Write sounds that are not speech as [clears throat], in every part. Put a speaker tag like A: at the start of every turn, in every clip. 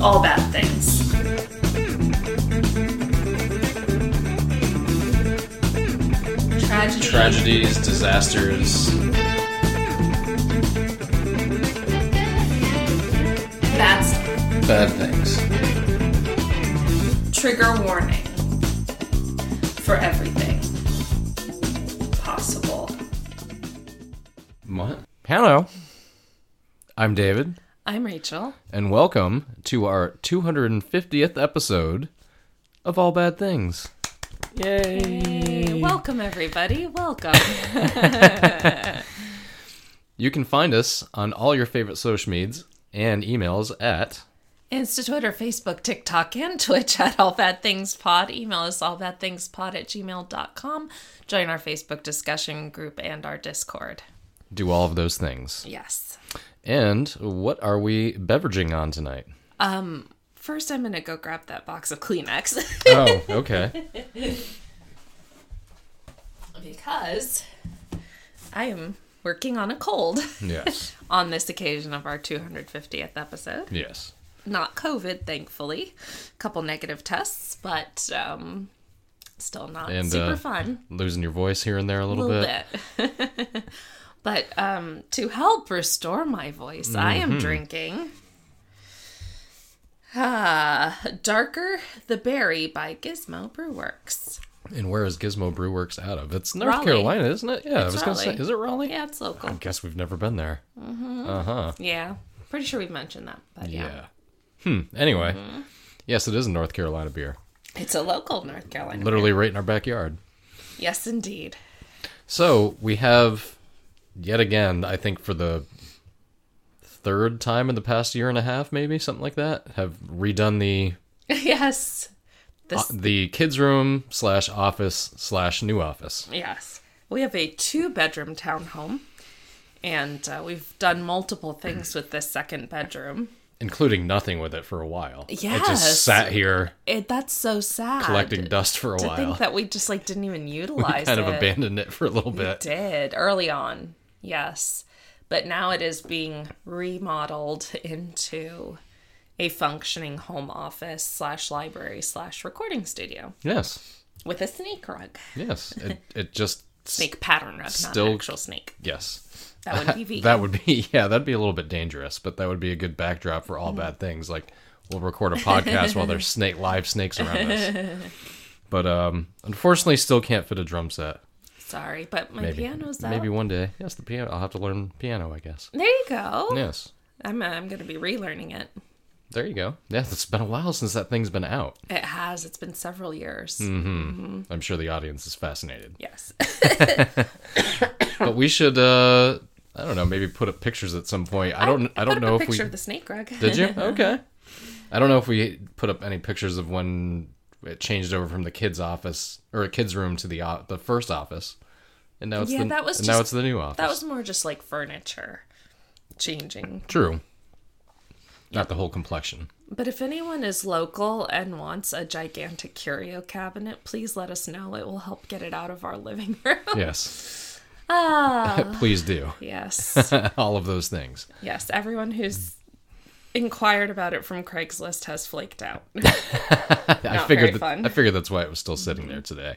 A: all bad things. Tragedy.
B: Tragedies, disasters,
A: That's
B: bad things.
A: trigger warning for everything possible.
B: What? Hello. I'm David,
A: I'm Rachel.
B: and welcome to our 250th episode of All Bad Things. Yay!
A: Welcome, everybody. Welcome.
B: You can find us on all your favorite social medias and emails at
A: Insta, Twitter, Facebook, TikTok, and Twitch at All Bad Things Pod. Email us allbadthingspod at gmail.com. Join our Facebook discussion group and our Discord.
B: do all of those things.
A: Yes.
B: And what are we beveraging
A: [laughs]
B: on tonight?
A: First, I'm going to go grab that box of Kleenex [laughs]
B: Oh, okay.
A: because I am working on a cold
B: Yes.
A: on this occasion of our 250th episode.
B: Yes.
A: Not COVID, thankfully. A couple negative tests, but um, still not
B: And,
A: super
B: uh,
A: fun.
B: Losing your voice here and there a little,
A: little bit. [laughs] but um, to help restore my voice, I
B: Mm-hmm.
A: am drinking ah, Darker the Berry by Gizmo Brewworks.
B: And where is Gizmo Brew Works out of? It's North
A: Raleigh.
B: Carolina, isn't it? Yeah, I
A: It's
B: was going to say,
A: Raleigh.
B: is it Raleigh?
A: Yeah, it's local.
B: Guess we've never been there. Uh huh.
A: Yeah. Pretty sure we've mentioned that, but yeah. Mm-hmm.
B: Yeah. Hmm. Anyway, yes, it is a North Carolina beer.
A: It's a local North Carolina.
B: Literally right in our backyard.
A: Yes, indeed. [laughs]
B: So we have, yet again, I think for the third time in the past year and a half, maybe something like that, have redone the uh,
A: yes. This,
B: the kids room slash office slash new office.
A: Yes. We have a two bedroom townhome, and uh, we've done multiple things with this second bedroom.
B: including nothing with it for a while. It
A: Yes.
B: just sat here
A: It, that's so sad.
B: collecting dust for a
A: to
B: while.
A: think
B: [laughs]
A: that we just like didn't even utilize
B: kind of
A: it.
B: abandoned it for a little
A: We
B: bit.
A: did early on, yes, but now it is being remodeled into a functioning home office slash library slash recording studio
B: Yes.
A: with a snake rug,
B: Yes. It it just
A: snake pattern rug, not
B: Still-
A: an actual snake.
B: yes.
A: That would
B: [laughs]
A: be vegan.
B: That would be yeah, that'd be a little bit dangerous, but that would be a good backdrop for all bad things like we'll record a podcast while
A: [laughs]
B: there's snake live snakes around us. But um unfortunately still can't fit a drum set.
A: Sorry, but my
B: Maybe
A: piano's out.
B: maybe one day. Yes, the piano I'll have to learn piano, I guess.
A: There you go.
B: Yes.
A: I'm I'm gonna be relearning it.
B: There you go. Yeah, it's been a while since that thing's been out.
A: It has. It's been several years.
B: Hmm. I'm sure the audience is fascinated.
A: Yes.
B: But we should uh I don't know, maybe put up pictures at some point.
A: [laughs]
B: I don't
A: put
B: I don't
A: up
B: know
A: a
B: if we
A: picture of the snake rug.
B: Did you? Okay. I don't know if we put up any pictures of when it changed over from the kids office or kids room to the o- the first office. And now it's
A: Yeah,
B: the
A: that was
B: and
A: just-
B: now it's the new office.
A: [laughs] That was more just like furniture changing.
B: True. Not the whole complexion.
A: But if anyone is local and wants a gigantic curio cabinet, please let us know. It will help get it out of our living room. [laughs]
B: Yes.
A: Ah,
B: Please do. [laughs]
A: yes.
B: All of those things.
A: Yes, everyone who's inquired about it from Craigslist has flaked out.
B: I
A: Not
B: figured
A: very
B: that,
A: fun.
B: I figured that's why it was still sitting there today.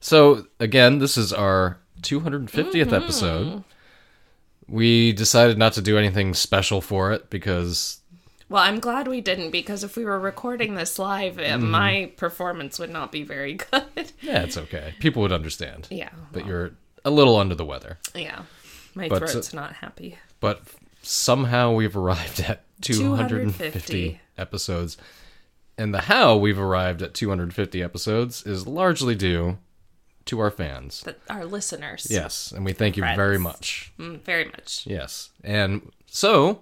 B: So again, this is our 250th
A: Mm-hmm.
B: episode. We decided not to do anything special for it because
A: Well, I'm glad we didn't because if we were recording this live, uh
B: Mm-hmm.
A: my performance would not be very [laughs] good.
B: yeah, it's okay. People would understand.
A: yeah.
B: But you're a little under the weather.
A: Yeah. My
B: But, uh,
A: throat's not happy.
B: But somehow we've arrived at 250
A: 250.
B: episodes. And the how we've arrived at 250 episodes is largely due to our fans.
A: But our listeners.
B: Yes, and we thank you very much.
A: Mm, very much.
B: Yes. And so,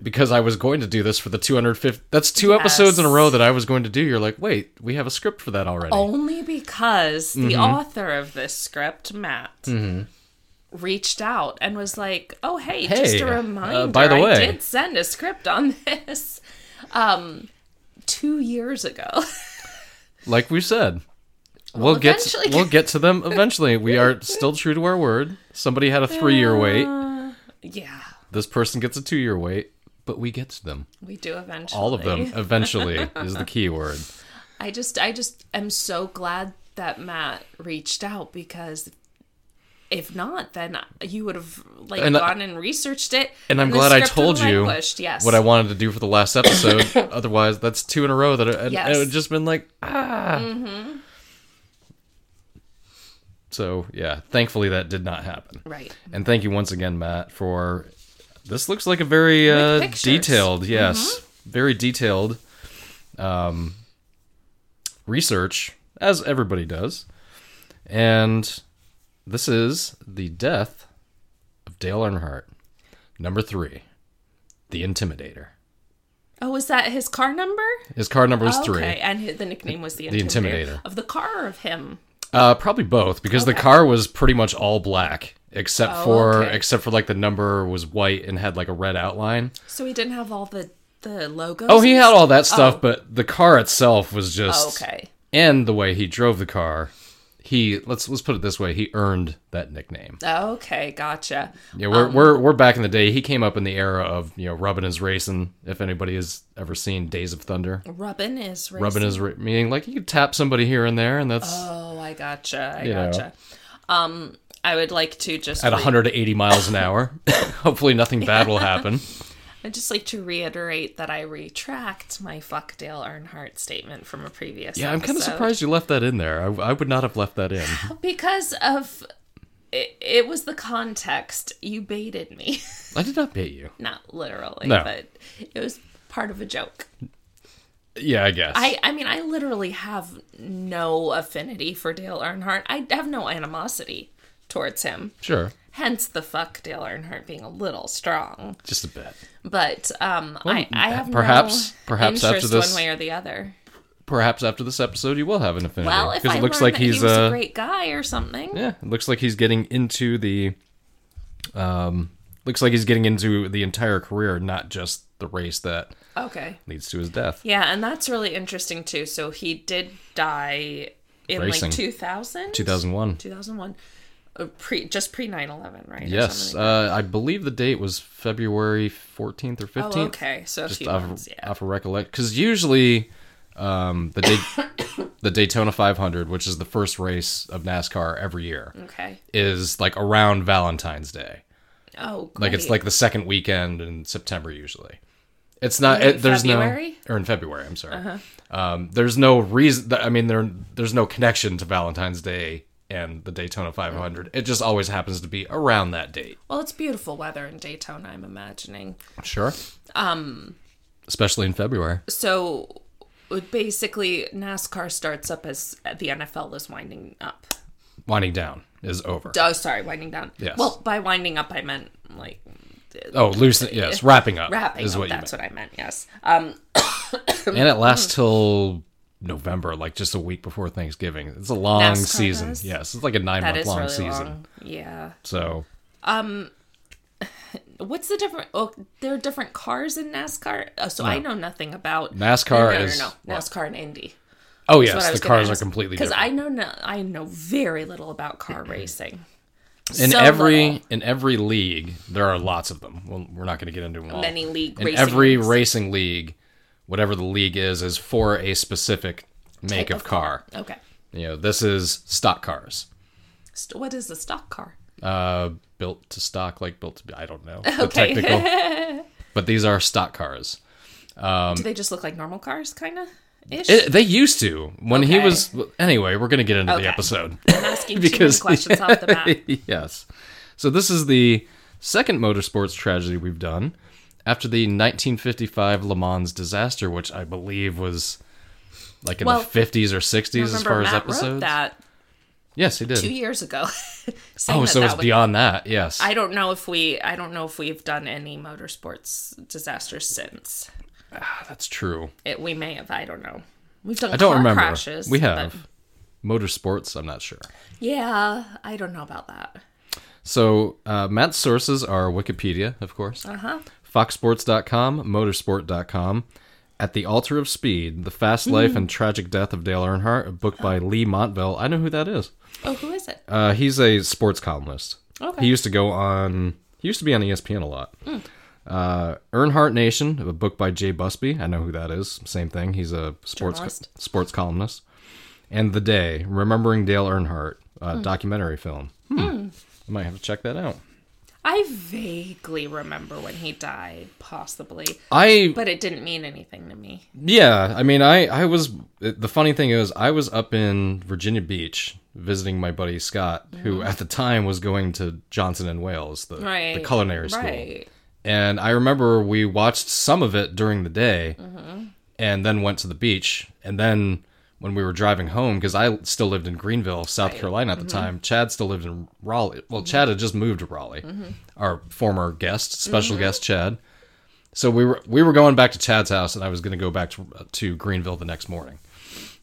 B: because I was going to do this for the 205th, that's two episodes in a row that I was going to do. You're like, wait, we have a script for that already.
A: Only because the
B: Mm-hmm.
A: author of this script, Matt, reached out and was like, "Oh, hey, just
B: Hey,
A: a
B: uh,
A: reminder.
B: by the
A: I
B: way."
A: did send a script on [laughs] this um, two years ago. [laughs]
B: Like we said. We'll get
A: eventually-
B: we'll get
A: [laughs]
B: to them eventually. We are still true to our word. Somebody had a three year wait.
A: yeah,
B: This person gets a two year wait. but we get to them.
A: We do eventually.
B: All
A: [laughs]
B: of them eventually is the key word.
A: I just I just am so glad that Matt reached out because if not, then you would have like
B: And I-
A: gone and researched it.
B: And I'm
A: the
B: glad I
A: script would
B: told
A: have been
B: you
A: pushed. Yes.
B: what I wanted to do for the last episode.
A: [coughs]
B: Otherwise, that's two in a row that I, and
A: Yes. Mm-hmm.
B: it would just been like ah. So yeah, thankfully that did not happen.
A: right.
B: And thank you once again, Matt, for this looks like a very uh,
A: pictures. Mm-hmm.
B: detailed, yes, very detailed um, research, as everybody does. And this is the death of Dale Earnhardt, number three, the Intimidator.
A: Oh, was that his car number?
B: His card number was
A: okay.
B: three.
A: And hi- the nickname was the Intimidator.
B: The Intimidator.
A: of the car or of him.
B: Uh, probably both because the
A: Okay.
B: car was pretty much all black except
A: Oh,
B: for
A: okay.
B: except for like the number was white and had like a red outline.
A: So he didn't have all the the logos.
B: Oh, he had all that stuff,
A: Oh.
B: but the car itself was just
A: okay.
B: And the way he drove the car, he let's let's put it this way: he earned that nickname.
A: Okay, gotcha.
B: Yeah, we're
A: Um,
B: we're we're back in the day. He came up in the era of you know rubbing his racing. If anybody has ever seen Days of Thunder,
A: Rubbin is racing.
B: rubbing his ra- meaning like you could tap somebody here and there, and that's
A: Oh, I gotcha. I
B: You know.
A: gotcha. Um, I would like to just
B: at
A: re-
B: 180 miles an hour. [laughs] Hopefully, nothing bad
A: [laughs]
B: will happen.
A: I'd just like to reiterate that I retract my fuck Dale Earnhardt statement from a previous.
B: Yeah, I'm kind of
A: episode.
B: surprised you left that in there. I, I would not have left that
A: [laughs]
B: in.
A: because of it, it was the context. You baited me, [laughs]
B: I did not bait you.
A: not literally,
B: No.
A: but it was part of a joke.
B: Yeah, I guess.
A: I, I mean, I literally have no affinity for Dale Earnhardt. I have no animosity towards him.
B: sure,
A: Hence the fuck Dale Earnhardt being a little strong.
B: just a bit.
A: But um, I, I have
B: perhaps-
A: no
B: perhaps after
A: interest
B: this-
A: one way or the other.
B: perhaps after this episode you will have an affinity
A: Well, if I
B: it looks
A: learn
B: like
A: that
B: he's
A: he was
B: uh,
A: a great guy or something,
B: yeah, it looks like he's getting into the um looks like he's getting into the entire career, not just the race that
A: okay,
B: leads to his death.
A: yeah, and that's really interesting too. So he did die in
B: Racing.
A: like 2000,
B: 2001.
A: 2001, uh, pre just pre 9/11, right? or
B: Yes,
A: something
B: uh, I believe the date was February 14th or 15th.
A: like- oh, okay, so a
B: Just
A: few
B: off,
A: months, yeah.
B: off of recollect cuz usually um the day
A: [coughs]
B: the Daytona 500, which is the first race of NASCAR every year,
A: Okay.
B: is like around Valentine's Day.
A: Oh, great.
B: Like it's like the second weekend in September usually. It's not. It, there's
A: February? Uh-huh.
B: no or in February. I'm sorry. Um, there's no reason. That, I mean, there there's no connection to Valentine's Day and the Daytona 500.
A: Mm-hmm.
B: It just always happens to be around that date.
A: well, it's beautiful weather in Daytona. I'm imagining.
B: Sure. Um, especially in February.
A: So uh, basically, NASCAR starts up as uh, the NFL is winding up.
B: Winding down is over.
A: Oh, sorry, winding down.
B: Yes.
A: Well, by winding up, I meant like
B: oh, loosen. Yes, wrapping up.
A: wrapping
B: is
A: up.
B: what you
A: That's what I meant. Yes. Um,
B: meant. And it lasts till November, like just a week before Thanksgiving. It's a long
A: NASCAR
B: season.
A: does?
B: Yes, it's like a nine
A: that
B: month
A: is
B: long
A: really
B: season.
A: long. Yeah.
B: So
A: What's the different? Oh, there are different cars in NASCAR. Uh, so I know nothing about
B: NASCAR
A: No, no, no,
B: is-
A: no, no. NASCAR and Indy.
B: oh yes, the cars are completely
A: because
B: different.
A: I know no, I know very little about
B: [clears throat]
A: car racing.
B: in
A: So
B: every
A: little.
B: in every league there are lots of them well, we're not going to get into them all
A: many league
B: in
A: racing
B: every
A: leagues.
B: racing league whatever the league is is for a specific make of car
A: okay,
B: you know this is stock cars
A: St- what is a stock car?
B: uh built to stock like built to be
A: [laughs]
B: i don't know the
A: Okay.
B: technical
A: [laughs]
B: but these are stock cars
A: Do they just look like normal cars, kind of ish?
B: Um, it, they used to when he
A: Okay.
B: was anyway we're going to get into
A: Okay.
B: the episode [laughs]
A: I'm asking
B: because-
A: too many questions off
B: [laughs]
A: the bat.
B: yes. So this is the second motorsports tragedy we've done after the 1955 Le Mans disaster, which I believe was like in
A: Well,
B: the 50s or 60s as
A: Remember,
B: far
A: Matt
B: as
A: wrote
B: episodes.
A: that
B: yes, he
A: two
B: did.
A: years ago. [laughs] saying
B: Oh,
A: that
B: so
A: that
B: it's
A: would-
B: beyond that. Yes.
A: I don't know if we. I don't know if we've done any motorsports disasters since.
B: Ah, that's true.
A: It, we may have. I don't know. We've done.
B: I don't
A: car
B: remember.
A: Crashes.
B: we
A: but-
B: have motorsports, I'm not sure.
A: yeah, I don't know about that.
B: So uh, Matt's sources are Wikipedia, of course, uh-huh. foxsports.com, motorsport.com, At the Altar of Speed, The Fast Life and Tragic Death of Dale Earnhardt, a book by Lee Montville. I know who that is.
A: Oh, who is it?
B: Uh, he's a sports columnist.
A: Okay.
B: E He used to go on, he used to be on ESPN a lot. Uh, Earnhardt Nation, a book by Jay Busby. I know who that is. Same thing. He's a sports
A: Journalist.
B: sports columnist. And The Day, Remembering Dale Earnhardt, a documentary film. Hmm. I might have to check that out.
A: I vaguely remember when he died, possibly,
B: I
A: but it didn't mean anything to me.
B: Yeah, I mean, I I was the funny thing is I was up in Virginia Beach visiting my buddy Scott, who at the time was going to Johnson and Wales, the, the
A: Mm-hmm. Right,
B: culinary school,
A: Right.
B: and I remember we watched some of it during the day,
A: Mm-hmm.
B: and then went to the beach, and then when we were driving home because I still lived in Greenville, South Carolina at the
A: Mm-hmm.
B: time, Chad still lived in Raleigh. Well, Chad had just moved to Raleigh,
A: Mm-hmm.
B: our former guest, special guest Chad. So we were we were going back to Chad's house, and I was going to go back to to Greenville the next morning.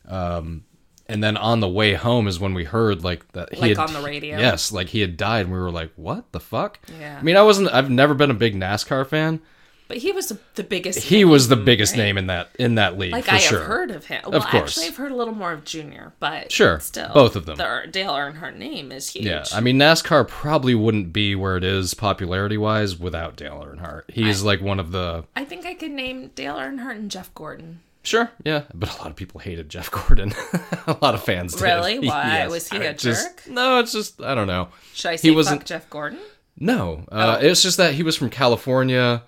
B: Um, and then on the way home is when we heard like that. He
A: Like
B: had-
A: on the radio?
B: Yes, like he had died, and we were like, "What the fuck?"
A: Yeah.
B: I mean, I wasn't. I've never been a big NASCAR fan.
A: But he was the biggest.
B: He was the biggest name in that in that league
A: like
B: for
A: I
B: sure.
A: have heard of him. Well,
B: course.
A: actually, I've heard a little more of Junior, but
B: Sure,
A: still,
B: both of them.
A: The Ear- Dale Earnhardt name is huge.
B: Yeah, I mean NASCAR probably wouldn't be where it is popularity wise without Dale Earnhardt. He's like one of the
A: I think I could name Dale Earnhardt and Jeff Gordon.
B: sure, yeah, but a lot of people hated Jeff Gordon. [laughs] a lot of fans did. [laughs]
A: Really? Why?
B: Yes.
A: Was he
B: I
A: a
B: just-
A: jerk?
B: No, it's just I don't know.
A: Should I
B: He
A: say
B: wasn't-
A: fuck Jeff Gordon?
B: No, uh,
A: Oh.
B: it's just that he was from California.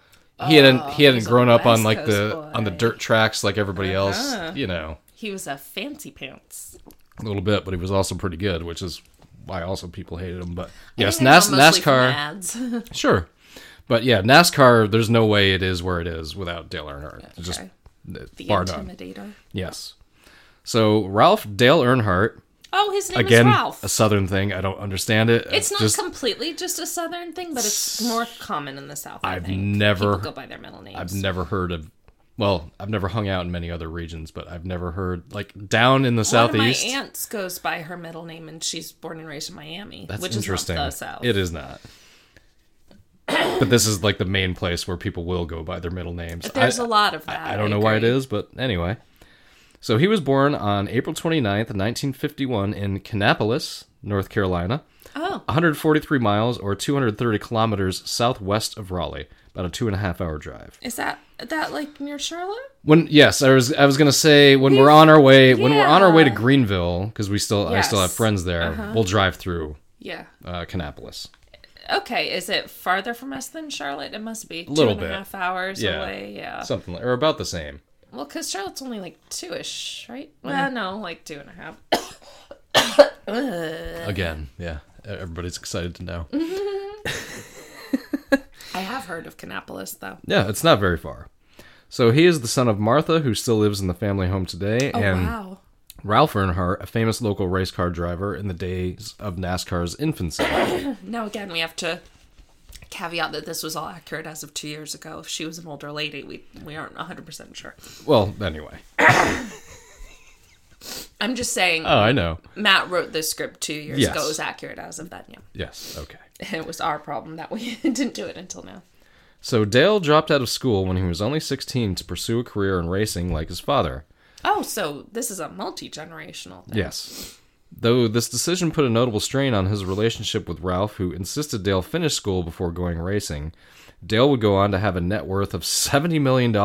B: He hadn't he hadn't
A: a
B: grown up
A: West
B: on like the
A: Coast
B: on the
A: boy. Uh-huh.
B: dirt tracks like everybody else, you know,
A: He was a fancy pants.
B: a little bit, but he was also pretty good, which is why also people hated him. But
A: I
B: yes,
A: think that's
B: NAS-
A: mostly from
B: NASCAR.
A: [laughs] ads.
B: Sure. But yeah, NASCAR, there's no way it is where it is without Dale Earnhardt. It's Just
A: Okay. the
B: bar none.
A: intimidator.
B: Yes. So Ralph Dale Earnhardt,
A: Oh, his name
B: again,
A: is Ralph.
B: a southern thing. I don't understand it.
A: It's not
B: just
A: completely just a southern thing, but it's more common in the south. I
B: I've
A: think.
B: never-
A: People go by their middle names.
B: I've never heard of well, I've never hung out in many other regions, but I've never heard like down in the southeast.
A: One of my aunts goes by her middle name, and she's born and raised in Miami,
B: that's
A: which
B: interesting.
A: is not the South.
B: It is not. but this is like the main place where people will go by their middle names. I-
A: There's a lot of that.
B: I don't know why it
A: agree.
B: is, but anyway. So he was born on April 29th, 1951, in Kannapolis, North Carolina,
A: Oh,
B: 143 miles or 230 kilometers southwest of Raleigh, about a two and a half hour drive.
A: is that that like near Charlotte?
B: When yes, I was I was gonna say when we're on our way when we're on our way to
A: yeah.
B: Greenville because we still I still have
A: Yes. Uh-huh.
B: friends there. We'll drive through
A: Yeah.
B: uh, Kannapolis.
A: Okay. Is it farther from us than Charlotte? It must be two and a half
B: Little bit.
A: hours
B: Yeah.
A: away. Yeah.
B: Something like, or about the same.
A: Well, because Charlotte's only like two ish, right? Well, no, like two and a half. [coughs]
B: Again, yeah. Everybody's excited to know.
A: I have heard of Canapolis though.
B: Yeah, it's not very far. So he is the son of Martha, who still lives in the family home today, and
A: Oh, wow.
B: Ralph Earnhardt, a famous local race car driver in the days of NASCAR's infancy.
A: Now again, we have to caveat that this was all accurate as of two years ago. If she was an older lady, we we aren't hundred percent sure.
B: well, anyway.
A: I'm just saying.
B: Oh, I know.
A: Matt wrote this script two years
B: Yes.
A: ago. It was accurate as of then, yeah. [laughs]
B: Yes, okay.
A: It was our problem that we [laughs] didn't do it until now.
B: So Dale dropped out of school when he was only 16 to pursue a career in racing like his father.
A: Oh, so this is a multi generational thing.
B: Yes. Though this decision put a notable strain on his relationship with Ralph, who insisted Dale finish school before going racing, Dale would go on to have a net worth of $70 million.
A: Oh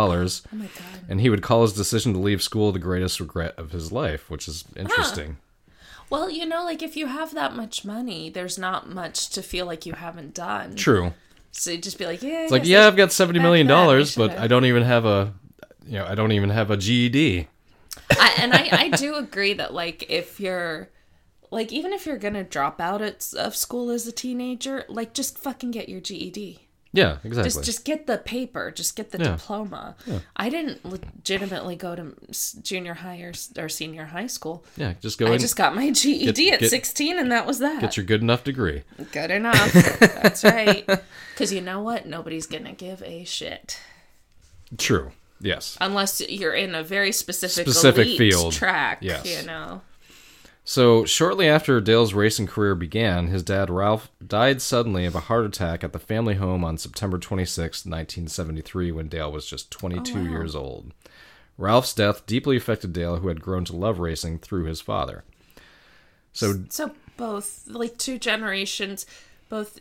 A: my god.
B: and he would call his decision to leave school the greatest regret of his life, which is interesting.
A: Well, you know, like if you have that much money, there's not much to feel like you haven't done.
B: True.
A: So you just be like, yeah.
B: It's like, yeah, I've got seventy million
A: Back then, I
B: dollars,
A: should've.
B: but I don't even have a, you know, I don't even have a E GED.
A: I, and I, I do agree that like if you're like even if you're gonna drop out at, of school as a teenager, like just fucking get your GED.
B: Yeah, exactly.
A: just just get the paper just get the
B: Yeah.
A: diploma i didn't legitimately go to s- junior high or, s- or senior high school
B: yeah, just go
A: i
B: and
A: just got my ged at
B: get-
A: 16 and that was that
B: get your good enough degree.
A: good enough that's right
B: [laughs]
A: because you know what nobody's gonna give a shit
B: True. Yes.
A: unless you're in a very specific
B: Specific
A: elite
B: field.
A: track
B: Yes.
A: you know
B: So shortly after Dale's racing career began, his dad Ralph died suddenly of a heart attack at the family home on September 26, 1973, when Dale was just 22 years old. Ralph's death deeply affected Dale, who had grown to love racing through his father. So
A: so both like two generations both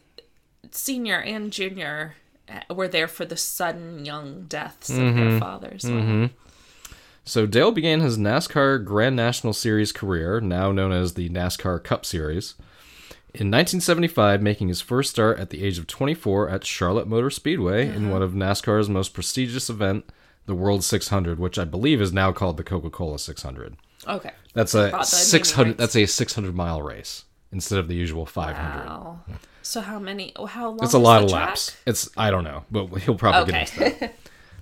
A: senior and junior uh, were there for the sudden young deaths of
B: Mm-hmm.
A: their fathers.
B: So Dale began his NASCAR Grand National Series career, now known as the NASCAR Cup Series, in 1975, making his first start at the age of 24 at Charlotte Motor Speedway
A: Uh-huh.
B: in one of NASCAR's most prestigious event, the World 600, which I believe is now called the Coca-Cola 600.
A: Okay.
B: That's a
A: Brought the naming
B: 600
A: rights.
B: that's a 600 mile race instead of the usual 500.
A: Wow. So how many? How long?
B: It's a
A: is
B: lot
A: the
B: of
A: track?
B: laps. It's I don't know, but he'll
A: Okay.
B: probably get into that.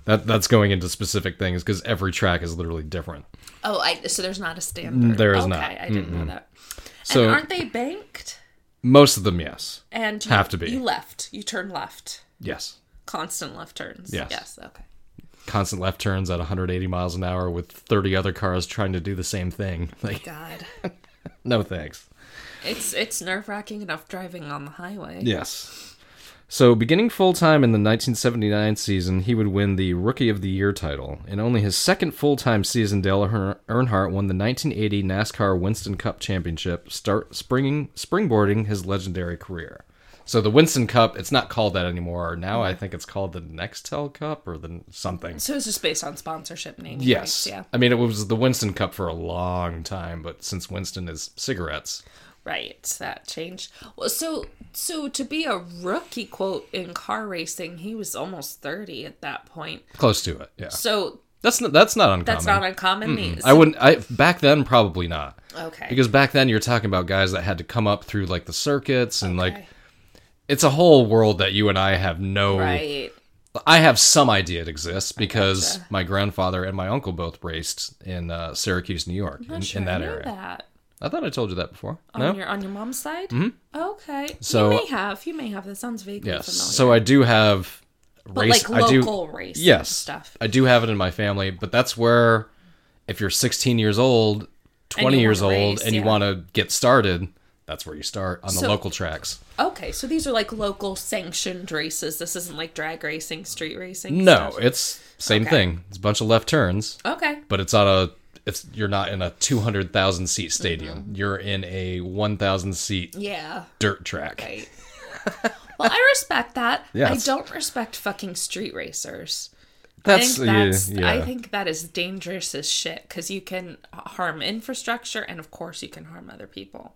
B: that. That's going into specific things because every track is literally different.
A: [laughs] Oh, I, so there's not a standard.
B: Mm, there is
A: okay,
B: not.
A: I didn't know that.
B: So-
A: and aren't they banked?
B: Most of them, yes,
A: And you,
B: Have to be.
A: You left. You turned left.
B: yes.
A: Constant left turns.
B: Yes.
A: Yes. Okay.
B: Constant left turns at 180 miles an hour with 30 other cars trying to do the same thing. [laughs] Like,
A: God,
B: no thanks.
A: it's it's nerve wracking enough driving on the highway.
B: Yes. So, beginning full time in the 1979 season, he would win the Rookie of the Year title. In only his second full time season, Dale Earn- Earnhardt won the 1980 NASCAR Winston Cup Championship, start springing, springboarding his legendary career. So, the Winston Cup, it's not called that anymore. Now I think it's called the Nextel Cup or the something.
A: So it's just based on sponsorship name.
B: Yes.
A: Rights. Yeah.
B: I mean, it was the Winston Cup for a long time, but since Winston is cigarettes,
A: Right. That changed. Well, so so to be a rookie quote in car racing, he was almost thirty at that point.
B: close to it. Yeah.
A: So
B: That's not, that's not uncommon.
A: that's not uncommon. These.
B: I wouldn't. I back then probably not
A: okay.
B: because back then you're talking about guys that had to come up through like the circuits and like
A: Okay.
B: it's a whole world that you and I have no.
A: right.
B: I have some idea it exists because my grandfather and my uncle both raced in uh, Syracuse, New York, in,
A: Sure,
B: in that
A: I know
B: area.
A: That.
B: I thought I told you that before.
A: On
B: no. Mm-hmm.
A: your on your mom's side? Okay.
B: So-
A: you may have. You may have. That sounds vaguely
B: yes.
A: familiar.
B: So I do have
A: but
B: race.
A: like
B: I do.
A: local race
B: yes
A: stuff.
B: I do have it in my family, but that's where if you're 16 years old, 20
A: wanna
B: years old,
A: race,
B: and you
A: yeah.
B: want to get started, that's where you start on the
A: So-
B: local tracks.
A: Okay, so these are like local sanctioned races. This isn't like drag racing, street racing.
B: No,
A: stuff.
B: it's same
A: Okay.
B: thing. It's a bunch of left turns,
A: Okay.
B: but it's on a it's you're not in a 200,000 seat stadium.
A: Mm-hmm.
B: You're in a 1,000 seat
A: Yeah.
B: dirt track.
A: Right. well, I respect that. I
B: Yes.
A: don't respect fucking street racers.
B: That's,
A: I think that's
B: yeah,
A: I
B: yeah.
A: think that is dangerous as shit because you can harm infrastructure and of course you can harm other people.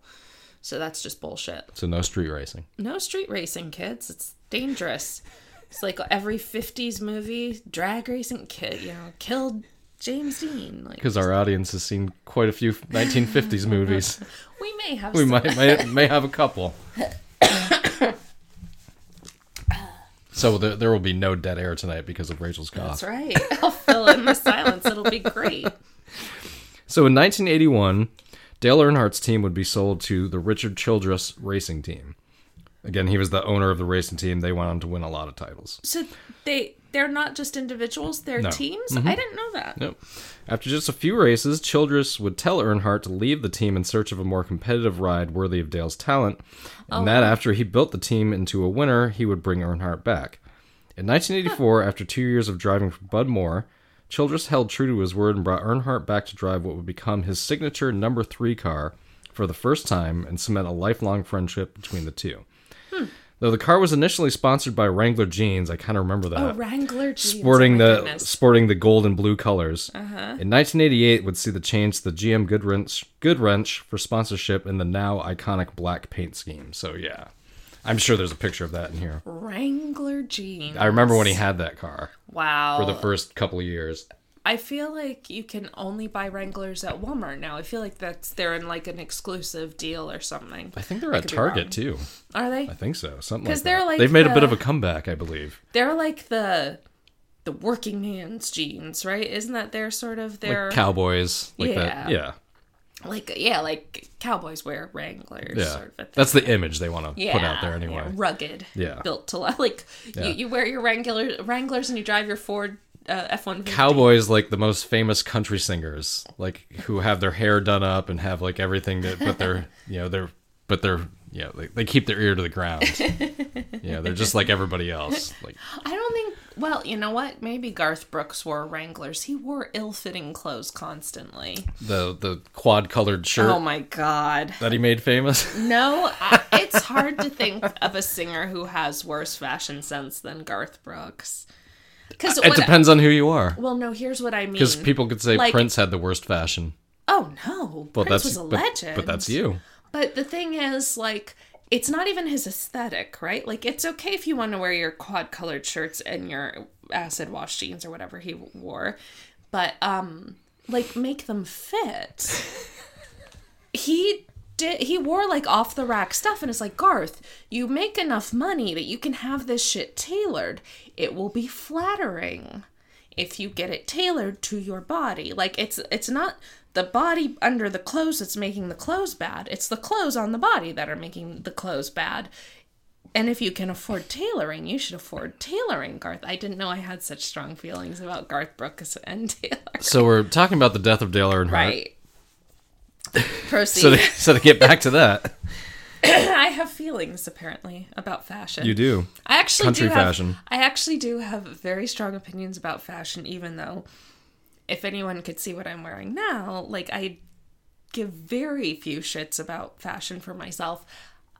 A: So that's just bullshit.
B: so no street racing.
A: no street racing kids it's dangerous it's like every 50s movie drag racing kid you know killed james dean like
B: Because our audience has seen quite a
A: [laughs]
B: few 1950s movies.
A: we may have
B: We
A: some-
B: might may, may have
A: [coughs]
B: a couple. so there, there will be no dead air tonight because of Rachel's cough.
A: that's right [laughs] i'll fill in the silence it'll be great
B: So in 1981, Dale Earnhardt's team would be sold to the Richard Childress Racing Team. Again, he was the owner of the racing team. They went on to win a lot of titles.
A: so they they're not just individuals they're
B: No. Mm-hmm.
A: teams i didn't know that
B: Nope. After just a few races, Childress would tell Earnhardt to leave the team in search of a more competitive ride worthy of Dale's talent,
A: Oh,
B: and that after he built the team into a winner, he would bring Earnhardt back. In 1984, after two years of driving for Bud Moore, Childress held true to his word and brought Earnhardt back to drive what would become his signature number three car for the first time and cement a lifelong friendship between the two.
A: Hmm.
B: Though the car was initially sponsored by Wrangler Jeans, I kind of remember that
A: oh wrangler jeans.
B: sporting
A: oh my
B: the
A: goodness. Uh-huh.
B: sporting the gold and blue colors. In 1988, would see the change to the GM Goodwrench Goodwrench for sponsorship in the now iconic black paint scheme. So yeah, I'm sure there's a picture of that in here.
A: wrangler jeans
B: I remember when he had that car
A: wow
B: for the first couple of years.
A: I feel like you can only buy Wranglers at Walmart now. I feel like that's they're in like an exclusive deal or something.
B: I think they're at
A: could be
B: Target
A: wrong.
B: too.
A: Are they?
B: I think so. Something
A: 'Cause
B: like
A: they're
B: that.
A: like uh,
B: They've made a bit
A: the-
B: of a comeback, I believe.
A: They're like the the working man's jeans, right? Isn't that their sort of their
B: Like cowboys, like that.
A: Yeah.
B: Yeah,
A: like yeah, like cowboys wear Wranglers
B: yeah.
A: sort of a thing.
B: That's the image they want to
A: yeah,
B: put out there anyway.
A: yeah, rugged.
B: Yeah.
A: built to la- like
B: Yeah.
A: you, you wear your Wrangler Wranglers and you drive your Ford uh, F one
B: cowboys like the most famous country singers like who have their hair done up and have like everything that but they're [laughs] you know they're but they're you know they, they keep their ear to
A: [laughs]
B: the ground yeah they're just like everybody else like
A: I don't think. Well, you know what? Maybe Garth Brooks wore Wranglers. He wore ill-fitting clothes constantly.
B: the the quad colored shirt
A: Oh my God! [laughs]
B: that he made famous
A: No, I, it, it's hard to think of a singer who has worse fashion sense than Garth Brooks. Because
B: It depends on who you are.
A: Well, no. Here's what I mean.
B: Because people could say
A: Mm-hmm. Like-
B: Prince had the worst fashion.
A: Oh no,
B: Well,
A: Prince
B: that's
A: was a
B: but-
A: legend.
B: But, that's you.
A: But the thing is, like, it's not even his aesthetic, right? Like, it's okay if you want to wear your quad colored shirts and your acid wash jeans or whatever he wore, but um, like, make them fit. he did. He wore like off the rack stuff, and it's like Garth, you make enough money that you can have this shit tailored. It will be flattering if you get it tailored to your body like it's it's not the body under the clothes that's making the clothes bad it's the clothes on the body that are making the clothes bad and if you can afford tailoring you should afford tailoring garth i didn't know i had such strong feelings about garth brooks and
B: [laughs]
A: taylor
B: So we're talking about the death of Dale Earnhardt.
A: right proceed
B: [laughs] So to, so to get back
A: [laughs]
B: to that,
A: i have feelings apparently about fashion
B: you do.
A: I actually
B: Country
A: do have,
B: fashion.
A: I actually do have very strong opinions about fashion, even though if anyone could see what I'm wearing now, like I give very few shits about fashion for myself.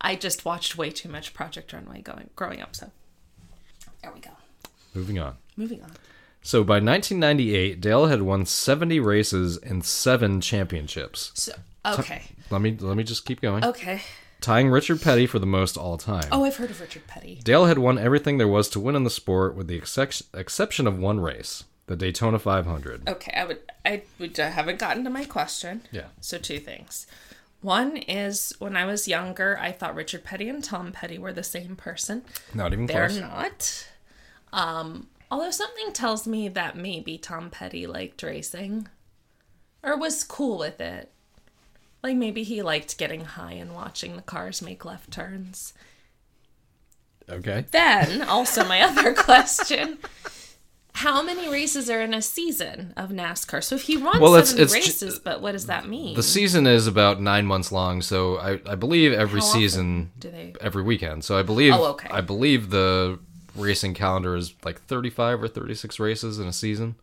A: I just watched way too much Project Runway going growing up, so there we go.
B: Moving on.
A: Moving on.
B: So by 1998, Dale had won 70 races and seven championships.
A: So okay.
B: Let me let me just keep going.
A: Okay.
B: Tying Richard Petty for the most all time.
A: Oh, I've heard of Richard Petty.
B: Dale had won everything there was to win in the sport, with the excep- exception of one race, the Daytona 500.
A: Okay, I would I we haven't gotten to my question.
B: Yeah.
A: So two things. One is when I was younger, I thought Richard Petty and Tom Petty were the same person.
B: Not even
A: They're
B: close.
A: not. Um, although something tells me that maybe Tom Petty liked racing or was cool with it. Like maybe he liked getting high and watching the cars make left turns.
B: Okay.
A: Then, also, my [laughs] other question. How many races are in a season of NASCAR? So if he won
B: Well, it's-
A: seven
B: it's ju-
A: races, but what does that mean?
B: The season is about nine months long, so I, I believe every
A: How often
B: season,
A: do they-
B: every weekend. So I believe
A: Oh, okay.
B: I believe the racing calendar is like 35 or 36 races in a season.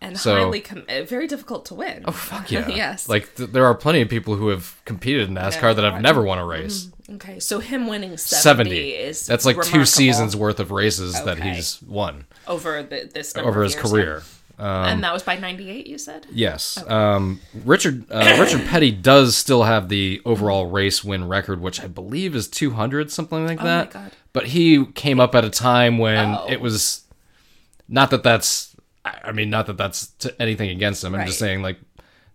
A: and
B: so-
A: highly com- uh, very difficult to win. Oh
B: Fuck [laughs]
A: [laughs]
B: yeah.
A: yes.
B: Like th- there are plenty of people who have competed in NASCAR that have never won a race.
A: Okay, so him winning 70,
B: 70
A: Mm-hmm. is
B: That's like two
A: remarkable
B: seasons worth of races that
A: Okay.
B: he's won
A: over the, this number
B: over
A: of
B: his
A: years.
B: career. Um,
A: and that was by 98 you said
B: Yes. Um, Richard uh, [coughs] Richard Petty does still have the overall race win record, which I believe is 200, something like that.
A: Oh God.
B: But he came up at a time when
A: Oh.
B: it was not that that's I I mean not that that's to anything against him. I'm just
A: Right.
B: saying like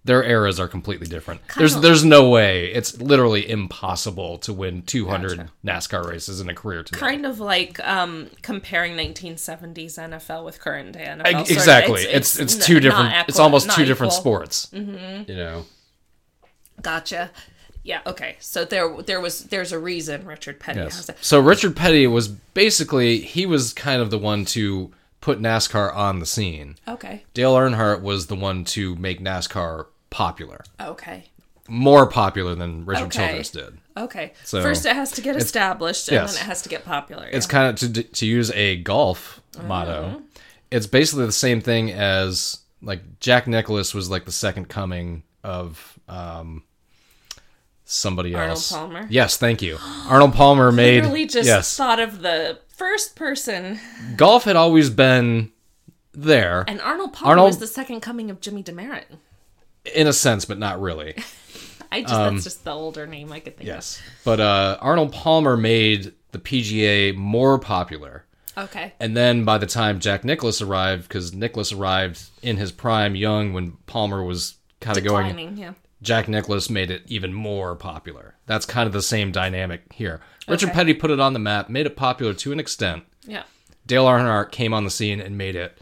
B: their eras are completely different. there's there's no way. It's literally impossible to win 200 NASCAR races in a career today.
A: kind of like um comparing 1970s nfl with current day nfl
B: E-
A: sort of-
B: exactly. It's it's,
A: n-
B: two
A: not
B: different. it's
A: equi-
B: almost
A: not
B: two different
A: equal. Mm-hmm.
B: sports. You know.
A: gotcha yeah okay so there there was there's a reason richard petty
B: Yes.
A: has that
B: So Richard Petty was basically he was kind of the one to put NASCAR on the scene.
A: okay
B: Dale Earnhardt was the one to make NASCAR popular,
A: okay
B: more popular than Richard
A: Okay.
B: Childress did.
A: okay
B: So,
A: first it has to get established and
B: yes.
A: then it has to get popular
B: It's kind of to to use a golf
A: Mm-hmm.
B: motto. It's basically the same thing as like Jack Nicholas was like the second coming of um somebody
A: Arnold
B: else.
A: Palmer?
B: Yes, thank you.
A: [gasps]
B: Arnold Palmer made
A: literally just
B: yes.
A: thought of the first person
B: golf had always been there.
A: and arnold palmer
B: Arnold-
A: was the second coming of jimmy demerit
B: in a sense, but not
A: [laughs]
B: really.
A: i just that's just the older name i could think
B: Um, Yes. But uh, Arnold Palmer made the PGA more popular.
A: of okay
B: And then by the time Jack Nicholas arrived, because Nicholas arrived in his prime young when Palmer was kind of going,
A: Climbing, yeah
B: Jack Nicholas made it even more popular. That's kind of the same dynamic here. Richard Petty put it on the map, made it popular to an extent.
A: yeah
B: Dale Earnhardt came on the scene and made it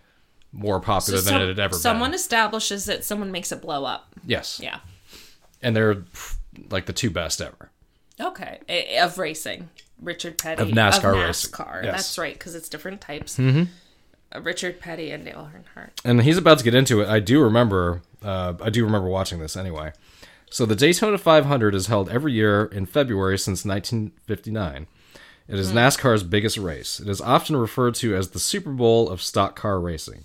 B: more popular than
A: some-
B: it had ever
A: someone
B: been.
A: establishes it, someone makes it blow up.
B: Yes.
A: Yeah.
B: And they're pff, like the two best ever.
A: Okay. I- Of racing. Richard Petty.
B: Of NASCAR
A: of
B: racing.
A: NASCAR.
B: Yes. Mm-hmm.
A: That's right, because it's different types. Uh, Richard Petty and Dale Earnhardt.
B: and he's about to get into it. I do remember, uh, I do remember watching this anyway. So the Daytona 500 is held every year in February since 1959. It is NASCAR's biggest race. It is often referred to as the Super Bowl of stock car racing.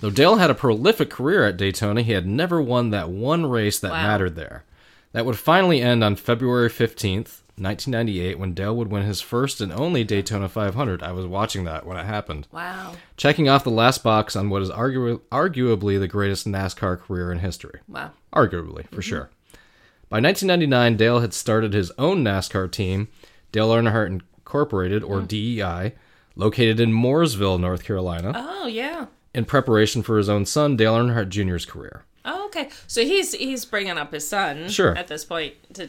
B: Though Dale had a prolific career at Daytona, he had never won that one race that mattered there. That would finally end on February 15th, 1998, when Dell would win his first and only Daytona 500. I was watching that when it happened.
A: Wow.
B: Checking off the last box on what is argu- arguably the greatest NASCAR career in history.
A: Wow.
B: Arguably,
A: Mm-hmm.
B: for sure. By 1999, Dale had started his own NASCAR team, Dale Earnhardt Incorporated, or
A: Mm.
B: DEI, located in Mooresville, North Carolina,
A: Oh yeah.
B: in preparation for his own son, Dale Earnhardt Jr.'s career.
A: Oh, okay. So he's he's bringing up his son.
B: Sure.
A: At this point to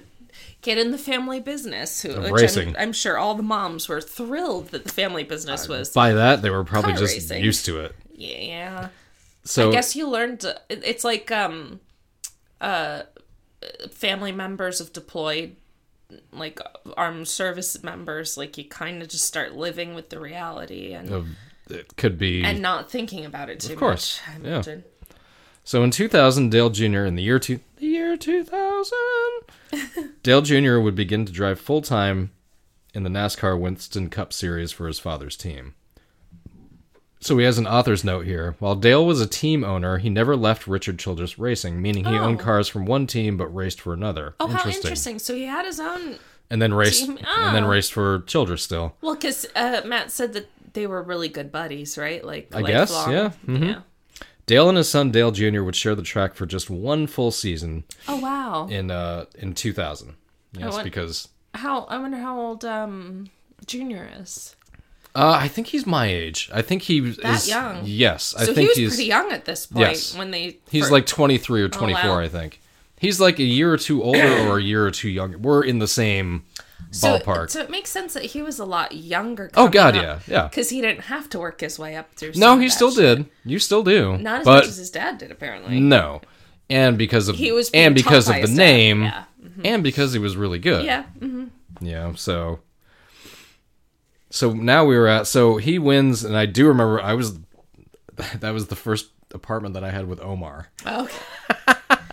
A: get in the family business. Who, which
B: racing.
A: I'm, I'm sure all the moms were thrilled that the family business was.
B: By that, they were probably
A: Car
B: just
A: racing.
B: used to it.
A: Yeah.
B: So
A: I guess you learned. it- It's like um, uh, family members of deployed, like armed service members. Like you kind of just start living with the reality and
B: uh, it could be.
A: and not thinking about it too
B: course,
A: much. I
B: yeah.
A: imagine.
B: So in 2000, Dale Jr. in the year two, the year 2000,
A: [laughs]
B: Dale Jr. would begin to drive full time in the NASCAR Winston Cup Series for his father's team. So he has an author's note here. While Dale was a team owner, he never left Richard Childress Racing, meaning he owned
A: Oh.
B: cars from one team but raced for another.
A: Oh, how interesting! So he had his own.
B: And then raced
A: Team-
B: and then
A: oh.
B: raced for Childress still.
A: Well, because uh, Matt said that they were really good buddies, right? Like I
B: guess,
A: lifelong.
B: yeah. Mhm.
A: Yeah.
B: Dale and his son Dale Jr. would share the track for just one full season
A: Oh wow!
B: in uh in 2000. Yes,
A: want-
B: because
A: How I wonder how old um Junior is.
B: Uh, I think he's my age. I think he
A: That
B: is
A: young?
B: Yes, I
A: So he
B: think
A: was
B: he's
A: pretty young at this point
B: Yes.
A: when they.
B: he's
A: fir-
B: like 23 or 24.
A: wow.
B: I think he's like a year or
A: [clears throat]
B: two older or a year or two younger. We're in the same
A: So- uh,
B: ballpark.
A: So, it makes sense that he was a lot younger.
B: oh God, yeah, yeah.
A: Because he didn't have to work his way up through. some
B: No,
A: of
B: he
A: that
B: still
A: shit.
B: did. You still do.
A: Not as
B: but Mm.
A: much as his dad did, apparently.
B: no, and because of
A: He was being
B: and
A: taught
B: because
A: by
B: of the
A: his dad,
B: name,
A: yeah. Mm-hmm.
B: and because he was really good.
A: Yeah. mhm.
B: Yeah, so so now we were at so he wins and I do remember I was [laughs] that was the first apartment that I had with Omar.
A: Okay.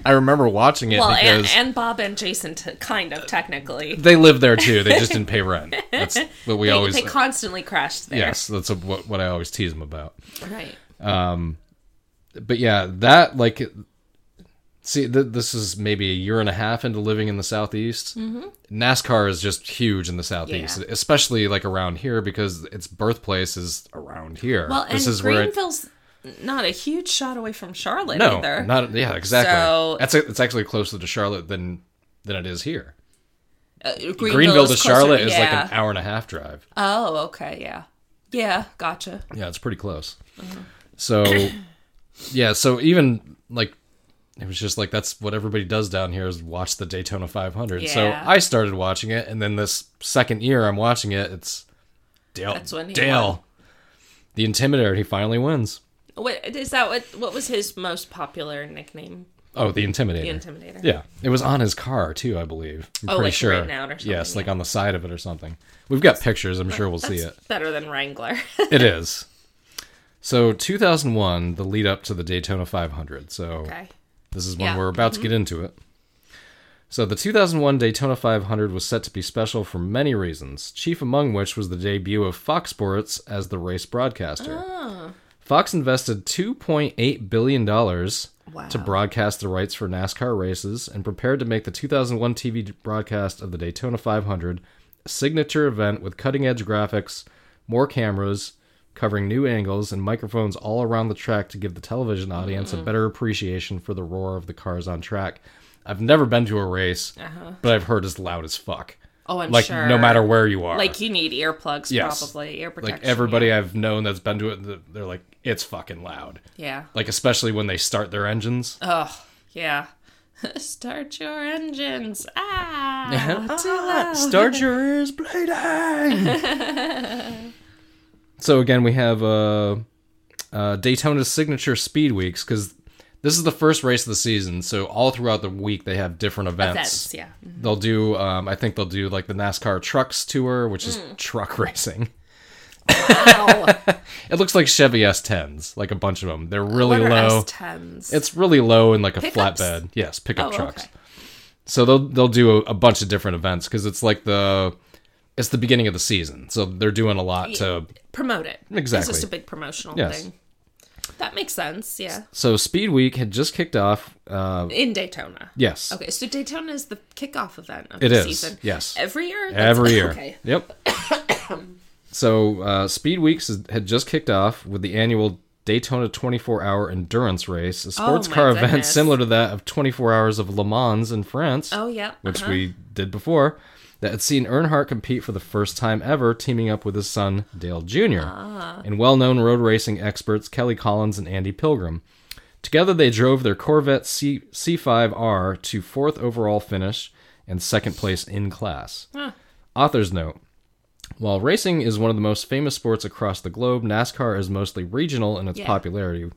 B: I remember watching it
A: Well, and,
B: because
A: and Bob and Jason, t- kind of technically.
B: they lived there too. They just didn't pay rent. That's what
A: [laughs]
B: we
A: They,
B: always uh,
A: they constantly crashed there.
B: Yes, that's what what I always tease them about.
A: Right.
B: But yeah, that like see th- this is maybe a year and a half into living in the southeast. NASCAR is just huge in the southeast,
A: Mm-hmm. Yeah.
B: especially like around here because its birthplace is around here.
A: Well, and
B: this is where it-
A: Greenville's not a huge shot away from Charlotte
B: No,
A: either.
B: not yeah, exactly.
A: So-
B: That's it's actually closer to Charlotte than than it is here.
A: Uh, Greenville,
B: Greenville
A: is
B: to
A: closer-
B: Charlotte is like
A: yeah.
B: an hour and a half drive.
A: Oh, okay, yeah, yeah, gotcha.
B: Yeah, it's pretty close.
A: Uh-huh.
B: So, [coughs] yeah, so even like it was just like that's what everybody does down here is watch the Daytona 500. So
A: Yeah.
B: I started watching it, and then this second year I'm watching it. It's Dale.
A: That's when he won.
B: Dale, the Intimidator, he finally wins.
A: What is that? What what was his most popular nickname?
B: Oh, the Intimidator.
A: The Intimidator.
B: Yeah, it was on his car too, I believe. I'm
A: Oh,
B: pretty
A: like,
B: sure.
A: written out or something,
B: yes, like
A: yeah.
B: on the side of it or something. We've got pictures. I'm sure we'll see
A: That's [laughs]
B: it.
A: better than Wrangler. [laughs]
B: It is. So 2001, the lead up to the Daytona 500. So
A: okay.
B: this is when
A: Yeah.
B: we're about to get into it. So the 2001 Daytona 500 was set to be special for many reasons, chief among which was the debut of Fox Sports as the race broadcaster. Fox invested 2.8 billion dollars
A: Wow.
B: to broadcast the rights for NASCAR races and prepared to make the 2001 TV broadcast of the Daytona 500 a signature event with cutting-edge graphics, more cameras, covering new angles and microphones all around the track to give the television audience
A: Mm.
B: a better appreciation for the roar of the cars on track. I've never been to a race, but I've heard it's loud as fuck.
A: Uh-huh. Oh, I'm
B: like
A: sure.
B: no matter where you are.
A: Like you need earplugs,
B: Yes.
A: probably ear protection.
B: like everybody I've known that's been to it, th- they're like, it's fucking loud.
A: Yeah.
B: Like especially when they start their engines.
A: Oh, yeah. [laughs] Start your engines.
B: [laughs]
A: Ah. too loud. [laughs]
B: start your ears bleeding. so again, we have uh, uh, Daytona's signature speed weeks because this is the first race of the season. So all throughout the week, they have different events.
A: That's yeah. Mm-hmm.
B: They'll do. Um, I think they'll do like the NASCAR Trucks Tour, which is
A: Mm.
B: truck [laughs] racing.
A: Ow.
B: It looks like Chevy S10s, like a bunch of them. They're really
A: What are
B: low.
A: S10s?
B: It's really low in like a
A: Pickups?
B: flatbed. Yes, pickup
A: Oh,
B: trucks.
A: okay.
B: So they'll they'll do a, a bunch of different events because it's like the it's the beginning of the season. So they're doing a lot to
A: promote it.
B: Exactly.
A: It's just a big promotional
B: Yes.
A: thing. That makes sense. Yeah.
B: So Speed Week had just kicked off. Uh,
A: In Daytona.
B: yes,
A: Okay, so Daytona is the kickoff event of
B: it
A: the
B: is.
A: season.
B: Yes,
A: Every year? That's-
B: every year.
A: Okay. [coughs]
B: Yep. so uh, Speed Weeks is- had just kicked off with the annual Daytona 24-hour endurance race, a sports
A: Oh, my
B: car event
A: goodness.
B: similar to that of 24 Hours of Le Mans in France.
A: Oh, yeah.
B: which
A: uh-huh.
B: we did before, that had seen Earnhardt compete for the first time ever, teaming up with his son Dale Jr.
A: Ah.
B: and well known road racing experts Kelly Collins and Andy Pilgrim. Together, they drove their Corvette C- C5R to fourth overall finish and second place in class. Author's note. While racing is one of the most famous sports across the globe, NASCAR is mostly regional in its
A: Yeah.
B: popularity,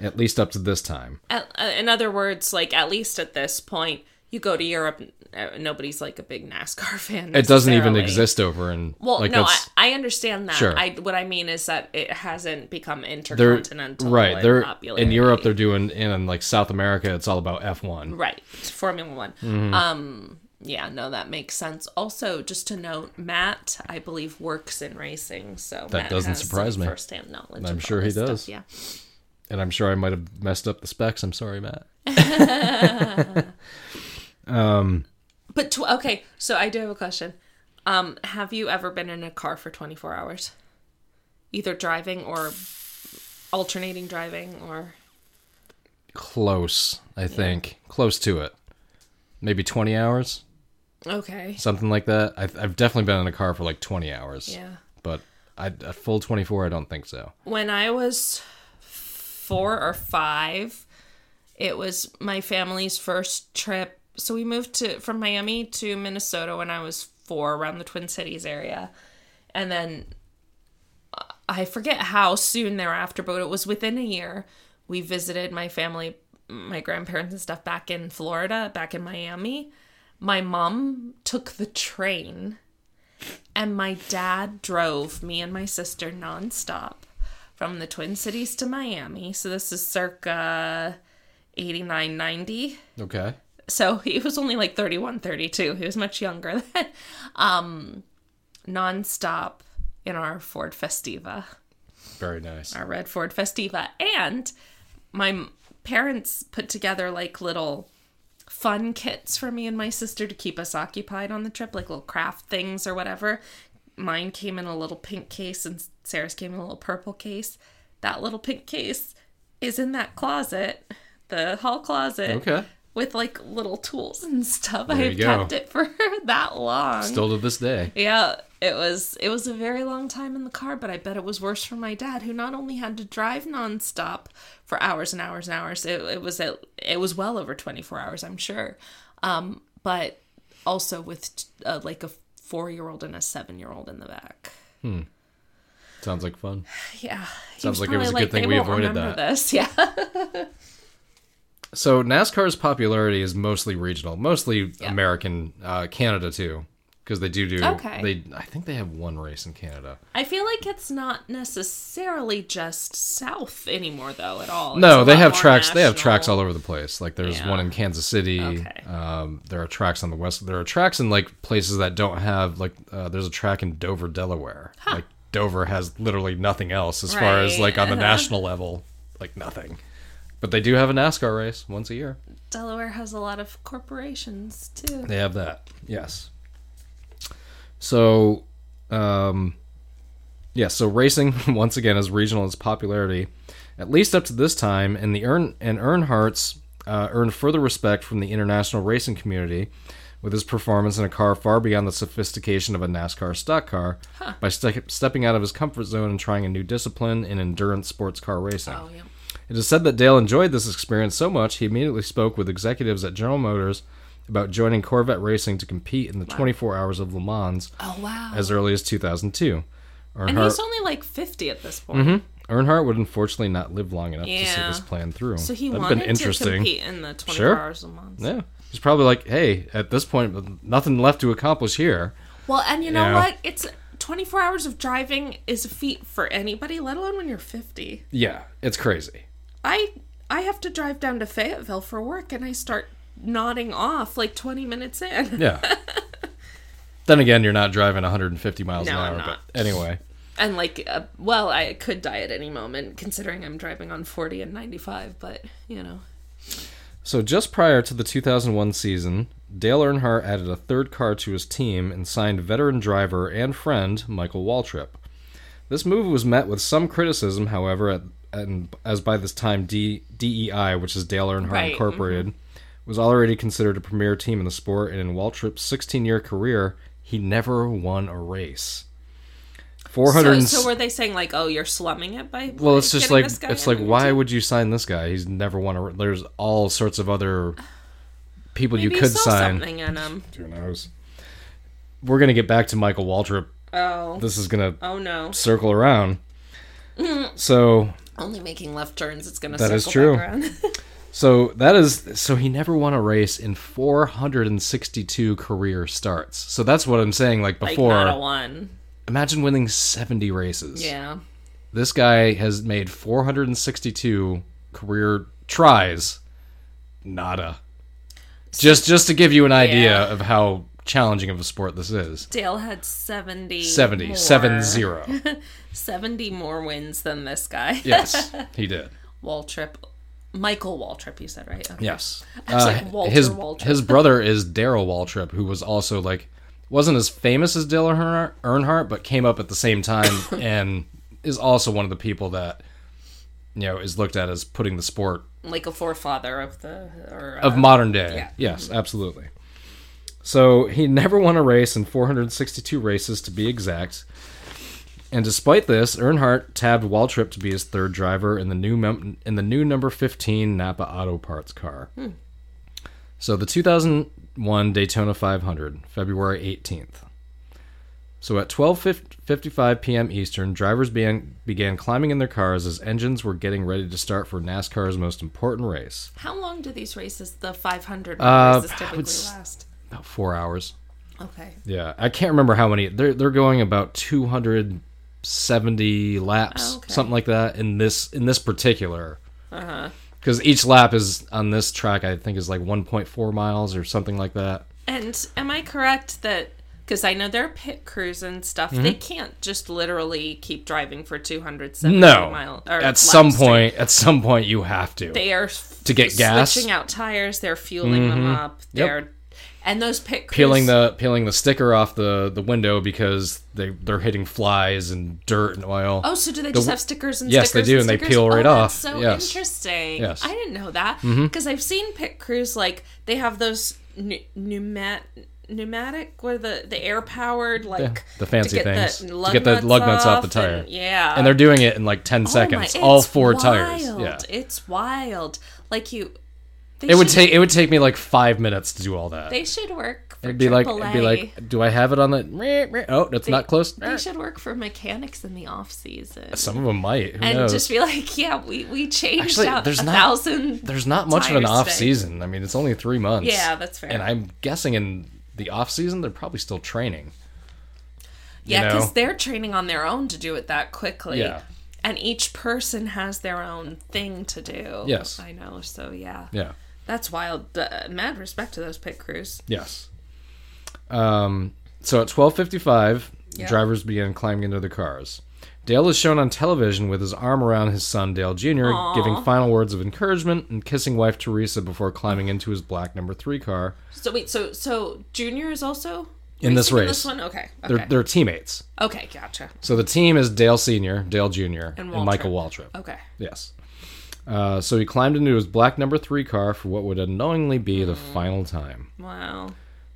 B: at least up to this time.
A: At- uh, in other words, like at least at this point, you go to Europe, uh, nobody's like a big NASCAR [laughs] fan.
B: It doesn't even
A: necessarily.
B: exist over in
A: Well,
B: like
A: no, I,
B: that's-
A: I understand that.
B: Sure.
A: I what I mean is that it hasn't become
B: they're
A: intercontinental.
B: right
A: in
B: they're in
A: popularity.
B: europe they're doing and in like south america it's all about f1
A: right it's Formula One.
B: Mm-hmm.
A: Um, yeah, no, that makes sense. Also, just to note, Matt, I believe, works in racing, so that
B: doesn't surprise me.
A: Firsthand knowledge.
B: I'm
A: of
B: sure
A: all
B: he
A: this stuff,
B: does.
A: Yeah.
B: and i'm sure i might have messed up the specs i'm sorry matt
A: But tw- okay, so I do have a question. Um, have you ever been in a car for 24 hours? Either driving or alternating driving or
B: close i think close to it maybe 20 hours
A: okay.
B: something like that i've, I've definitely been in a car for like 20 hours
A: Yeah.
B: but I, a full 24 i don't think so
A: When I was 4 or 5, it was my family's first trip. So we moved to from Miami to Minnesota when I was 4 around the Twin Cities area. And then uh, I forget how soon thereafter, but it was within a year we visited my family, my grandparents and stuff back in Florida, back in Miami. My mom took the train and my dad drove me and my sister nonstop from the Twin Cities to Miami. So this is circa 89, 90
B: okay
A: so [laughs] he was only like 31 32 he was much younger [laughs] then um nonstop in our ford festiva
B: very nice
A: our red ford festiva and my m- parents put together like little fun kits for me and my sister to keep us occupied on the trip like little craft things or whatever mine came in a little pink case and sarah's came in a little purple case that little pink case is in that closet the hall closet
B: okay
A: with like little tools and stuff.
B: you
A: I've
B: go.
A: kept it for [laughs] that long.
B: still to this day
A: yeah, it was it was a very long time in the car, but I bet it was worse for my dad, who not only had to drive nonstop for hours and hours and hours. It, it was it, it was well over twenty four hours, I'm sure. Um, but also with uh, like a four year old and a seven year old in the back.
B: sounds like fun
A: Yeah, he
B: Sounds like it was
A: probably
B: a good thing
A: "They
B: we
A: won't
B: avoided
A: remember
B: that."
A: This, [laughs] yeah.
B: So NASCAR's popularity is mostly regional, mostly American, uh, Canada too, because they do do.
A: Okay.
B: They, I think they have one race in Canada.
A: I feel like it's not necessarily just south anymore, though. At all. It's
B: No,
A: a
B: they
A: lot
B: have
A: more
B: tracks. They have
A: national.
B: tracks all over the place. Like there's
A: Yeah.
B: one in Kansas City.
A: Okay.
B: Um, there are tracks on the west. There are tracks in like places that don't have like. Uh, there's a track in Dover, Delaware. Like Dover has literally nothing else as far as
A: Right,
B: like on the national level, like nothing. But they do have a NASCAR race once a year.
A: Delaware has a lot of corporations too.
B: They have that. Yes. So, um, yeah. So racing [laughs] once again is regional in its popularity, at least up to this time, and the earn and Earnhardt's uh, earned further respect from the international racing community with his performance in a car far beyond the sophistication of a NASCAR stock car by ste- stepping out of his comfort zone and trying a new discipline in endurance sports car racing.
A: Oh yeah.
B: It is said that Dale enjoyed this experience so much he immediately spoke with executives at General Motors about joining Corvette Racing to compete in the 24 Hours of Le Mans
A: Oh wow.
B: as early as 2002.
A: and he's
B: Earnhardt,
A: only like fifty at this
B: Mm-hmm.
A: point,
B: Earnhardt would unfortunately not live long enough to see
A: Yeah.
B: this plan through.
A: so he
B: That'd
A: wanted to compete in the twenty-four
B: Sure.
A: hours a month.
B: Yeah, he's probably like, hey, at this point, nothing left to accomplish here.
A: Well, and you know
B: Yeah.
A: what? It's twenty-four hours of driving is a feat for anybody, let alone when you're fifty.
B: Yeah, it's crazy.
A: I I have to drive down to Fayetteville for work, and I start nodding off like twenty minutes in. [laughs]
B: Yeah. then again, you're not driving 150 miles
A: No,
B: an
A: I'm
B: hour.
A: not.
B: But anyway,
A: and like, uh, well, I could die at any moment considering I'm driving on 40 and 95, but you know.
B: So just prior to the 2001 season, Dale Earnhardt added a third car to his team and signed veteran driver and friend Michael Waltrip. This move was met with some criticism, however, at, and as by this time D, DEI, which is Dale Earnhardt
A: Right, mm-hmm.
B: Incorporated, was already considered a premier team in the sport, and in Waltrip's 16-year career, he never won a race. Four hundred.
A: So, so were they saying like, oh, you're slumming it by?
B: Well, it's just
A: getting
B: like
A: this guy
B: it's
A: on
B: like
A: your
B: why
A: team?
B: would you sign this guy? He's never won a. There's all sorts of other people
A: Maybe
B: you could
A: saw
B: sign.
A: something in him.
B: Who knows? We're gonna get back to Michael Waltrip.
A: Oh,
B: This is gonna
A: oh no! [laughs]
B: circle around. So
A: Only making left turns. It's gonna.
B: That
A: circle
B: is true.
A: Back around. [laughs]
B: so that is so he never won a race in 462 career starts. So that's what I'm saying. Like
A: like
B: before,
A: not a one.
B: imagine winning 70 races.
A: Yeah.
B: This guy has made 462 career tries. Nada. Just just to give you an idea
A: Yeah.
B: of how challenging of a sport this is.
A: Dale had 70
B: 70
A: more, [laughs]
B: 7-0.
A: 70 more wins than this guy.
B: Yes, he did.
A: [laughs] Waltrip. Michael Waltrip, you said, right? Okay.
B: Yes.
A: was like,
B: h-
A: Walter
B: his
A: Waltrip.
B: his brother is Daryl Waltrip, who was also like wasn't as famous as Dale Earnhar- Earnhardt, but came up at the same
A: [coughs]
B: time and is also one of the people that you know is looked at as putting the sport
A: Like a forefather of the. Or,
B: of
A: uh,
B: modern day.
A: yeah.
B: Yes, absolutely. So he never won a race in 462 races to be exact. And despite this, Earnhardt tabbed Waltrip to be his third driver in the new mem- in the new number 15 Napa Auto Parts car.
A: Hmm.
B: So the 2001 Daytona 500, February 18th. So at 12:55 p.m. Eastern, drivers began began climbing in their cars as engines were getting ready to start for NASCAR's most important race.
A: how long do these races, the 500 races,
B: Uh, I would
A: typically
B: s-
A: last?
B: About 4 hours.
A: Okay.
B: Yeah, I can't remember how many. They're they're going about 270 laps,
A: Oh, Okay. Uh-huh.
B: something like that in this in this particular. Because each lap is on this track, I think is like 1.4 miles or something like that.
A: And am I correct that. Because I know their pit crews and stuff, they
B: Mm-hmm.
A: can't just literally keep driving for 270
B: No,
A: mile. or
B: at
A: laps
B: some
A: straight.
B: point, at some point you have to.
A: they are f-
B: To get gas? Mm-hmm.
A: switching out tires they're fueling them up they're and those pit crews
B: peeling the peeling the sticker off the the window because they they're hitting flies and dirt and oil.
A: oh so do they
B: the-
A: just have stickers and
B: Yes, they
A: stickers
B: do, and they
A: stickers?
B: peel right
A: oh,
B: off.
A: that's so
B: Yes.
A: interesting
B: Yes. Mm-hmm.
A: i didn't know that because i've seen pit crews like they have those nu- pneumat- pneumatic where the the air powered like
B: the fancy
A: to get
B: things.
A: the
B: To
A: lug
B: get the
A: nuts
B: lug nuts off the
A: and-
B: tire.
A: yeah
B: and they're doing it in like 10
A: Oh my-
B: seconds, all
A: it's
B: four tires.
A: wild.
B: Yeah.
A: it's wild like you they
B: It would
A: should-
B: take it would take me like 5 minutes to do all that.
A: they should work for
B: It'd be like,
A: AAA.
B: it'd be like, do I have it on the? meh, meh, Oh, that's not close.
A: They should work for mechanics in the off season
B: Some of them might. Who
A: and
B: knows?
A: just be like, yeah, we we changed
B: Actually,
A: out
B: there's
A: a
B: not-
A: thousand.
B: There's not much of an
A: tires
B: off
A: today.
B: season. I mean, it's only three months.
A: Yeah, that's fair.
B: And I'm guessing in the off season they're probably still training.
A: yeah,
B: you know.
A: because they're training on their own to do it that quickly.
B: Yeah.
A: And each person has their own thing to do.
B: Yes.
A: I know. So yeah,
B: Yeah.
A: that's wild. But, uh, mad respect to those pit crews.
B: Yes. Um. So at 12:55,
A: Yeah.
B: drivers began climbing into their cars. Dale is shown on television with his arm around his son Dale Jr., giving final words of encouragement and kissing wife Teresa before climbing into his black number three car.
A: So wait, so so Junior is also
B: In this
A: racing
B: race.
A: one, okay, okay,
B: They're they're teammates.
A: okay, gotcha.
B: So the team is Dale Sr., Dale Jr., and,
A: Waltrip.
B: Michael Waltrip.
A: Okay,
B: Yes. Uh, so he climbed into his black number three car for what would unknowingly be the
A: Hmm.
B: final time.
A: wow.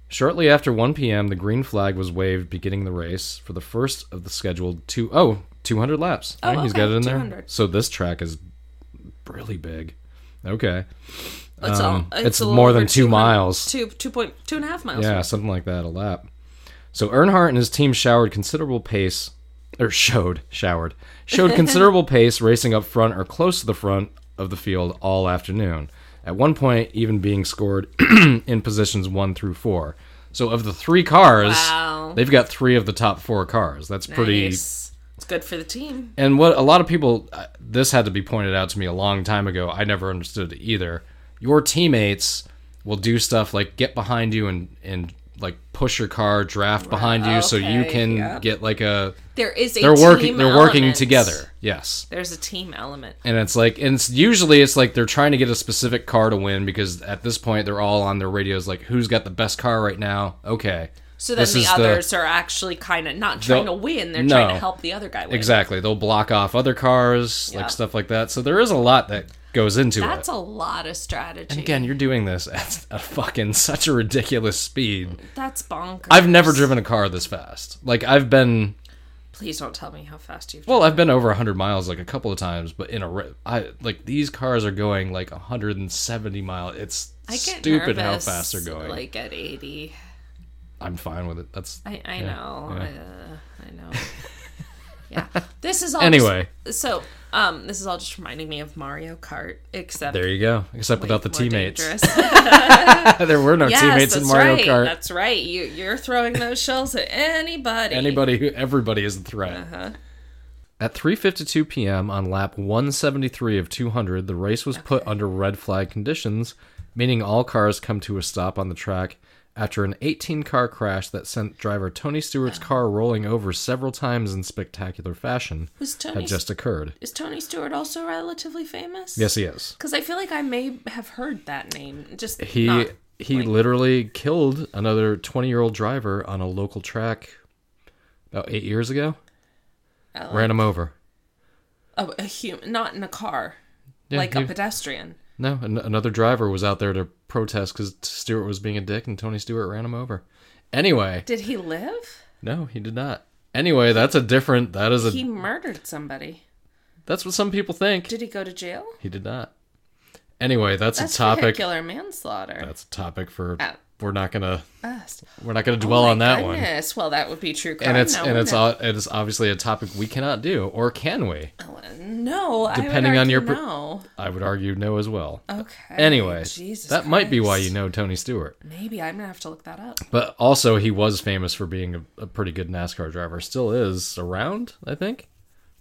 B: Shortly after 1 p.m., the green flag was waved, beginning the race for the first of the scheduled two oh 200 laps.
A: Oh,
B: He's
A: okay,
B: got it in there.
A: 200.
B: So this track is really big. Okay.
A: It's,
B: Um,
A: all,
B: it's
A: a little
B: more
A: over
B: than two
A: 200
B: miles.
A: Two two point two and a half miles.
B: Yeah, something like that, a lap. So Earnhardt and his team showered considerable pace, or showed, showered,
A: [laughs]
B: showed considerable pace racing up front or close to the front of the field all afternoon. At one point, even being scored [clears throat] in positions one through four. So of the three cars,
A: Wow.
B: they've got three of the top four cars. That's pretty.
A: Nice. It's good for the team.
B: And what a lot of people, uh, this had to be pointed out to me a long time ago. I never understood it either. Your teammates will do stuff like get behind you and and like push your car draft behind you so you
A: okay,
B: can
A: yeah.
B: get like a
A: There is a
B: they're working
A: team
B: they're working
A: element.
B: together. Yes.
A: There's a team element.
B: And it's like and it's usually it's like they're trying to get a specific car to win because at this point they're all on their radios like who's got the best car right now? Okay.
A: So then
B: This
A: the
B: is the-
A: others are actually kind of not trying to win; they're trying
B: no.
A: to help the other guy win.
B: Exactly. They'll block off other cars,
A: Yeah.
B: like stuff like that. So there is a lot that goes into
A: That's
B: it.
A: a lot of strategy.
B: Again, you're doing this at a fucking such a ridiculous speed.
A: That's bonkers.
B: I've never driven a car this fast. Like I've been
A: Please don't tell me how fast you've.
B: well, I've been over 100 miles like a couple of times, but in a ri- I like these cars are going like 170 mile. It's
A: I get
B: stupid how
A: nervous,
B: fast they're going.
A: Like at eighty,
B: I'm fine with it. That's
A: I, I
B: yeah,
A: know,
B: yeah.
A: Uh, I know.
B: [laughs]
A: yeah, this is all
B: Anyway.
A: just- so, um, this is all just reminding me of Mario Kart, except
B: There you go. Except
A: way
B: without the
A: more
B: teammates.
A: dangerous.
B: [laughs] there were no
A: yes,
B: teammates in
A: that's
B: Mario
A: right.
B: Kart.
A: That's right. You you're throwing those shells at anybody.
B: Anybody who everybody is a threat.
A: Uh-huh.
B: At 3:52 p.m. on lap 173 of 200, the race was put under red flag conditions, meaning all cars come to a stop on the track after an 18-car crash that sent driver Tony Stewart's
A: Oh.
B: car rolling over several times in spectacular fashion
A: Was Tony
B: had just occurred.
A: is Tony Stewart also relatively famous?
B: Yes, he is.
A: Because I feel like I may have heard that name. Just
B: He
A: not-
B: he literally killed another 20-year-old driver on a local track about 8 years ago.
A: Oh.
B: Ran him over.
A: a, a human, not in a car,
B: Yeah,
A: like
B: he-
A: a pedestrian.
B: No, an- another driver was out there to protest because Stewart was being a dick and Tony Stewart ran him over. Anyway,
A: Did he live?
B: no, he did not. Anyway, that's a different. That is a.
A: He murdered somebody.
B: that's what some people think.
A: Did he go to jail?
B: he did not. Anyway, that's,
A: That's Uh,
B: a topic.
A: vehicular manslaughter.
B: That's a topic for.
A: Ow.
B: We're not gonna.
A: That's
B: We're not gonna dwell on that one.
A: Oh Well, that would be true crime.
B: And it's
A: now,
B: and it's
A: wouldn't
B: o- it is obviously a topic we cannot do, or can we?
A: it? no. I would
B: depending on your
A: argue
B: per-
A: no.
B: I would argue no as well.
A: Okay.
B: Anyway,
A: Oh, Jesus
B: that might be why
A: Christ.
B: you know Tony Stewart.
A: Maybe I'm gonna have to look that up.
B: But also, he was famous for being a, a pretty good NASCAR driver. Still is around, I think.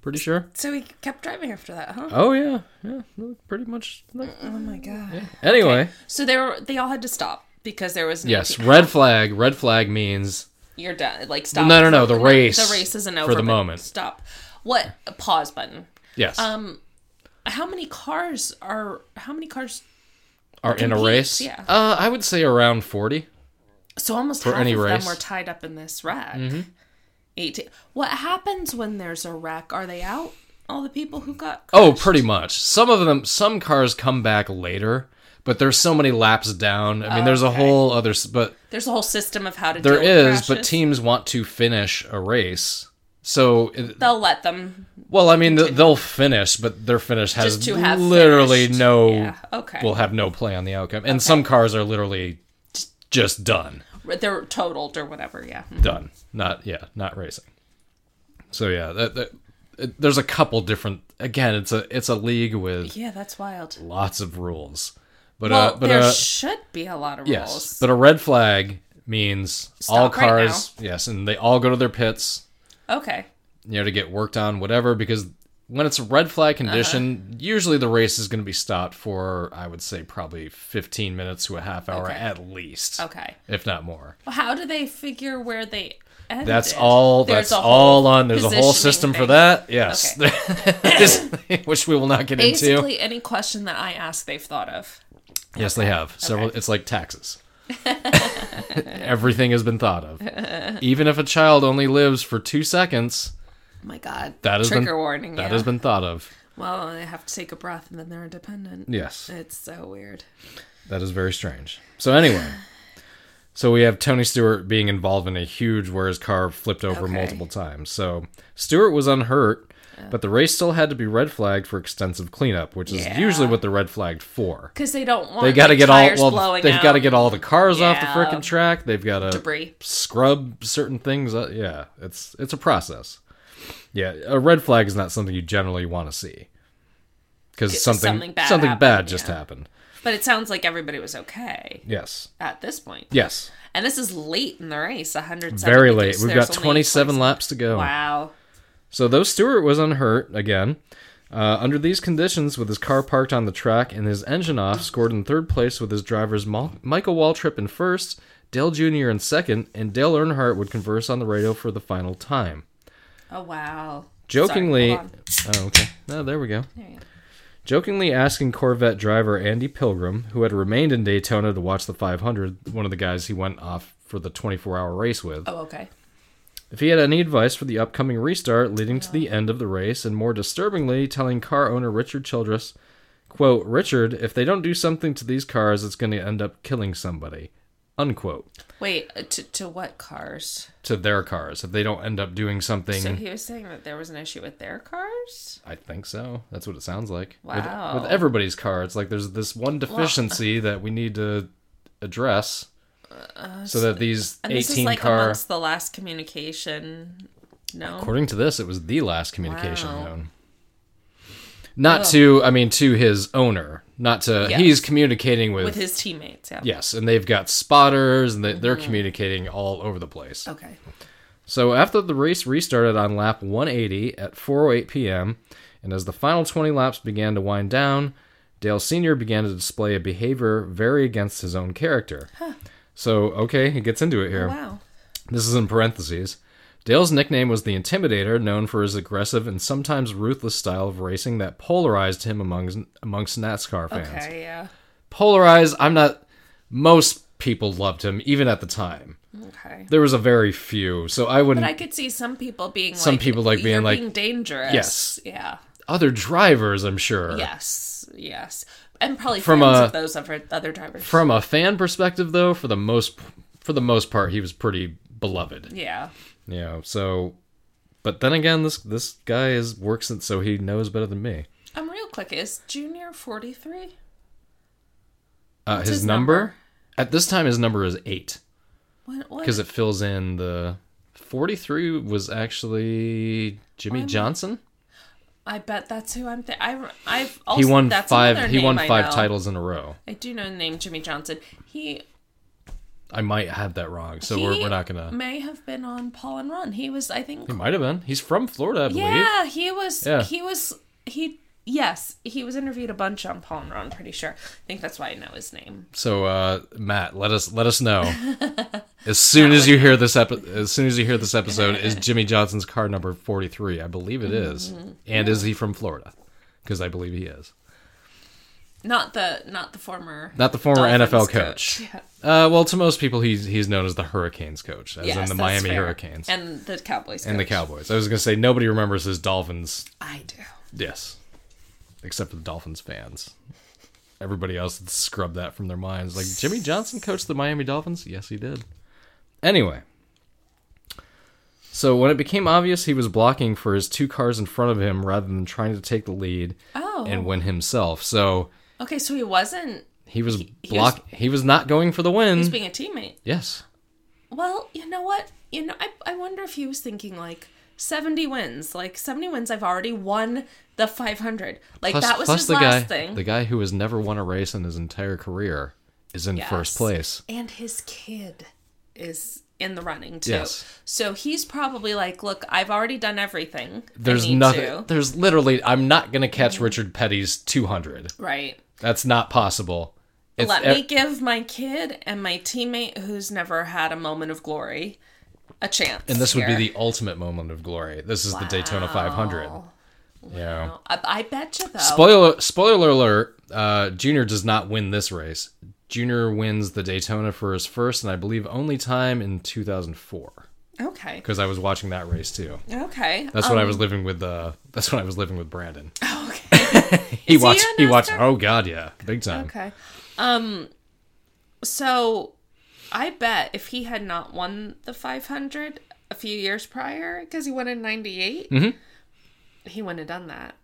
B: Pretty sure.
A: So he kept driving after that, huh?
B: Oh yeah, yeah, no, pretty much. no.
A: Oh my god.
B: Anyway,
A: So they were they all had to stop because there was an
B: yes, red flag. Red flag means
A: You're done. Like stop.
B: no, no, the race
A: The race isn't
B: for
A: over
B: the
A: but
B: moment.
A: Stop. What pause button?
B: yes,
A: Um, How many cars are? How many cars?
B: are in a
A: compete,
B: race.
A: yeah.
B: uh, I would say around forty.
A: So almost half
B: any
A: of
B: race. Mm-hmm.
A: them were tied up in this wreck. Eighteen. What happens when there's a wreck? Are they out? All the people who got.
B: Oh, pretty much. Some of them, some cars come back later, but there's so many laps down. I mean, there's a whole other, s- but
A: There's a whole system of how to.
B: there
A: deal with
B: is. But
A: crashes.
B: teams want to finish a race, so it,
A: They'll let them.
B: Well, I mean, th- they'll finish, but their finish has
A: Just to have
B: literally
A: finished.
B: no.
A: Yeah, okay.
B: Will have no play on the outcome, and some cars are literally j- just done,
A: They're totaled or whatever. Yeah.
B: done. Not yeah, not racing. So yeah, that, that, it- there's a couple different. Again, it's a it's a league with
A: Yeah, that's wild.
B: lots of rules, but
A: Well,
B: uh, but
A: there
B: uh,
A: should be a lot of rules.
B: yes, but a red flag means all
A: Stop right
B: cars yes, and they all go to their pits.
A: Okay.
B: you know, to get worked on, whatever, because when it's a red flag
A: Uh-huh.
B: condition, usually the race is going to be stopped for, I would say, probably 15 minutes to a half hour
A: Okay.
B: at least,
A: Okay.
B: if not more.
A: Well, how do they figure where they ended?
B: That's all.
A: There's
B: that's
A: a whole
B: all on. There's a whole
A: positioning
B: system for
A: thing.
B: that. Yes, [laughs]
A: [laughs]
B: which we will not get into.
A: Basically, any question that I ask, they've thought of.
B: Yes, they have several. It's like
A: [laughs]
B: taxes. Everything has been thought
A: [laughs]
B: of. Even if a child only lives for two seconds,
A: Oh my God.
B: that has
A: Trigger
B: been
A: warning.
B: That
A: yeah.
B: has been thought of.
A: Well, they have to take a breath and then they're independent.
B: Yes.
A: It's so weird.
B: That is very strange.
A: [sighs]
B: So anyway, so we have Tony Stewart being involved in a huge where his car flipped over
A: Okay.
B: multiple times. So Stewart was unhurt, but the race still had to be red flagged for extensive cleanup, which is
A: Yeah.
B: usually what they're red flagged for.
A: Because they don't want
B: They got to
A: like,
B: get all
A: tires
B: well.
A: blowing
B: They've got to
A: out,
B: get all the cars off the
A: Yeah.
B: frickin' track. They've got to
A: debris.
B: scrub certain things. Uh, yeah, it's it's a process. Yeah, a red flag is not something you generally want to see because something something
A: something
B: bad,
A: bad happened,
B: just
A: yeah.
B: happened.
A: But it sounds like everybody was okay
B: Yes.
A: at this point.
B: Yes.
A: And this is late in the race, 170.
B: Very
A: because
B: late. We've
A: there's
B: got
A: only
B: 27
A: 20
B: laps to go.
A: Wow.
B: So though Stewart was unhurt again, uh, under these conditions, with his car parked on the track and his engine off, scored in third place with his drivers Mal- Michael Waltrip in first, Dale Jr. in second, and Dale Earnhardt would converse on the radio for the final time.
A: Oh wow.
B: Jokingly,
A: Sorry, hold on.
B: oh, okay. No, there we go.
A: There you go.
B: Jokingly asking Corvette driver Andy Pilgrim, who had remained in Daytona to watch the 500, one of the guys he went off for the 24 hour race with,
A: Oh okay.
B: if he had any advice for the upcoming restart leading to the end of the race, and more disturbingly, telling car owner Richard Childress, quote, Richard, if they don't do something to these cars, it's going to end up killing somebody, unquote,
A: Wait, uh, to to what cars?
B: to their cars. If they don't end up doing something.
A: So he was saying that there was an issue with their cars?
B: I think so. That's what it sounds like. With-
A: Wow.
B: With, everybody's car, it's like there's this one deficiency that we need to address, so that
A: uh,
B: these
A: And this is
B: eighteen
A: like
B: car.
A: amongst the last communication. No.
B: According to this, it was the last communication
A: Wow. Oh.
B: known. Not to, I mean, to his owner. Not to.
A: Yes.
B: He's communicating with.
A: With his Mm-hmm. teammates, yeah.
B: yes, and they've got spotters, and they, they're communicating all over the place.
A: Okay.
B: So after the race restarted on lap 180 at 4:08 p.m., and as the final 20 laps began to wind down, Dale Sr. began to display a behavior very against his own character. So okay, he gets into it here.
A: Wow.
B: This is in parentheses. Dale's nickname was the Intimidator, known for his aggressive and sometimes ruthless style of racing that polarized him amongst amongst NASCAR fans.
A: Okay, yeah.
B: Polarized, I'm not most people loved him even at the time.
A: Okay.
B: There was a very few. So I wouldn't
A: But I could see some people being
B: Some
A: like,
B: people, like, being
A: "You're
B: like-
A: being dangerous.
B: Yes.
A: Yeah.
B: other drivers, I'm sure.
A: Yes. Yes. And probably
B: From
A: from fans
B: a-
A: of those other other drivers.
B: From a fan perspective though, for the most for the most part he was pretty beloved.
A: yeah.
B: You know, so but then again this this guy is works it so he knows better than me.
A: I'm Um, real quick. Is Junior 43?
B: Uh, his
A: his
B: number?
A: number?
B: at this time his number is 8.
A: What? what?
B: because it fills in the 43 was actually Jimmy Johnson.
A: I bet that's who I'm. Th- I, I've also
B: He won
A: that's
B: five.
A: another
B: He
A: name
B: won
A: I
B: five
A: know.
B: titles in a row.
A: I do know the name Jimmy Johnson. He
B: I might have that wrong, so we're,
A: He
B: we're not gonna.
A: may have been on Paul and Run. He was, I think.
B: He might have been. He's from Florida, I believe.
A: Yeah, he was.
B: Yeah.
A: He was. He yes, he was interviewed a bunch on Paul and Run. Pretty sure. I think that's why I know his name.
B: So uh, Matt, let us let
A: [laughs]
B: us know as soon as you hear this epi- as soon as you
A: [laughs]
B: hear this episode is Jimmy Johnson's car number 43. I believe it is.
A: Mm-hmm.
B: And is he from Florida? Because I believe he is.
A: Not the not the former.
B: Not the former
A: Dolphins
B: NFL
A: coach.
B: coach.
A: Yeah.
B: Uh, well, to most people, he's he's known as the Hurricanes coach, as
A: Yes,
B: in the
A: that's
B: Miami
A: fair.
B: Hurricanes.
A: and the Cowboys
B: and the
A: coach.
B: Cowboys. I was gonna say nobody remembers his Dolphins.
A: I do.
B: Yes, except for the Dolphins fans. Everybody else had scrubbed that from their minds. Like Jimmy Johnson coached the Miami Dolphins. Yes, he did. Anyway, so when it became obvious he was blocking for his two cars in front of him rather than trying to take the lead
A: Oh.
B: and win himself, so
A: Okay, so he wasn't.
B: he was
A: he was-
B: block. He was not going for the
A: He's
B: win.
A: being a teammate.
B: Yes.
A: Well, you know what? You know, I, I wonder if he was thinking like 70 wins. Like 70 wins, I've already won the 500. Like
B: Plus,
A: that was
B: plus
A: his
B: the
A: last
B: guy,
A: thing.
B: the guy who has never won a race in his entire career, is in first
A: Yes.
B: place.
A: And his kid is in the running too.
B: Yes.
A: So he's probably like, look, I've already done everything. I
B: There's
A: need
B: nothing.
A: to." Mm.
B: There's literally. I'm not gonna catch Richard Petty's 200.
A: Right.
B: That's not possible. e, It's
A: Let
B: ev-
A: me give my kid and my teammate who's never had a moment of glory a chance.
B: and this would be the ultimate moment of glory. This is the Daytona 500. Yeah.
A: I, I bet you though.
B: Spoiler. Spoiler alert. Uh, Junior does not win this race. Junior wins the Daytona for his first and I believe only time in 2004
A: okay.
B: because I was watching that race too.
A: Okay.
B: That's when I was living with uh that's when I was living
A: [laughs]
B: with Brandon.
A: Oh, Okay.
B: [laughs] He
A: he
B: watched
A: on
B: he watched
A: NASCAR?
B: oh god yeah, big time.
A: Okay. Um so I bet if he had not won the 500 a few years prior cuz he won in 98,
B: Mm-hmm.
A: he wouldn't have done that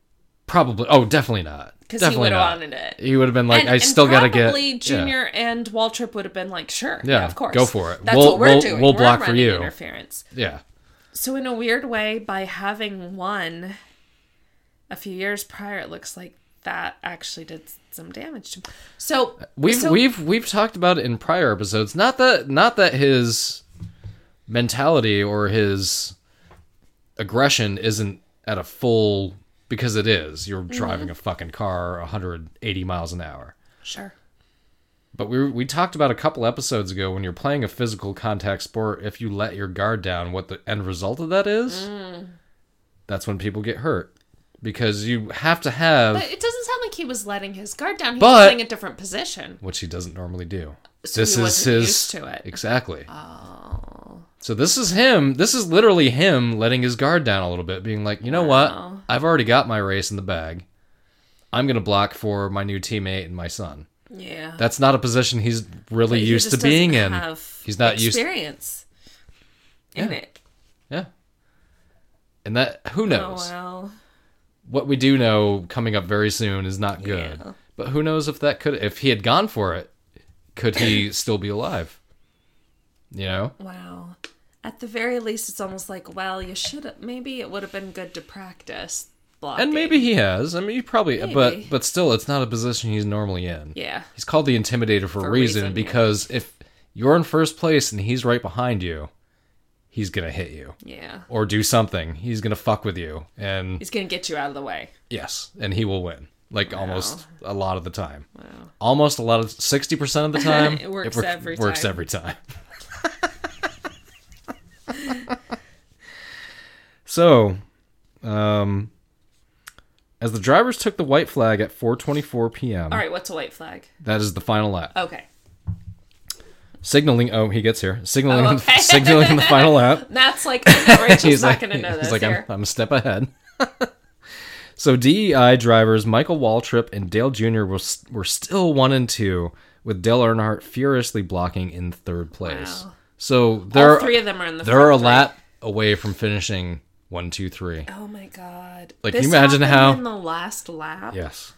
B: Probably oh definitely not.
A: cuz he
B: Definitely
A: would
B: not.
A: have wanted it.
B: He would have been like
A: And-
B: I
A: and
B: still got to get
A: probably
B: yeah.
A: Junior and Waltrip would have been like, "Sure, yeah,
B: Yeah,
A: of course,
B: go for it.
A: That's
B: We'll-
A: what we're
B: we'll-
A: doing.
B: we'll
A: We're
B: block for
A: running
B: you."
A: interference."
B: Yeah.
A: So in a weird way, by having won a few years prior, it looks like that actually did some damage to him. So
B: We've
A: so-
B: we've we've talked about it in prior episodes. Not that not that his mentality or his aggression isn't at a full because
A: Mm-hmm.
B: it is. You're driving a fucking car 180 miles an hour.
A: sure.
B: But we we talked about a couple episodes ago when you're playing a physical contact sport, if you let your guard down, what the end result of that is? That's when people get hurt because you have to have
A: But it doesn't sound like he was letting his guard down. He was
B: But-
A: playing a different position.
B: which he doesn't normally do.
A: So he wasn't used to it. Oh.
B: exactly. So this is him. This is literally him letting his guard down a little bit, being like, you know
A: Wow.
B: what? I've already got my race in the bag. I'm gonna block for my new teammate and my son.
A: Yeah.
B: That's not a position he's really
A: He
B: used to
A: just doesn't
B: being in.
A: have
B: He's not used-
A: experience in
B: Yeah.
A: it.
B: Yeah. And that who
A: Oh
B: knows?
A: well.
B: What we do know coming up very soon is not good.
A: Yeah.
B: But who knows if that could if he had gone for it, could
A: [coughs]
B: he still be alive? You know?
A: Wow. At the very least, it's almost like, well, you should. Maybe it would have been good to practice blocking.
B: And maybe he has. I mean, he probably,
A: Maybe.
B: but but still, it's not a position he's normally in.
A: Yeah.
B: He's called the intimidator for,
A: a
B: a reason,
A: reason, yeah.
B: because if you're in first place and he's right behind you, he's gonna hit you
A: Yeah.
B: or do something. He's gonna fuck with you, and
A: He's gonna get you out of the way.
B: yes, and he will win. Like almost a lot of the time,
A: Wow.
B: almost a lot of sixty percent
A: [laughs]
B: of the time,
A: It works
B: wor-
A: every
B: works
A: time. [laughs]
B: every time. so um, as the drivers took the white flag at 4:24 p.m.,
A: All right. What's a white flag?
B: that is the final lap.
A: Okay.
B: Signaling. Oh, he gets here. Signaling.
A: Oh, okay.
B: [laughs] signaling the final lap.
A: That's [laughs] like
B: [laughs]
A: Rachel's
B: he's
A: not
B: like,
A: gonna know this
B: he's like,
A: here.
B: I'm, I'm a step ahead. [laughs] so DEI drivers Michael Waltrip and Dale Jr. were st- were still one and two, with Dale Earnhardt furiously blocking in third place.
A: Wow.
B: So they're
A: All three of them are in the.
B: they're
A: front
B: a
A: three.
B: lap away from finishing one, two, three.
A: Oh my god!
B: Like,
A: This
B: you imagine
A: happened
B: how-
A: in the last lap.
B: Yes.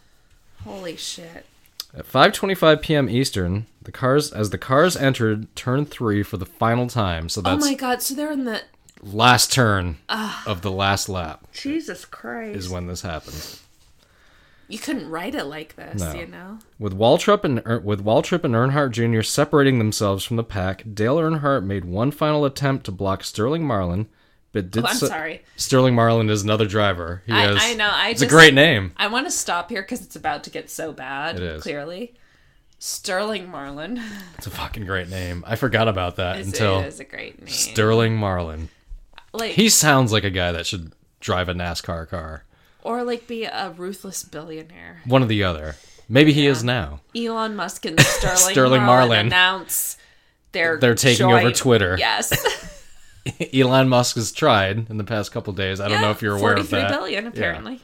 A: Holy shit!
B: At 5:25 p.m. Eastern, the cars as the cars entered turn three for the final time. So
A: Oh
B: that's
A: my Ah. god! So they're in the
B: last turn of the last lap.
A: Jesus Christ!
B: is when this happens.
A: You couldn't write it like this,
B: No.
A: you know?
B: With Waltrip and Er- with Waltrip and Earnhardt Jr. separating themselves from the pack, Dale Earnhardt made one final attempt to block Sterling Marlin, but did
A: Oh, I'm
B: so-
A: sorry.
B: Sterling Marlin is another driver. He
A: I-
B: has,
A: I know, I
B: it's
A: just-
B: a great name.
A: I want to stop here because it's about to get so bad.
B: It is.
A: Clearly, Sterling Marlin [laughs]
B: It's a fucking great name. I forgot about that
A: is,
B: until
A: is a great name.
B: Sterling Marlin.
A: like
B: He sounds like a guy that should drive a NASCAR car.
A: or like be a ruthless billionaire.
B: One or the other. Maybe he is now.
A: Elon Musk and [laughs] Sterling,
B: Sterling
A: Marlin,
B: Marlin.
A: announce their
B: They're taking
A: joint-
B: over Twitter. [laughs]
A: Yes,
B: E-, Elon Musk has tried in the past couple days.
A: [laughs]
B: I don't know if you're aware of that.
A: Forty-three billion apparently.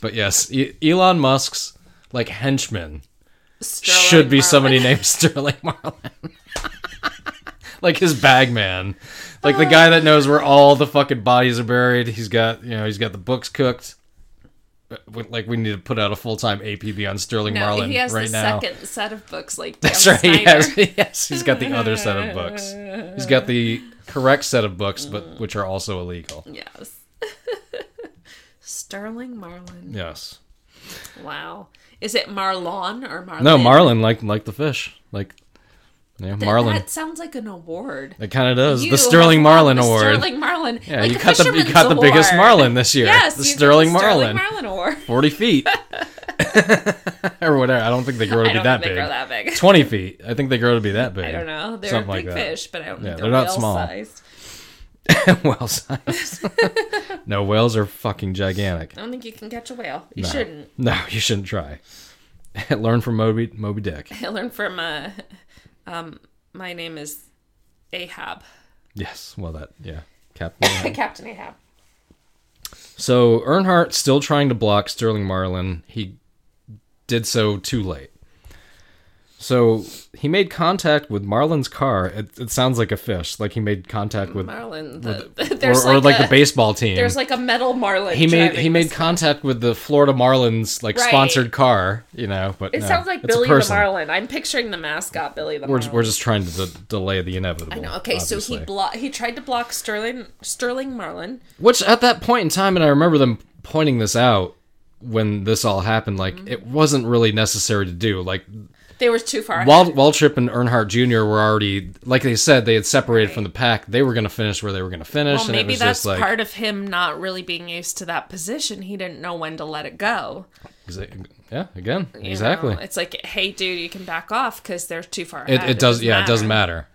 B: But yes, e- Elon Musk's like henchman
A: Sterling
B: should be
A: Marlin.
B: somebody named [laughs] Sterling Marlin. [laughs] like his bag man. Like the guy that knows where all the fucking bodies are buried. He's got, you know, he's got the books cooked. But we- Like we need to put out a full-time APB on Sterling
A: No,
B: Marlin
A: he has
B: right
A: the
B: now. [laughs]
A: second set of books like
B: That's
A: Dan
B: right. He
A: Snyder.
B: has, [laughs] yes, he's got the other set of books. He's got the correct set of books, but which are also illegal.
A: Yes. [laughs] Sterling Marlin.
B: Yes.
A: Wow. Is it Marlon or Marlin?
B: No, Marlin like like the fish, like yeah,
A: Th-
B: Marlin.
A: That sounds like an award.
B: It kind of does.
A: You
B: the Sterling
A: have
B: Marlin
A: won the
B: Award.
A: Sterling Marlin.
B: yeah,
A: like
B: you
A: a
B: got the you
A: fisherman's
B: got the biggest
A: award.
B: Marlin this year.
A: Yes,
B: the
A: you got
B: Sterling
A: the Sterling
B: Marlin,
A: Marlin Award. [laughs]
B: forty feet [laughs] or whatever. I don't think they grow to
A: I
B: be
A: don't
B: that
A: think
B: big.
A: they grow that big. [laughs]
B: Twenty feet. I think they grow to be that big.
A: I don't know. They're
B: Something like
A: big
B: that. [laughs]
A: fish, but I don't
B: Yeah,
A: think
B: they're not small.
A: sized.
B: whale size. [laughs] no, whales are fucking gigantic.
A: I don't think you can catch a whale. You
B: No.
A: shouldn't. [laughs]
B: No, [laughs] you shouldn't try. Learn from Moby Moby Dick.
A: I learned from uh, um, my name is Ahab, [laughs]
B: Yes. Well, that yeah, Captain.
A: Captain Ahab.
B: So Earnhardt still trying to block Sterling Marlin. He did so too late. So he made contact with Marlin's car. It, it sounds like a fish. Like he made contact with, or,
A: Marlin. The, [laughs] there's
B: or like
A: a,
B: the baseball team.
A: There's like a metal Marlin.
B: he made he
A: driving
B: made
A: this-
B: contact with the Florida Marlins like
A: Right.
B: sponsored car. You know, but
A: It
B: no,
A: sounds like
B: it's a
A: Billy the
B: person.
A: Marlin. I'm picturing the mascot Billy the
B: We're,
A: Marlin.
B: we're just trying to de- delay the inevitable.
A: I know. Okay, so he
B: obviously.
A: blo- he tried to block Sterling Sterling Marlin.
B: Which at that point in time, and I remember them
A: Mm-hmm.
B: pointing this out when this all happened, like it wasn't really necessary to do. Like
A: They were too far.
B: Wal- Waltrip and Earnhardt Jr. were already, like they said, they had separated from the pack. They were going to finish where they were going to finish,
A: well,
B: and it
A: maybe
B: was
A: that's
B: just like
A: part of him not really being used to that position. He didn't know when to let it go.
B: exa- yeah, again,
A: you
B: exactly.
A: know? It's like, hey, dude, you can back off because they're too far.
B: It,
A: ahead.
B: it does, yeah, it doesn't matter.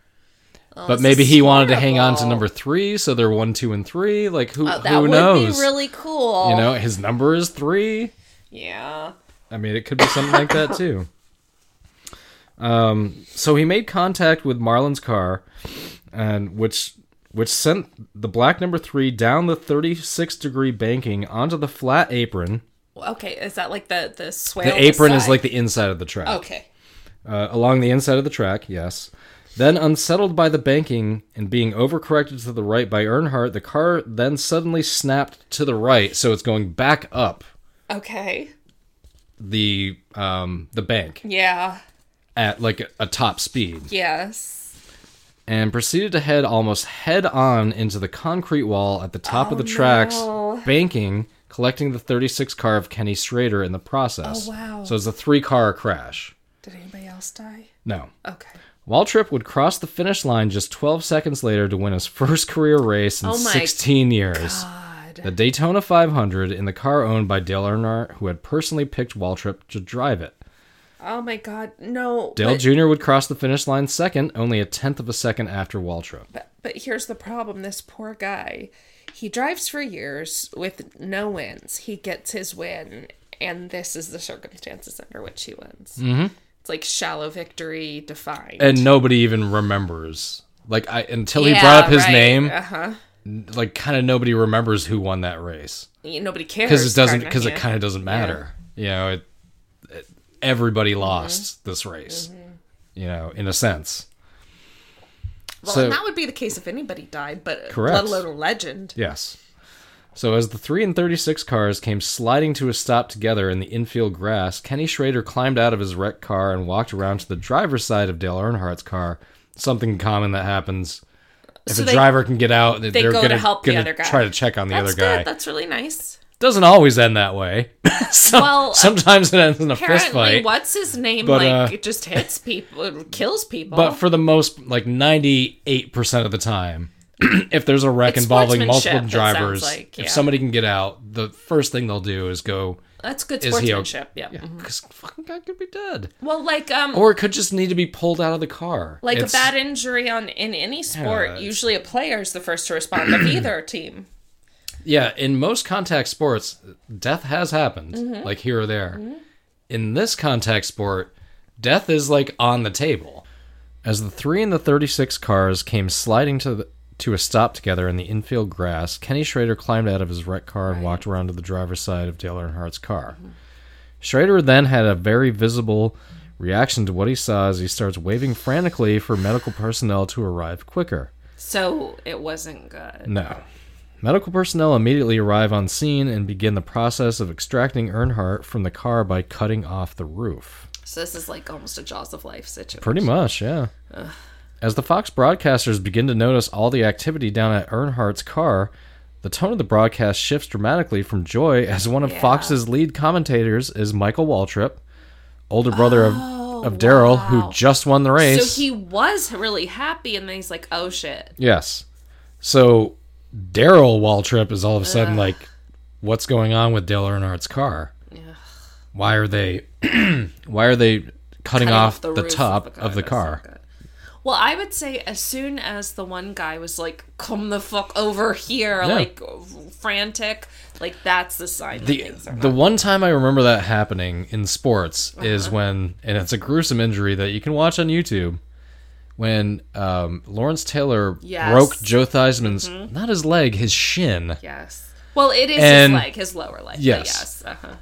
B: but
A: this
B: maybe
A: is
B: he wanted to hang on to
A: horrible.
B: number three, so they're one, two, and three. Like who,
A: Oh, that
B: who
A: would
B: knows?
A: be really cool.
B: you know, his number is three.
A: Yeah.
B: I mean, it could be something like that too. Um, so he made contact with Marlin's car, and which which sent the black number three down the thirty six degree banking onto the flat apron.
A: Okay, is that like the the swale?
B: The apron is
A: side? Oh.
B: like the inside of the track,
A: Okay.
B: uh, along the inside of the track. Yes. Then unsettled by the banking and being overcorrected to the right by Earnhardt, the car then suddenly snapped to the right, so it's going back up
A: Okay.
B: the um, the bank
A: Yeah.
B: at like a top speed.
A: Yes.
B: and proceeded to head almost head on into the concrete wall at the top of the tracks,
A: Oh, no.
B: banking, collecting the 36 car of Kenny Schrader in the process.
A: Oh, wow.
B: So it's a three car crash.
A: Did anybody else die?
B: No.
A: Okay.
B: Waltrip would cross the finish line just 12 seconds later to win his first career race in
A: Oh my
B: 16 years.
A: God.
B: The Daytona 500 in the car owned by Dale Earnhardt, who had personally picked Waltrip to drive it.
A: Oh my God. No.
B: Dale
A: but,
B: Jr. would cross the finish line second, only a tenth of a second after Waltrip.
A: but but here's the problem. This poor guy, he drives for years with no wins. He gets his win, and this is the circumstances under which he wins. Mm-hmm. It's like shallow victory defined.
B: and nobody even remembers. Like I until he brought up his name,
A: Uh huh.
B: like kind of nobody remembers who won that race
A: Nobody cares
B: because it doesn't
A: kinda,
B: because it
A: yeah. Mm-hmm.
B: kind of doesn't matter. You know, it, it- everybody lost this race. You know, in a sense.
A: Well,
B: So-
A: and that would be the case if anybody died, but
B: Correct.
A: let alone a legend.
B: Yes. So as the 3 and 36 cars came sliding to a stop together in the infield grass, Kenny Schrader climbed out of his wrecked car and walked around to the driver's side of Dale Earnhardt's car, something common that happens if
A: So
B: a
A: they-
B: driver can get out, they are
A: go to
B: gonna,
A: help the
B: gonna
A: other guy.
B: try to check on the
A: That's
B: other guy.
A: good. That's really nice.
B: Doesn't always end that way. [laughs] Some-
A: Well,
B: sometimes it ends in a fist
A: Apparently,
B: fight.
A: what's his name?
B: But,
A: like,
B: uh,
A: it just hits people, it kills people.
B: But for the most, like 98% of the time, [clears throat] if there's a wreck
A: It's
B: involving multiple
A: sportsmanship, it sounds
B: drivers,
A: like,
B: if
A: yeah.
B: somebody can get out, the first thing they'll do is go
A: That's good
B: is he o-
A: sportsmanship. Yeah.
B: Yeah, because fucking guy could be dead,
A: Well, like um,
B: or it could just need to be pulled out of the car.
A: like
B: It's-
A: a bad injury on in any sport,
B: it's-
A: usually a player is the first to
B: [clears throat]
A: respond of either team.
B: Yeah, in most contact sports, death has happened, like here or there. In this contact sport, death is like on the table. As the three and the thirty-six cars came sliding to the, to a stop together in the infield grass, Kenny Schrader climbed out of his wrecked car and walked around to the driver's side of Dale Earnhardt's car. Schrader then had a very visible reaction to what he saw as he starts waving frantically for medical personnel to arrive quicker.
A: So it wasn't good.
B: No. Medical personnel immediately arrive on scene and begin the process of extracting Earnhardt from the car by cutting off the roof.
A: So this is like almost a Jaws of Life situation.
B: Pretty much, yeah. As the Fox broadcasters begin to notice all the activity down at Earnhardt's car, the tone of the broadcast shifts dramatically from joy as one of
A: Yeah.
B: Fox's lead commentators is Michael Waltrip, older brother of, of Daryl,
A: wow.
B: who just won the race.
A: So he was really happy, and then he's like, "Oh shit!"
B: Yes. So Daryl Waltrip is all of a sudden like, what's going on with Dale Earnhardt's car? Why are they? [clears throat] why are they cutting, off the,
A: roof
B: top of
A: car.
B: the,
A: That's
B: car?
A: not good. Well, I would say as soon as the one guy was like, "Come the fuck over here,"
B: Yeah.
A: like frantic, like that's the sign. that
B: The,
A: things are Uh-huh.
B: the one time I remember that happening in sports is when, and it's a gruesome injury that you can watch on YouTube, when um, Lawrence Taylor
A: Yes. Mm-hmm.
B: broke Joe Theismann's, not his leg, his shin.
A: yes. Well, it is
B: And-
A: his leg, his lower leg. Yes.
B: Yes.
A: But yes. Uh-huh.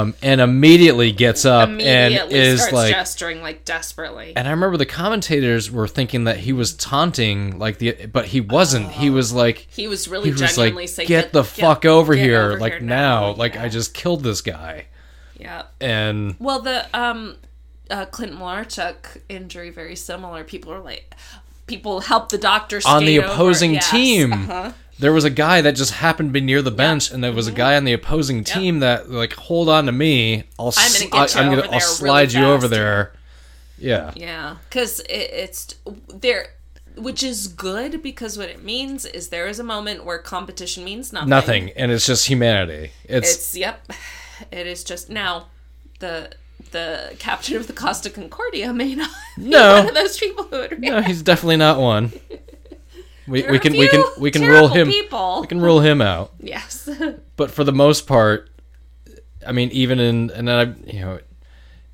B: um, and immediately gets up and
A: Immediately
B: is
A: starts
B: like,
A: gesturing like desperately.
B: and I remember the commentators were thinking that he was taunting, like the, but he wasn't. he was like,
A: He was
B: he
A: really
B: was like,
A: genuinely
B: get,
A: saying,
B: the fuck over
A: get
B: here,
A: over
B: like
A: here
B: now, like
A: Yeah.
B: I just killed this guy,
A: yeah."
B: and
A: Well, the um, uh, Clint Malarchuk injury very similar. People are like, people help the doctor
B: on the
A: skate over-
B: opposing
A: Yes,
B: team.
A: uh-huh. Mm-hmm.
B: There was a guy that just happened to be near the bench, and there was a guy on the opposing team that like, hold on to me, I'll,
A: I'm
B: s-
A: gonna get you
B: I- I'm
A: over
B: gonna, I'll
A: there really
B: slide you over
A: fast."
B: there, Yeah.
A: Yeah, because it, it's there, which is good because what it means is there is a moment where competition means nothing.
B: Nothing. And it's just humanity. It's,
A: It's yep. [sighs] It is just now the the captain of the Costa Concordia may not be
B: No.
A: one of [laughs] those people who would.
B: no, he's definitely not one. We,
A: There
B: we
A: are
B: can
A: a
B: we can
A: few
B: we can
A: terrible
B: rule him
A: people.
B: we can rule him out.
A: [laughs] Yes.
B: but for the most part, I mean, even in and I, you know,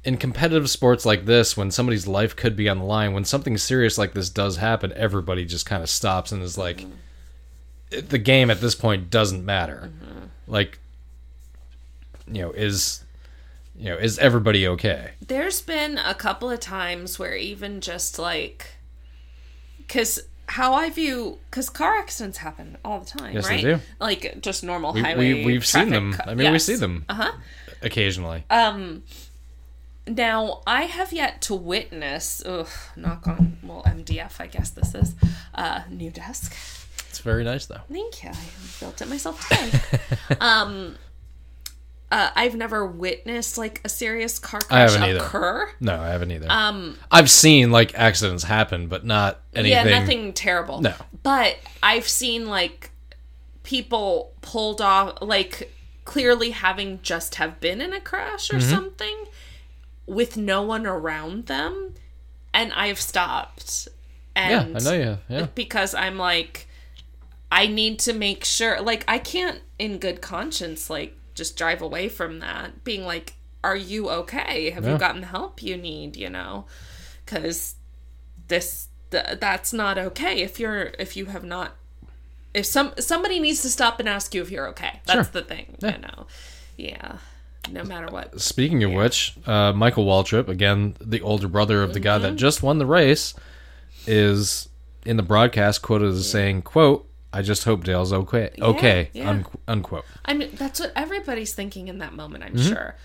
B: in competitive sports like this, when somebody's life could be on the line, when something serious like this does happen, everybody just kind of stops and is like, the game at this point doesn't matter.
A: Mm-hmm.
B: Like, you know, is you know is everybody okay?
A: There's been a couple of times where even just like, because how I view, because car accidents happen all the time,
B: Yes, they
A: right?
B: do.
A: Like just normal
B: We,
A: highway.
B: we we've seen
A: traffic
B: them.
A: co-
B: I mean, we
A: yes.
B: see them
A: Uh-huh.
B: occasionally.
A: Now, I have yet to witness, ugh, knock on, well, MDF, I guess this is, uh, new desk.
B: It's very nice though.
A: Thank you. I built it myself today.
B: [laughs]
A: um, uh, I've never witnessed like a serious car crash
B: haven't either.
A: occur.
B: No, I haven't either. Um, I've seen like accidents happen, but not anything.
A: Yeah, nothing terrible.
B: No.
A: But I've seen like people pulled off like clearly having just have been in a crash or
B: Mm-hmm.
A: something with no one around them and I've stopped.
B: Yeah,
A: And
B: I know you. have, Yeah.
A: because I'm like I need to make sure like I can't in good conscience like just drive away from that being like are you okay? Have
B: Yeah.
A: you gotten the help you need, you know? Cuz this th- that's not okay if you're if you have not if some somebody needs to stop and ask you if you're okay. That's the thing, you know. Yeah. No matter what.
B: Speaking of which, uh, Michael Waltrip, again the older brother of the guy
A: Mm-hmm.
B: that just won the race, is in the broadcast quoted as saying, "quote I just hope Dale's okay." okay,
A: yeah.
B: un- unquote.
A: I mean that's what everybody's thinking in that moment, I'm sure.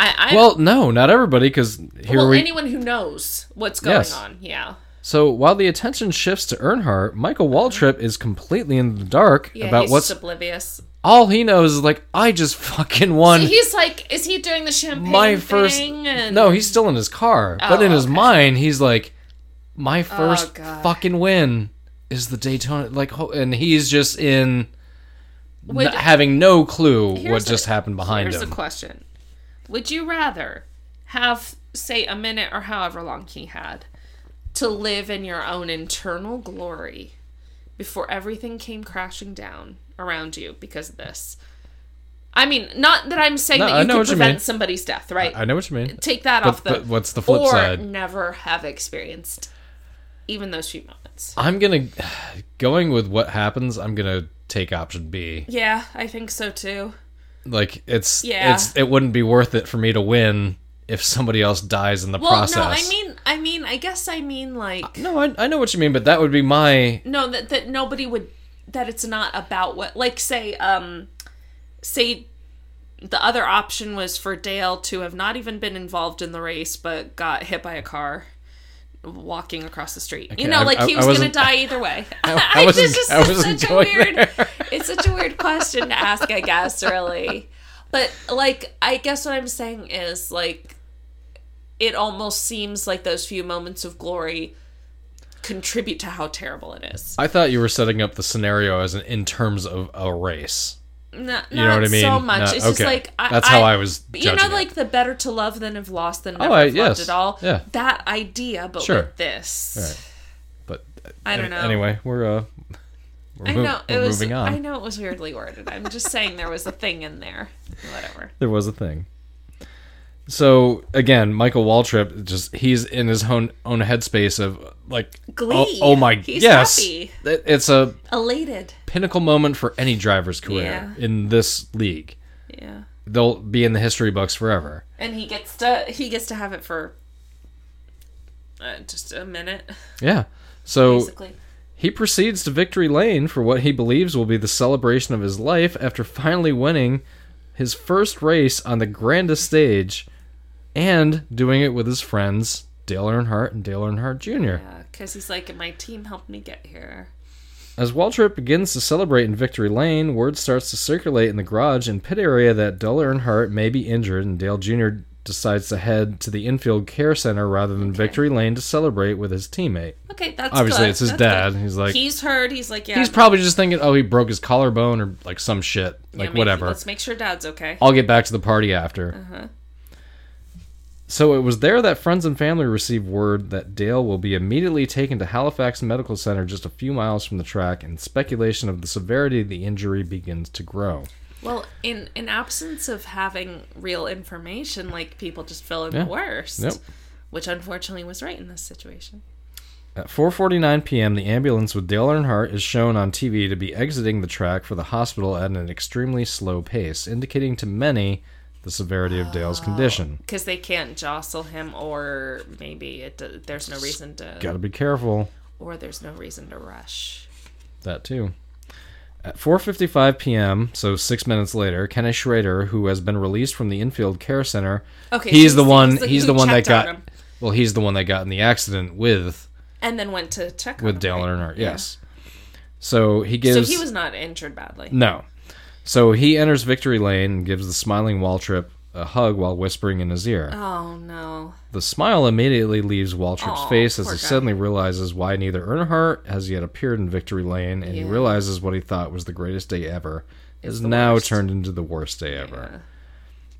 A: I I
B: Mm-hmm. Well, no, not everybody, because here
A: well,
B: we.
A: anyone who knows what's going
B: Yes.
A: on, yeah.
B: so while the attention shifts to Earnhardt, Michael Waltrip is completely in the dark
A: Uh-huh. Yeah,
B: about
A: he's
B: what's.
A: just oblivious.
B: all he knows is like, I just fucking won.
A: he's like, is he doing the champagne
B: my first
A: thing? And
B: no he's still in his car but
A: Oh,
B: in his
A: okay. Oh,
B: mind he's like my first
A: God.
B: fucking win is the daytona like ho- and he's just in
A: Would-
B: n- having no clue what
A: Here's a-
B: just happened behind
A: here's a
B: him
A: question: Would you rather have, say, a minute or however long he had to live in your own internal glory before everything came crashing down around you because of this? I mean, not that I'm saying
B: No, I
A: that you
B: know
A: could
B: what you
A: prevent
B: mean.
A: somebody's death, right?
B: i know what you mean
A: Take that off the.
B: but what's the flip
A: or
B: side?
A: never have experienced even those few moments.
B: i'm gonna [sighs] going with what happens i'm gonna take option b
A: Yeah, I think so too.
B: like it's
A: Yeah.
B: it's it wouldn't be worth it for me to win if somebody else dies in the
A: Well,
B: process
A: no, I mean, I mean, I guess I mean like
B: no I, I know what you mean but that would be my
A: no that that nobody would that it's not about what like say um say the other option was for Dale to have not even been involved in the race but got hit by a car walking across the street. you know,
B: I-
A: like
B: I-
A: he
B: I
A: was gonna
B: wasn't-
A: die either
B: [laughs]
A: way. [laughs]
B: I
A: It's
B: wasn't-
A: just
B: I wasn't
A: such a
B: going
A: weird
B: there. [laughs]
A: it's such a weird question to ask, I guess, really. But like I guess what I'm saying is like it almost seems like those few moments of glory contribute to how terrible it is.
B: I thought you were setting up the scenario as an, in terms of a race.
A: Not,
B: You know
A: not
B: what I mean?
A: so much.
B: Not-
A: it's just
B: okay.
A: like I,
B: that's how I was.
A: But you know,
B: judging it. Oh,
A: like the better to love than have lost than never
B: I-
A: have loved
B: yes.
A: at all.
B: Yeah.
A: That idea, but
B: Sure.
A: with this,
B: but uh,
A: I don't know.
B: Anyway, we're uh, we're,
A: I
B: mov-
A: know it
B: we're
A: was.
B: moving on.
A: I know it was weirdly worded. I'm just saying there was a thing in there. Whatever.
B: There was a thing. So again, Michael Waltrip just he's in his own own headspace of like
A: Glee.
B: Oh, oh my
A: He's
B: yes,
A: happy.
B: It- it's a
A: Elated.
B: pinnacle moment for any driver's career
A: Yeah.
B: in this league.
A: Yeah.
B: They'll be in the history books forever.
A: And he gets to he gets to have it for uh, just a minute,
B: [laughs] Yeah. So
A: basically.
B: He proceeds to victory lane for what he believes will be the celebration of his life after finally winning his first race on the grandest stage and doing it with his friends Dale Earnhardt and Dale Earnhardt Jr.
A: Because Uh, he's like, my team helped me get here.
B: As Waltrip begins to celebrate in victory lane, word starts to circulate in the garage and pit area that Dale Earnhardt may be injured and Dale Jr. decides to head to the infield care center rather than Victory Lane to celebrate with his teammate.
A: Okay, that's
B: Obviously,
A: good.
B: it's his
A: That's
B: dad.
A: good.
B: He's like,
A: he's heard. He's like, yeah.
B: he's probably just thinking, oh, he broke his collarbone or like some shit,
A: yeah,
B: like
A: maybe-
B: whatever.
A: Let's make sure dad's okay.
B: I'll get back to the party after.
A: Uh-huh.
B: So it was there that friends and family received word that Dale will be immediately taken to Halifax Medical Center just a few miles from the track, and speculation of the severity of the injury begins to grow.
A: Well, in in absence of having real information, like people just fill in
B: Yeah.
A: the worst,
B: Yep.
A: which unfortunately was right in this situation.
B: At 4:49 p.m., the ambulance with Dale Earnhardt is shown on TV to be exiting the track for the hospital at an extremely slow pace, indicating to many the severity of Dale's condition.
A: because they can't jostle him, or maybe it d- there's no reason to,
B: Got to be careful.
A: or there's no reason to rush.
B: That too. At 4:55 p.m., so 6 minutes later, Kenneth Schrader, who has been released from the infield care center,
A: Okay,
B: he's
A: so
B: the one
A: so
B: he's,
A: you
B: the one that
A: checked on
B: got
A: him
B: well, he's the one that got in the accident with
A: and then went to check on
B: with
A: him,
B: Dale
A: right?
B: Earnhardt.
A: Yeah.
B: Yes. So he
A: So
B: gives
A: he was not injured badly.
B: no. So he enters victory lane and gives the smiling Waltrip a hug while whispering in his ear.
A: Oh no.
B: The smile immediately leaves Waltrip's
A: Aw,
B: face as he
A: poor guy.
B: suddenly realizes why neither Earnhardt has yet appeared in Victory Lane, and he
A: Yeah.
B: realizes what he thought was the greatest day ever is
A: the
B: now
A: worst.
B: turned into the worst day ever.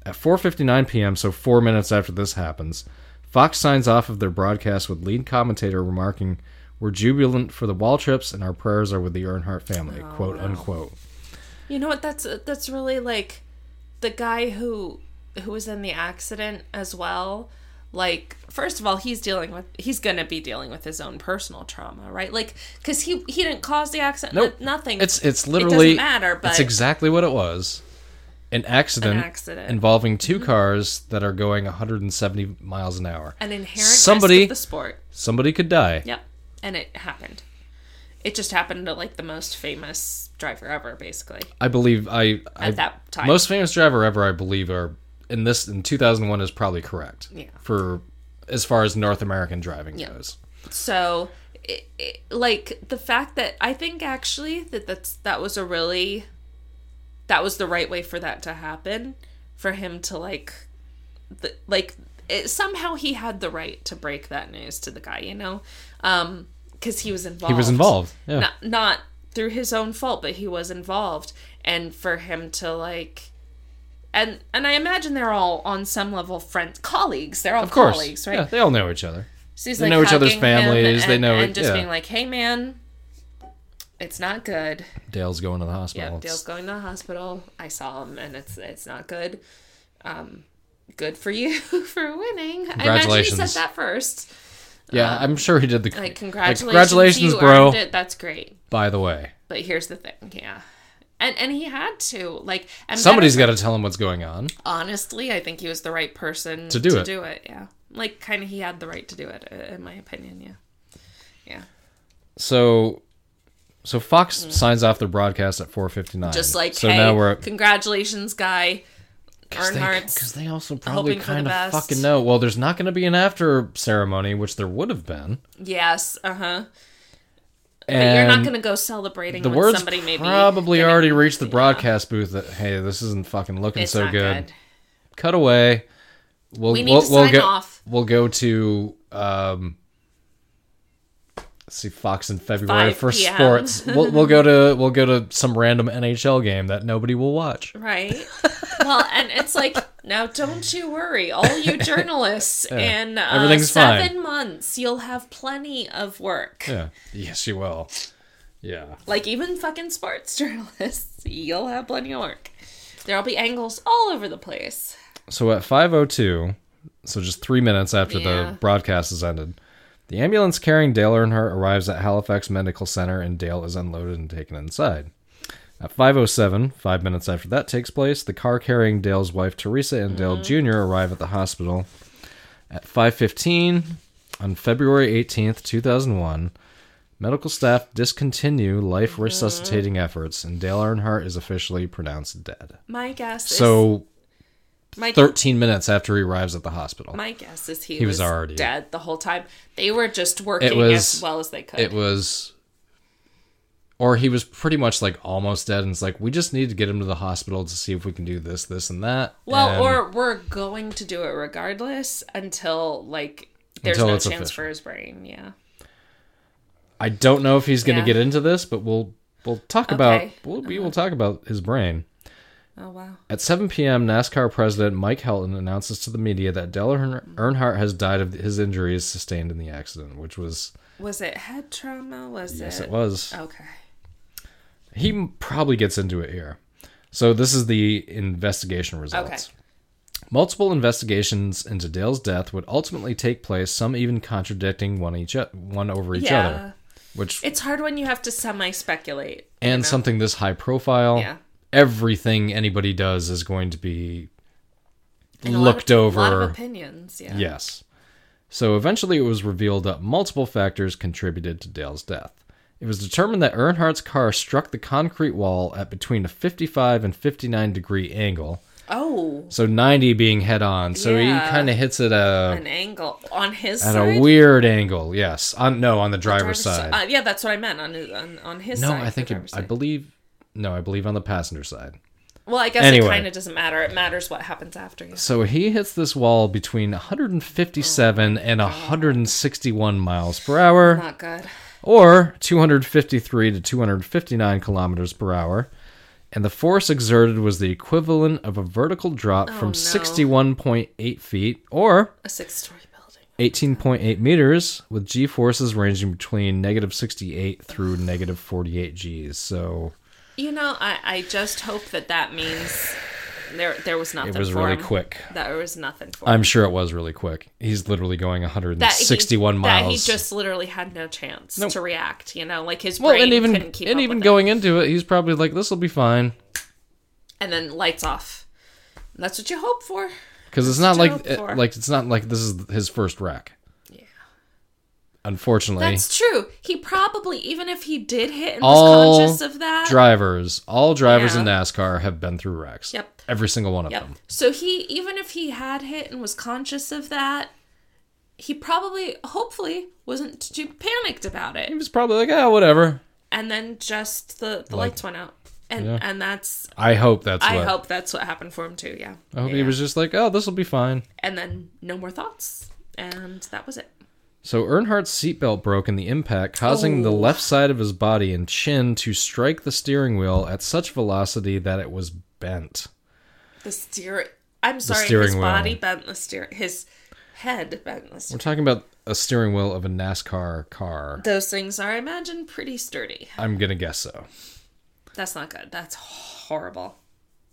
B: At 4:59 p.m., so 4 minutes after this happens, Fox signs off of their broadcast with lead commentator remarking, "We're jubilant for the Waltrips and our prayers are with the Earnhardt family."
A: Oh,
B: quote unquote.
A: You know what? That's that's really like the guy who who was in the accident as well. Like, first of all, he's dealing with he's gonna be dealing with his own personal trauma, right? Like, because he he didn't cause the accident.
B: Nope.
A: Nothing.
B: It's it's literally
A: matter, but-
B: it's exactly what it was. An accident,
A: accident. Mm-hmm.
B: involving 2 cars that are going 170 miles an hour.
A: an inherent
B: somebody-
A: risk of the sport.
B: Somebody could die.
A: Yep. And it happened. It just happened to like the most famous driver ever, basically.
B: I believe I, I
A: At that time.
B: most famous driver ever I believe are in this in 2001 is probably correct.
A: Yeah.
B: For as far as North American driving
A: Yeah.
B: goes.
A: so it, it, like the fact that i think actually that that's that was a really that was the right way for that to happen for him to like the, like it, somehow he had the right to break that news to the guy you know um because he was involved
B: He was involved. Yeah.
A: not, not through his own fault but he was involved and for him to like and and i imagine they're all on some level friends colleagues they're all
B: Of course.
A: colleagues right
B: Yeah, they all know each other.
A: so he's,
B: They know each other's
A: hugging him
B: families, they
A: and-
B: know
A: and
B: it-
A: just
B: yeah.
A: being like, "Hey, man, it's not good.
B: Dale's going to the hospital.
A: Yeah,
B: It's-
A: Dale's going to the hospital. I saw him, and it's it's not good. Um, good for you [laughs] for winning. I imagine he said
B: Congratulations.
A: that first.
B: yeah, I'm sure he did the
A: um, Like, congratulations,
B: congratulations,
A: you
B: bro.
A: earned it. That's great.
B: by the way.
A: But here's the thing, yeah." And, and he had to like and
B: Somebody's got to tell him what's going on.
A: honestly I think he was the right person
B: To do
A: to
B: it.
A: do it yeah like kind of he had the right to do it uh, in my opinion yeah yeah
B: So so Fox signs off their broadcast at 4:59.
A: Mm. just like
B: so
A: hey,
B: now we're at
A: congratulations guy
B: because
A: earnhart's
B: they, also probably
A: hoping for the
B: kind of
A: best.
B: fucking know. Well, there's not going to be an after ceremony, which there would have been.
A: yes uh-huh but
B: And
A: you're not gonna go celebrating
B: the
A: when
B: words
A: somebody maybe
B: probably
A: getting-
B: already reached the broadcast booth that hey, this isn't fucking looking
A: it's
B: so
A: not
B: good. Cut away. We'll,
A: We need
B: we'll,
A: to
B: we'll
A: sign
B: go,
A: off.
B: We'll go to um, let's see Fox in February
A: 5
B: for
A: PM. [laughs]
B: sports. We'll, we'll go to we'll go to some random NHL game that nobody will watch.
A: right
B: [laughs]
A: well and it's like now don't you worry all
B: [laughs]
A: you journalists in uh,
B: everything's fine.
A: seven months you'll have plenty of work
B: Yeah. Yes, you will. Yeah.
A: like even fucking sports [laughs] journalists you'll have plenty of work there'll be angles all over the place
B: So at 5:02, so just 3 minutes after
A: Yeah.
B: the broadcast is ended, the ambulance carrying Dale Earnhardt arrives at Halifax Medical Center and Dale is unloaded and taken inside. At 5:07, 5 minutes after that takes place, the car carrying Dale's wife Teresa and Dale Jr. arrive at the hospital. At 5:15 on February 18th, 2001, medical staff discontinue life resuscitating efforts and Dale Earnhardt is officially pronounced dead.
A: my guess
B: So
A: is my
B: 13 minutes after he arrives at the hospital.
A: My guess is he,
B: was
A: was,
B: already-
A: dead the whole time. They were just working
B: was-
A: as well as they could.
B: it was or he was pretty much like almost dead and it's like we just need to get him to the hospital to see if we can do this this and that
A: Well,
B: and
A: or we're going to do it regardless until like there's
B: Until
A: no
B: it's
A: chance
B: official.
A: for his brain. Yeah.
B: i don't know if he's going to
A: Yeah.
B: get into this but we'll we'll talk about
A: Okay.
B: we'll, we will talk about his brain
A: Oh wow.
B: At 7 p.m., NASCAR president Mike Helton announces to the media that Dale Earn- Earnhardt has died of his injuries sustained in the accident, which was
A: Was it head trauma? Was
B: yes,
A: it?
B: it was.
A: Okay.
B: He m- probably gets into it here. So this is the investigation results. Multiple investigations into Dale's death would ultimately take place, some even contradicting one each o- one over each
A: Yeah.
B: other, which
A: It's hard when you have to semi speculate.
B: and something this high profile,
A: Yeah.
B: everything anybody does is going to be
A: a lot
B: looked
A: of-
B: over.
A: A lot of opinions. Yeah.
B: Yes. So eventually it was revealed that multiple factors contributed to Dale's death. It was determined that Earnhardt's car struck the concrete wall at between a 55 and 59 degree angle,
A: Oh,
B: so 90 being head on. So
A: Yeah.
B: he kind of hits it uh, a,
A: an angle on his
B: at
A: side.
B: a weird angle. Yes. On, no, on the driver's,
A: Driver's
B: side.
A: si- Uh, yeah, that's what I meant on his, on, on his
B: no,
A: side.
B: I
A: the
B: think it,
A: driver's
B: I
A: side.
B: believe no, I believe on the passenger side.
A: Well, I guess
B: Anyway.
A: it kind of doesn't matter. It matters what happens after. Yeah.
B: So he hits this wall between 157
A: Oh
B: and 161 miles per hour.
A: Not good.
B: or 253 to 259 kilometers per hour, and the force exerted was the equivalent of a vertical drop
A: Oh,
B: from
A: no.
B: 61.8 feet or
A: A six-story building.
B: 18.8 meters, with g forces ranging between negative 68 through negative 48 g's. So
A: You know, I, I just hope that that means there there was nothing.
B: it was
A: for
B: really
A: him.
B: quick.
A: There was nothing for him.
B: I'm sure it was really quick. He's literally going
A: That he-
B: 161 miles.
A: That he just literally had no chance to react. You know, like his
B: well,
A: brain
B: and even
A: couldn't keep
B: and
A: up
B: even
A: with it.
B: going into it, he's probably like, "This will be fine."
A: and then lights off. That's what you hope for.
B: Because it's
A: what
B: not like
A: you hope for.
B: it- like it's not like this is his first wreck.
A: Yeah.
B: Unfortunately,
A: That's true. He probably, even if he did hit and
B: All
A: was conscious of that.
B: drivers, all drivers in
A: Yeah.
B: NASCAR have been through wrecks.
A: Yep.
B: Every single one of
A: Yep.
B: them.
A: So he, even if he had hit and was conscious of that, he probably, hopefully, wasn't too panicked about
B: He
A: it.
B: was probably like, ah, whatever.
A: And then just the, the lights went out. And,
B: Yeah.
A: and that's,
B: I hope that's
A: I
B: what.
A: hope that's what happened for him too. Yeah.
B: I hope
A: yeah.
B: he was just like, oh, this will be fine.
A: And then no more thoughts. And that was it.
B: So Earnhardt's seatbelt broke in the impact, causing the
A: Oh.
B: left side of his body and chin to strike the steering wheel at such velocity that it was bent.
A: The steer. I'm sorry.
B: steering
A: his
B: wheel.
A: body bent the steer. His head bent the steer.
B: We're talking about a steering wheel of a NASCAR car.
A: Those things are, I imagine, pretty sturdy.
B: I'm gonna guess so.
A: That's not good. That's horrible.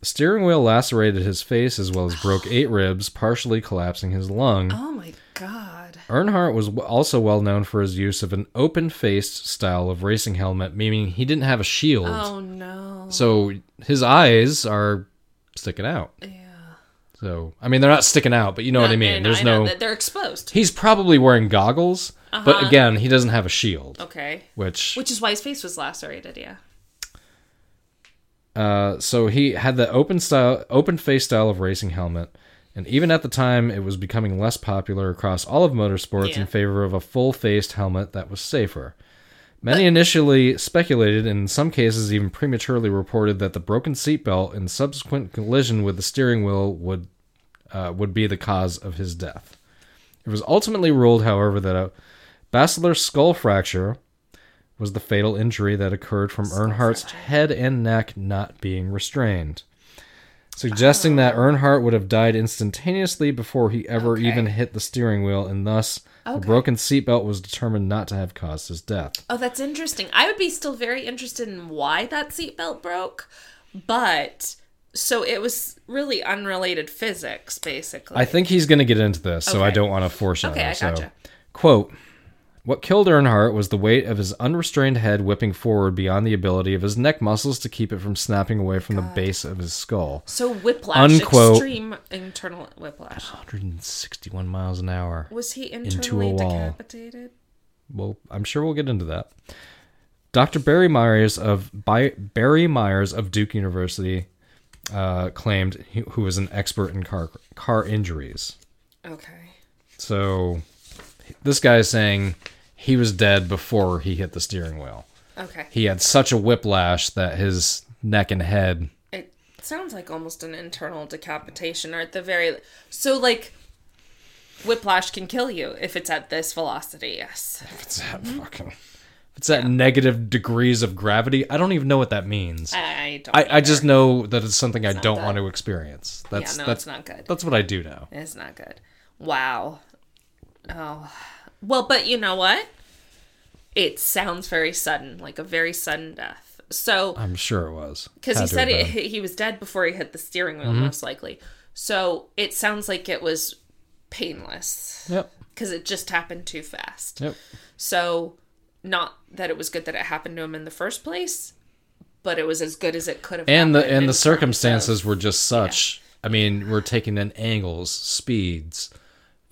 B: The steering wheel lacerated his face as well as broke
A: [gasps]
B: eight ribs, partially collapsing his lung.
A: Oh my god.
B: Earnhardt was w- also well known for his use of an open faced style of racing helmet, meaning he didn't have a shield.
A: Oh no.
B: So his eyes are sticking out.
A: Yeah.
B: So, I mean, they're not sticking out, but you know what I mean. There's
A: know
B: no.
A: that Uh-huh. They're exposed.
B: He's probably wearing goggles, but again, he doesn't have a shield.
A: Okay.
B: Which,
A: Which is why his face was lacerated. Yeah.
B: uh, so he had the open style, open face style of racing helmet, and even at the time, it was becoming less popular across all of motorsports
A: Yeah.
B: in favor of a full faced helmet that was safer. Many initially speculated, and in some cases even prematurely reported, that the broken seatbelt and subsequent collision with the steering wheel would uh, would be the cause of his death. It was ultimately ruled, however, that a basilar skull fracture was the fatal injury that occurred from Earnhardt's head and neck not being restrained, suggesting that Earnhardt would have died instantaneously before he ever
A: Okay.
B: even hit the steering wheel, and thus the
A: Okay.
B: broken seatbelt was determined not to have caused his death.
A: Oh, that's interesting. I would be still very interested in why that seatbelt broke, but so it was really unrelated physics, basically.
B: I think he's going to get into this, so I
A: Okay.
B: don't want to foreshadow.
A: Okay, I
B: so,
A: gotcha.
B: quote: What killed Earnhardt was the weight of his unrestrained head whipping forward beyond the ability of his neck muscles to keep it from snapping away from the base of his skull.
A: so whiplash,
B: Unquote.
A: extreme internal whiplash.
B: 161 miles an hour.
A: Was he
B: a
A: internally
B: wall.
A: decapitated?
B: Well, I'm sure we'll get into that. Dr. Barry Myers of By- Barry Myers of Duke University uh, claimed, he, who was an expert in car car injuries.
A: Okay.
B: So this guy is saying he was dead before he hit the steering wheel.
A: Okay.
B: He had such a whiplash that his neck and head
A: It sounds like almost an internal decapitation, or at the very so like whiplash can kill you if it's at this velocity. Yes.
B: if it's at
A: Hmm?
B: fucking if it's at negative degrees of gravity. I don't even know what that means. I,
A: I don't.
B: I, just know that it's something I don't
A: that-
B: want to experience. That's
A: no,
B: that's
A: it's not good.
B: That's what I do now.
A: It's not good. Wow. Oh. Well, but you know what? It sounds very sudden, like a very sudden death. So,
B: I'm sure it Mm-hmm. was
A: because he
B: Had to
A: said
B: have
A: it,
B: been.
A: he was dead before he hit the steering wheel, most likely. So it sounds like it was painless
B: Yep.
A: because it just happened too fast.
B: Yep.
A: So, not that it was good that it happened to him in the first place, but it was as good as it could have.
B: and the
A: happened in
B: and the
A: terms of-
B: circumstances were just such. I mean, we're taking in angles, speeds,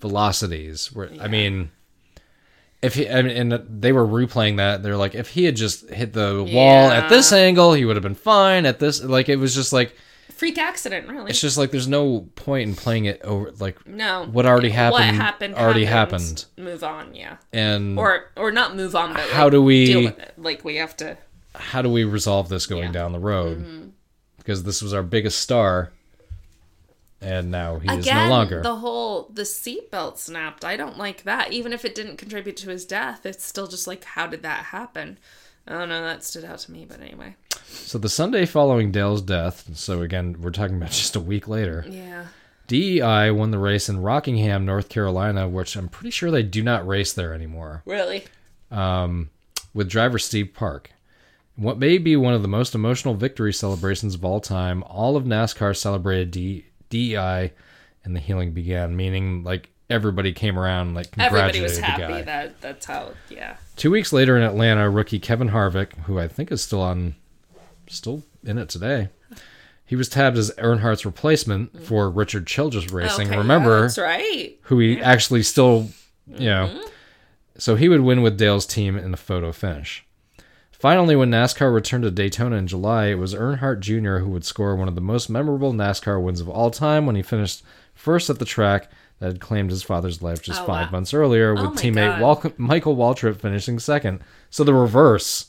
B: velocities. We're, I mean, if he I mean, and they were replaying that, they're like, if he had just hit the wall at this angle, he would have been fine. At this, like, it was just like
A: freak accident, really.
B: it's just like there's no point in playing it over. Like,
A: no,
B: what already happened?
A: what happened
B: already happened.
A: happened. Move on, yeah.
B: And
A: or or not move on but like,
B: How do we-
A: deal with it. like we have to
B: how do we resolve this going down the road?
A: Mm-hmm.
B: Because this was our biggest star, and now he is no
A: again
B: longer.
A: the whole the seatbelt snapped i don't like that even if it didn't contribute to his death it's still just like how did that happen i don't know that stood out to me but anyway
B: So the Sunday following Dale's death, so again, we're talking about [laughs] just a week later,
A: yeah
B: DEI won the race in Rockingham, North Carolina, which I'm pretty sure they do not race there anymore,
A: really
B: um, with driver Steve Park. What may be one of the most emotional victory celebrations of all time, all of NASCAR celebrated D- DEI and the healing began, meaning like everybody came around, like
A: everybody
B: congratulated
A: was
B: the guy.
A: happy that that's how yeah
B: Two weeks later in Atlanta, rookie Kevin Harvick, who I think is still on, still in it today, he was tabbed as Earnhardt's replacement for Richard Childress Racing.
A: Okay, Oh, yeah,
B: Remember,
A: that's right
B: who he actually still, you know, so he would win with Dale's team in the photo finish. Finally, when NASCAR returned to Daytona in July, it was Earnhardt Jr. who would score one of the most memorable NASCAR wins of all time when he finished first at the track that had claimed his father's life just
A: Oh,
B: five
A: wow.
B: months earlier, with
A: Oh my
B: teammate
A: God.
B: Wal- Michael Waltrip finishing second. So the reverse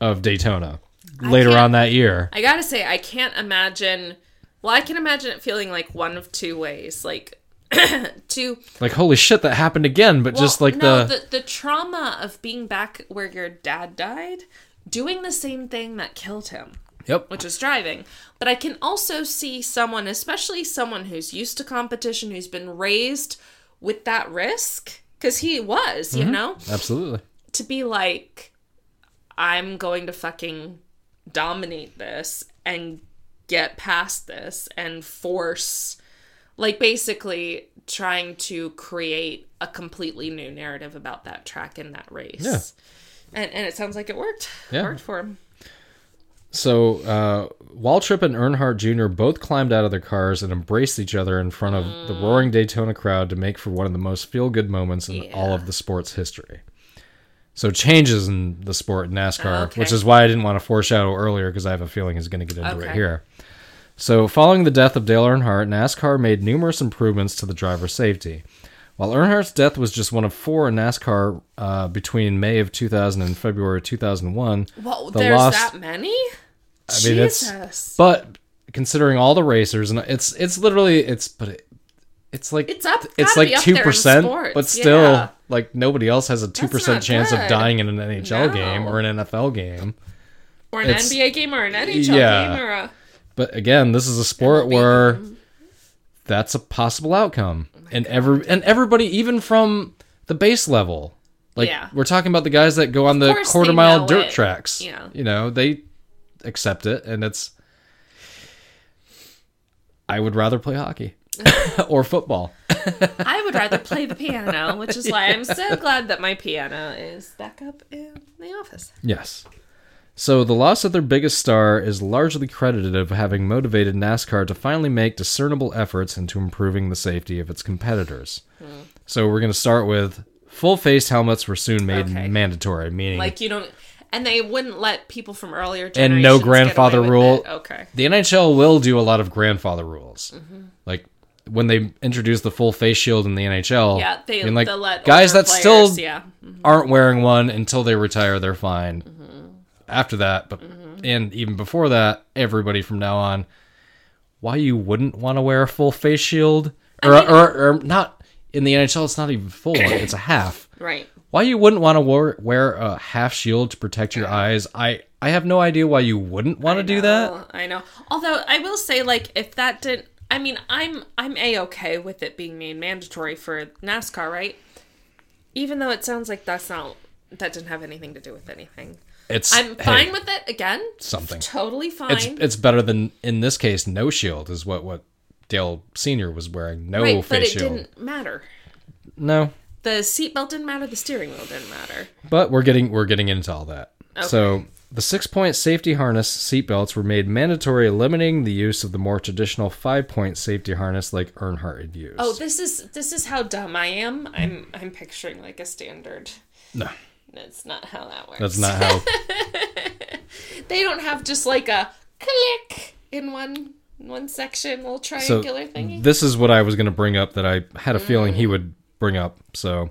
B: of Daytona later
A: can't-
B: on that year.
A: I gotta say, I can't imagine. Well, I can imagine it feeling like one of two ways. Like, [clears throat] two.
B: Like, holy shit, that happened again, but just
A: Well,
B: like
A: no,
B: the.
A: the the trauma of being back where your dad died, doing the same thing that killed him,
B: Yep.
A: which is driving. But I can also see someone, especially someone who's used to competition, who's been raised with that risk, because he was,
B: Mm-hmm.
A: you know,
B: Absolutely.
A: to be like, I'm going to fucking dominate this and get past this and force, like, basically trying to create a completely new narrative about that track and that race.
B: Yeah.
A: And, and it sounds like it worked.
B: Yeah.
A: Worked for him.
B: So uh, Waltrip and Earnhardt Jr. both climbed out of their cars and embraced each other in front of the
A: Mm.
B: roaring Daytona crowd to make for one of the most feel-good moments in all of the sport's history. So changes in the sport in NASCAR,
A: Oh, okay.
B: which is why I didn't want to foreshadow earlier because I have a feeling he's going to get into it
A: Okay.
B: here. So following the death of Dale Earnhardt, NASCAR made numerous improvements to the driver's safety. While Earnhardt's death was just one of four in NASCAR uh, between May of 2000 and February of 2001,
A: Well,
B: The
A: there's
B: lost-
A: that many?
B: I mean, it's-
A: Jesus.
B: but considering all the racers, and it's it's literally it's but it, it's like
A: It's up-
B: It's
A: gotta
B: like
A: be up there
B: two
A: in
B: percent,
A: sports,
B: but still
A: yeah.
B: like nobody else has a two percent
A: not
B: chance of
A: good.
B: dying in an NHL
A: No.
B: game or an NFL game.
A: or an
B: it's-
A: NBA game or an NHL
B: Yeah.
A: game or a.
B: But again, this is a sport where
A: Mm-hmm.
B: that's a possible outcome,
A: Oh
B: and every and everybody, even from the base level, like
A: Yeah.
B: we're talking about the guys that go on the
A: course they
B: quarter mile
A: know
B: dirt
A: it.
B: tracks.
A: Yeah.
B: you know they accept it, and it's. I would rather
A: [laughs]
B: play hockey [laughs] or football.
A: I would rather play the piano, which
B: [laughs]
A: is why I'm so glad that my piano is back up in the office.
B: Yes. So the loss of their biggest star is largely credited of having motivated NASCAR to finally make discernible efforts into improving the safety of its competitors.
A: Hmm.
B: So we're going to start with full face helmets were soon made
A: Okay.
B: mandatory, meaning
A: Like you don't, and they wouldn't let people from earlier generations
B: And no
A: get away
B: grandfather
A: with
B: rule.
A: it. Okay,
B: the NHL will do a lot of grandfather rules.
A: Mm-hmm.
B: Like when they introduced the full face shield in the NHL,
A: yeah, they,
B: I mean, like
A: they let
B: guys
A: older
B: that
A: players,
B: still
A: yeah,
B: aren't wearing one until they retire, they're fine. after that, but and even before that, everybody from now on, why you wouldn't want to wear a full face shield or, or, or not in the NHL? It's not even full; it's a half.
A: Right.
B: Why you wouldn't want to wear, wear a half shield to protect your eyes? I I have no idea why you wouldn't want to do that.
A: Well, I know. Although I will say, like, if that didn't, I mean, I'm I'm a okay with it being made mandatory for NASCAR, right? Even though it sounds like that's not that didn't have anything to do with anything.
B: It's
A: I'm
B: hey,
A: fine with it again.
B: something.
A: Totally fine.
B: It's it's better than in this case no shield is what what Dale Senior was wearing no
A: right,
B: face
A: but it
B: shield
A: didn't matter.
B: no
A: The seatbelt didn't matter. The steering wheel didn't matter.
B: But we're getting we're getting into all that. So the six point safety harness seatbelts were made mandatory, limiting the use of the more traditional five point safety harness like Earnhardt had used.
A: Oh, this is this is how dumb I am. I'm I'm picturing like a standard.
B: no,
A: That's not how that works.
B: that's
A: [laughs]
B: not how.
A: They don't have just like a click in one one section, little
B: so
A: triangular thingy. Mm.
B: this is what I was going to bring up that I had a feeling he would bring up. So.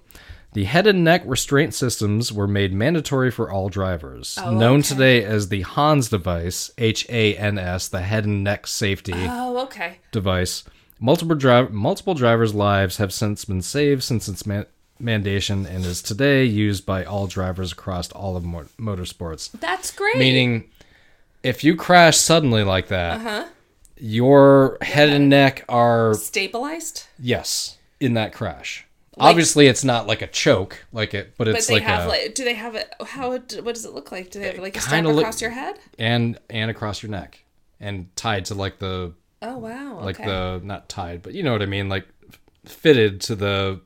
B: The head and neck restraint systems were made mandatory for all drivers,
A: Oh,
B: known today as the Hans device, H A N S, the head and neck safety.
A: Oh, okay.
B: device. Multiple drive multiple drivers' lives have since been saved since its man- mandation and is today used by all drivers across all of mo- motorsports.
A: That's great.
B: Meaning, if you crash suddenly like that,
A: Uh-huh.
B: your head and neck are
A: Stabilized.
B: yes in that crash. Obviously, it's not like a choke, like it, but
A: But
B: it's
A: they
B: like
A: have
B: a
A: like do they have it how d- what does it look like? Do they have like a strap
B: kinda look-
A: across your head?
B: and and across your neck and tied to like the
A: Oh wow.
B: like
A: okay.
B: the not tied, but you know what I mean, like f- fitted to the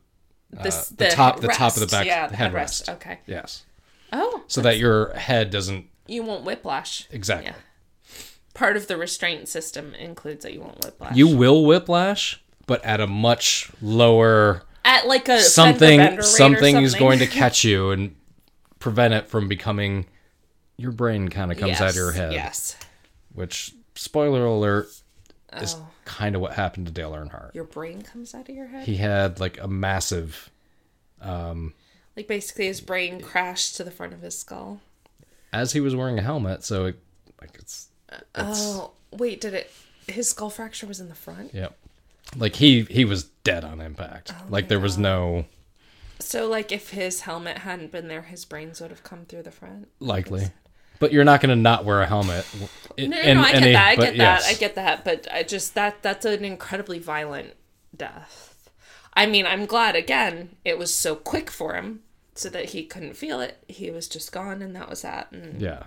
A: This-
B: the top- the top of the
A: headrest.
B: back-
A: yeah,
B: the
A: headrest.
B: headrest.
A: Okay.
B: yes.
A: Oh.
B: so that your head doesn't
A: you won't whiplash.
B: exactly.
A: Yeah. Part of the restraint system includes that you won't whiplash.
B: You will whiplash, but at a much lower
A: at like a
B: something.
A: something
B: Something
A: something
B: is
A: [laughs]
B: going to catch you and prevent it from becoming. Your brain kind of comes out of your head,
A: Yes.
B: which spoiler alert is
A: Oh.
B: kind of what happened to Dale Earnhardt.
A: Your brain comes out of your head.
B: He had like a massive.
A: Like basically his brain crashed to the front of his skull.
B: As he was wearing a helmet, so it, like it's
A: Oh, wait, did it his skull fracture was in the front?
B: yeah, like he he was dead on impact.
A: Oh
B: like there was no
A: So like if his helmet hadn't been there, his brains would have come through the front.
B: likely, but you're not going to not wear a helmet.
A: No, no, no I get that. I get that. I get that. But I just that that's an incredibly violent death. I mean, I'm glad again it was so quick for him so that he couldn't feel it. He was just gone and that was that. And
B: Yeah,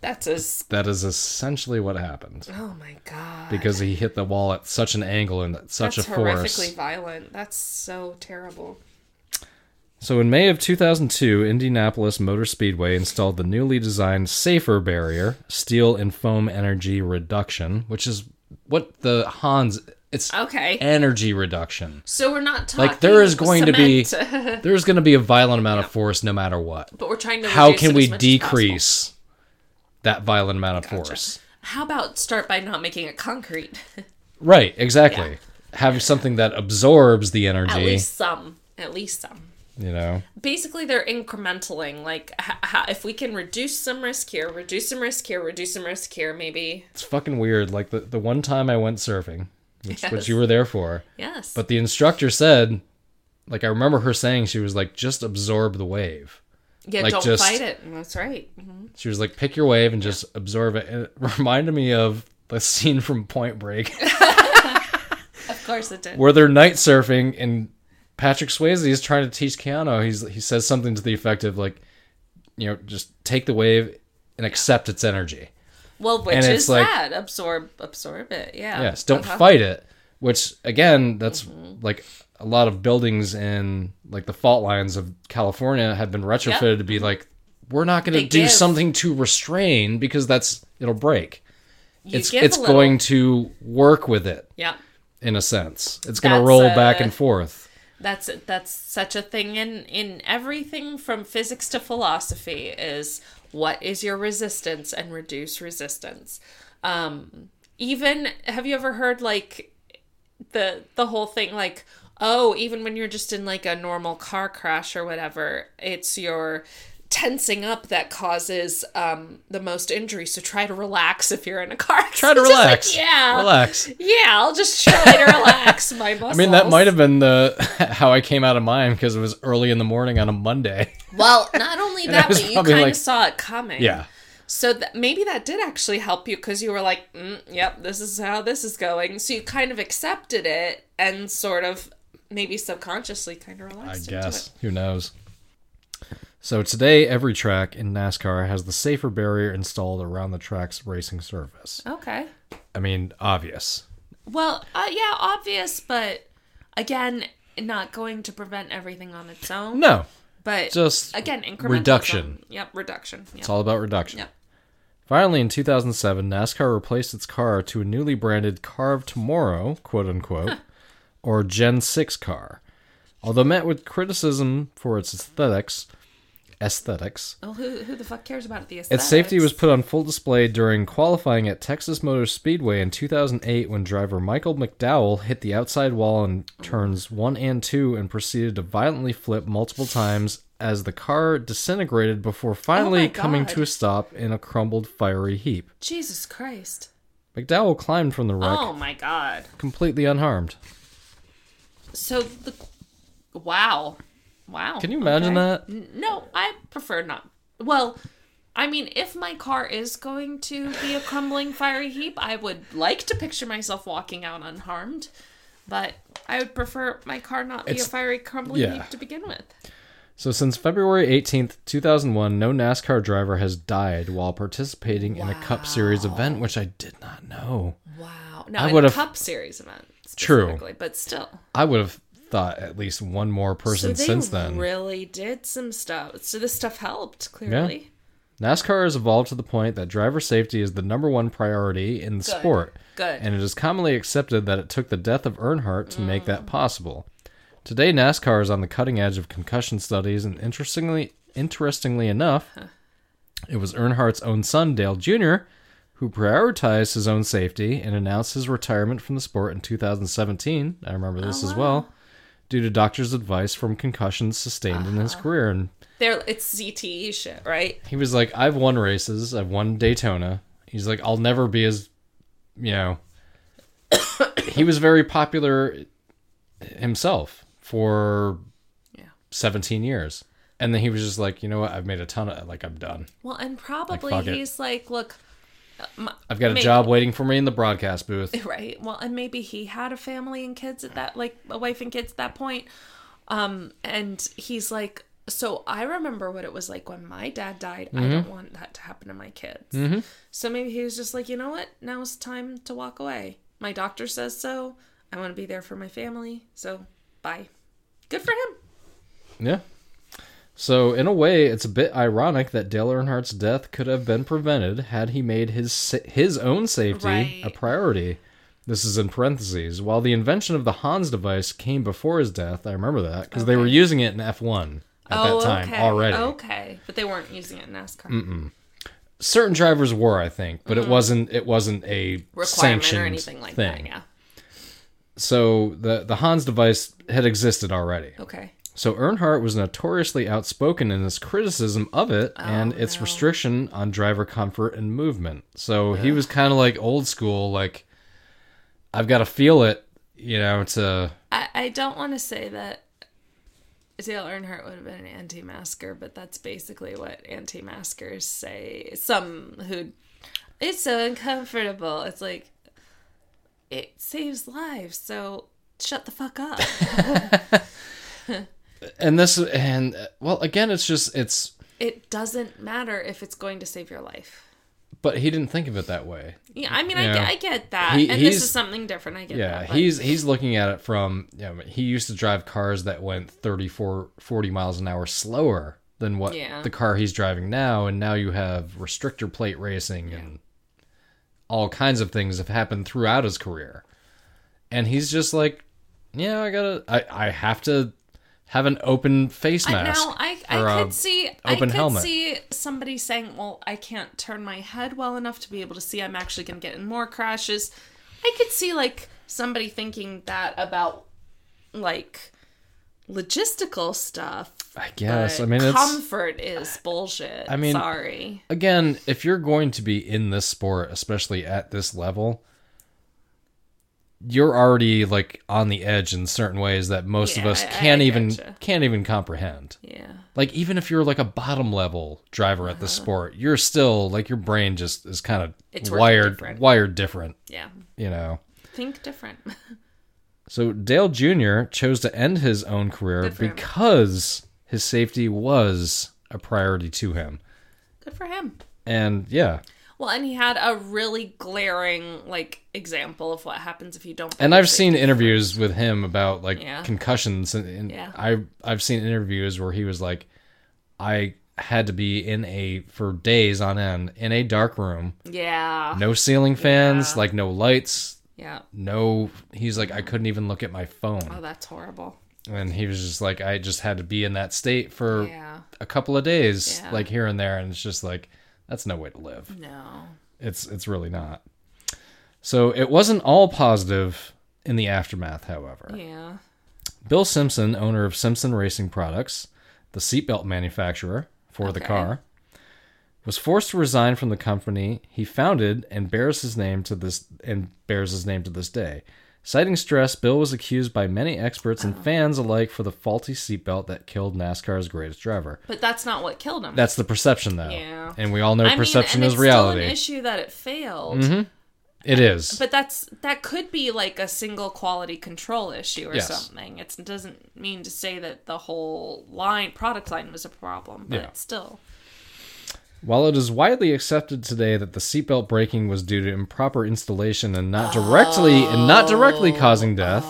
A: that's as
B: that is essentially what happened
A: Oh my god.
B: because he hit the wall at such an angle and at such
A: that's
B: a
A: horrifically
B: force.
A: violent. That's so terrible.
B: So in May of 2002, Indianapolis Motor Speedway installed the newly designed safer barrier, steel and foam energy reduction, which is what the Hans it's
A: Okay.
B: energy reduction.
A: so we're not talking
B: Like there is going to
A: cement, [laughs]
B: be there's going to be a violent amount of force no matter what.
A: but we're trying to
B: How
A: reduce it
B: can
A: as
B: we
A: much as possible.
B: decrease that violent amount of force?
A: How about start by not making it concrete? [laughs]
B: Right, exactly. Have something that absorbs the
A: At
B: energy,
A: least some. At least some.
B: you know.
A: basically they're incrementaling like h- h- if we can reduce some risk here reduce some risk here reduce some risk here maybe
B: It's fucking weird. Like the, the one time I went surfing, which, which you were there for,
A: yes
B: but the instructor said, like I remember her saying, she was like, just absorb the wave.
A: yeah
B: like,
A: don't
B: just-
A: fight it that's right
B: She was like, pick your wave and just absorb it. And it [laughs] reminded me of the scene from Point Break
A: of course it did
B: where they're night surfing and Patrick Swayze is trying to teach Keanu. He's he says something to the effect of like, you know, just take the wave and accept its energy.
A: well which
B: it's
A: is
B: like-
A: that absorb absorb it yeah
B: Yes, don't
A: Uh-huh.
B: fight it. Which again, that's
A: Mm-hmm.
B: like a lot of buildings in like the fault lines of California have been retrofitted to be like, we're not going to
A: Mm-hmm. They
B: do
A: give.
B: something to restrain because that's it'll break.
A: You
B: it's
A: give
B: it's
A: a little.
B: going to work with it
A: yeah
B: in a sense. It's going to
A: That's,
B: roll back
A: uh,
B: and forth.
A: that's it that's such a thing in in everything from physics to philosophy is what is your resistance and reduce resistance um even have you ever heard like the the whole thing like oh even when you're just in like a normal car crash or whatever it's your tensing up that causes um, the most injuries. So try to relax if you're in a car. [laughs]
B: Try to relax.
A: yeah.
B: Relax.
A: Yeah, I'll just try to
B: [laughs]
A: relax my
B: I
A: muscles.
B: mean, that might have been the [laughs] how I came out of mine because it was early in the morning on a Monday.
A: Well, not
B: [laughs]
A: only
B: I
A: that,
B: was
A: but you
B: probably
A: kind
B: like-
A: of saw it coming.
B: Yeah.
A: So that maybe that did actually help you because you were like, mm, "Yep, this is how this is going." So you kind of accepted it and sort of maybe subconsciously kind of
B: I
A: relaxed. into
B: guess. Who knows? So today, every track in NASCAR has the safer barrier installed around the track's racing surface.
A: it. Okay.
B: I mean, obvious.
A: Well, uh, yeah, obvious, but again, not going to prevent everything on its own.
B: No,
A: but
B: just
A: again, incremental
B: reduction.
A: Yep, reduction. Yep.
B: it's all about reduction.
A: Yeah.
B: Finally, in 2007, NASCAR replaced its car to a newly branded Car of Tomorrow, quote unquote, or Gen 6 car. Although met with criticism for its aesthetics, aesthetics,
A: Well, who who the fuck cares about the aesthetics?
B: Its safety was put on full display during qualifying at Texas Motor Speedway in 2008 when driver Michael McDowell hit the outside wall in turns 1 and 2 and proceeded to violently flip multiple times as the car disintegrated before finally coming
A: Oh God.
B: to a stop in a crumbled fiery heap.
A: Jesus Christ!
B: McDowell climbed from the wreck
A: Oh my God!
B: completely unharmed.
A: So the wow, wow.
B: Can you imagine that?
A: N- No, I prefer not. Well, I mean, if my car is going to be a crumbling fiery heap, I would like to picture myself walking out unharmed, but I would prefer my car not be
B: It's-
A: a fiery crumbling
B: yeah.
A: heap to begin with.
B: So since February 18th, 2001, no NASCAR driver has died while participating in a Cup Series event, which I did not know.
A: Wow. No,
B: I
A: in a
B: would've-
A: Cup Series event.
B: True.
A: Specifically, but still.
B: I would have thought at least one more
A: So
B: person
A: they
B: since then.
A: really did some stuff. So this stuff helped, clearly.
B: NASCAR has evolved to the point that driver safety is the number one priority in the
A: Good.
B: sport,
A: Good.
B: and it is commonly accepted that it took the death of Earnhardt to make
A: Mm.
B: that possible. Today, NASCAR is on the cutting edge of concussion studies, and interestingly, interestingly enough, it was Earnhardt's own son, Dale Jr., who prioritized his own safety and announced his retirement from the sport in 2017. I remember this
A: Oh,
B: as well, due to doctors' advice from concussions sustained in
A: Uh-huh.
B: his career, and
A: They're, it's CTE shit, right?
B: he was like, I've won races. I've won Daytona. He's like, I'll never be as, you know. [coughs] he was very popular himself for
A: Yeah.
B: 17 years. And then he was just like, you know what? I've made a ton of, like, I'm done.
A: Well, and probably
B: fuck it.
A: he's like, look, uh, my,
B: I've got a
A: Maybe.
B: job waiting for me in the broadcast booth.
A: [laughs] right well and maybe he had a family and kids at that like a wife and kids at that point um and he's like so i remember what it was like when my dad died i
B: Mm-hmm.
A: don't want that to happen to my kids so maybe he was just like you know what now it's time to walk away my doctor says so i want to be there for my family so bye good for him
B: Yeah. So, in a way, it's a bit ironic that Dale Earnhardt's death could have been prevented had he made his sa- his own safety a
A: Right.
B: priority. This is in parentheses. While the invention of the Hans device came before his death, I remember that because they were using it in F1 at that time
A: Oh, okay
B: already. Mm,
A: okay but they weren't using it in nascar
B: Certain drivers were, I think, but it wasn't it wasn't a
A: Mm-hmm. requirement
B: sanctioned
A: or anything like
B: thing.
A: that yeah
B: So the the Hans device had existed already.
A: okay
B: So Earnhardt was notoriously outspoken in his criticism of it and its restriction on driver comfort and movement. So he was kind of like old school, like I've got to feel it, you know, to
A: I, I don't want to say that Dale Earnhardt would have been an anti-masker, but that's basically what anti-maskers say. Some who it's so uncomfortable. It's like it saves lives, so shut the fuck up.
B: and this and uh, well, again, it's just it's.
A: it doesn't matter if it's going to save your life.
B: But he didn't think of it that way.
A: Yeah, I mean, I,
B: Yeah.
A: get, I get that,
B: He-
A: and this
B: he's-
A: is something different. I get
B: Yeah,
A: that. but-
B: he's he's looking at it from. You know, he used to drive cars that went 34, 40 miles an hour slower than what
A: Yeah.
B: the car he's driving now, and now you have restrictor plate racing and all kinds of things have happened throughout his career, and he's just like, yeah, I gotta, I I have to have an open face
A: I-
B: mask.
A: Now I,
B: or
A: I
B: a
A: could see I
B: open
A: could
B: helmet.
A: see somebody saying, "Well, I can't turn my head well enough to be able to see. I'm actually going to get in more crashes." I could see like somebody thinking that about like logistical stuff.
B: I guess.
A: but
B: I mean, it's
A: comfort is bullshit.
B: I mean-
A: sorry.
B: again, if you're going to be in this sport, especially at this level, you're already like on the edge in certain ways that most of
A: Yeah,
B: us
A: I- I
B: can't even
A: gotcha.
B: can't even comprehend.
A: Yeah.
B: Like even if you're like a bottom level driver at the sport, you're still like your brain just is kind of
A: Uh-huh. It's working
B: wired
A: different.
B: wired different,
A: Yeah.
B: you know.
A: Think different. [laughs]
B: So Dale Jr. chose to end his own career
A: Good for him.
B: because his safety was a priority to him.
A: Good for him.
B: And yeah,
A: Well, and he had a really glaring like example of what happens if you don't.
B: and
A: put
B: I've
A: your
B: seen interviews with him about like
A: Yeah.
B: concussions, and, and
A: Yeah.
B: I I've seen interviews where he was like, I had to be in a for days on end in a dark room,
A: safety- Yeah.
B: no ceiling fans, like no lights,
A: Yeah.
B: no. He's like, I couldn't even look at my
A: Oh,
B: phone,
A: that's horrible.
B: and he was just like, I just had to be in that state for
A: Yeah.
B: a couple of days,
A: Yeah.
B: like here and there, and it's just like that's no way to live.
A: No.
B: It's it's really not. So it wasn't all positive in the aftermath, however.
A: Yeah.
B: Bill Simpson, owner of Simpson Racing Products, the seatbelt manufacturer for the
A: Okay.
B: car, was forced to resign from the company he founded and bears his name to this and bears his name to this day. Citing stress, Bill was accused by many experts and fans alike for the faulty seatbelt that killed NASCAR's greatest driver.
A: But that's not what killed him.
B: That's the perception, though.
A: Yeah.
B: And we all know
A: I
B: perception
A: mean, and
B: is
A: it's Still an
B: reality. Mm-hmm.
A: issue that it failed.
B: It is.
A: But that's that could be like a single quality control issue or
B: Yes.
A: something. It's, it doesn't mean to say that the whole line product line was a problem, but
B: Yeah.
A: still,
B: While it is widely accepted today that the seatbelt braking was due to improper installation and not directly and not directly
A: Oh.
B: causing death,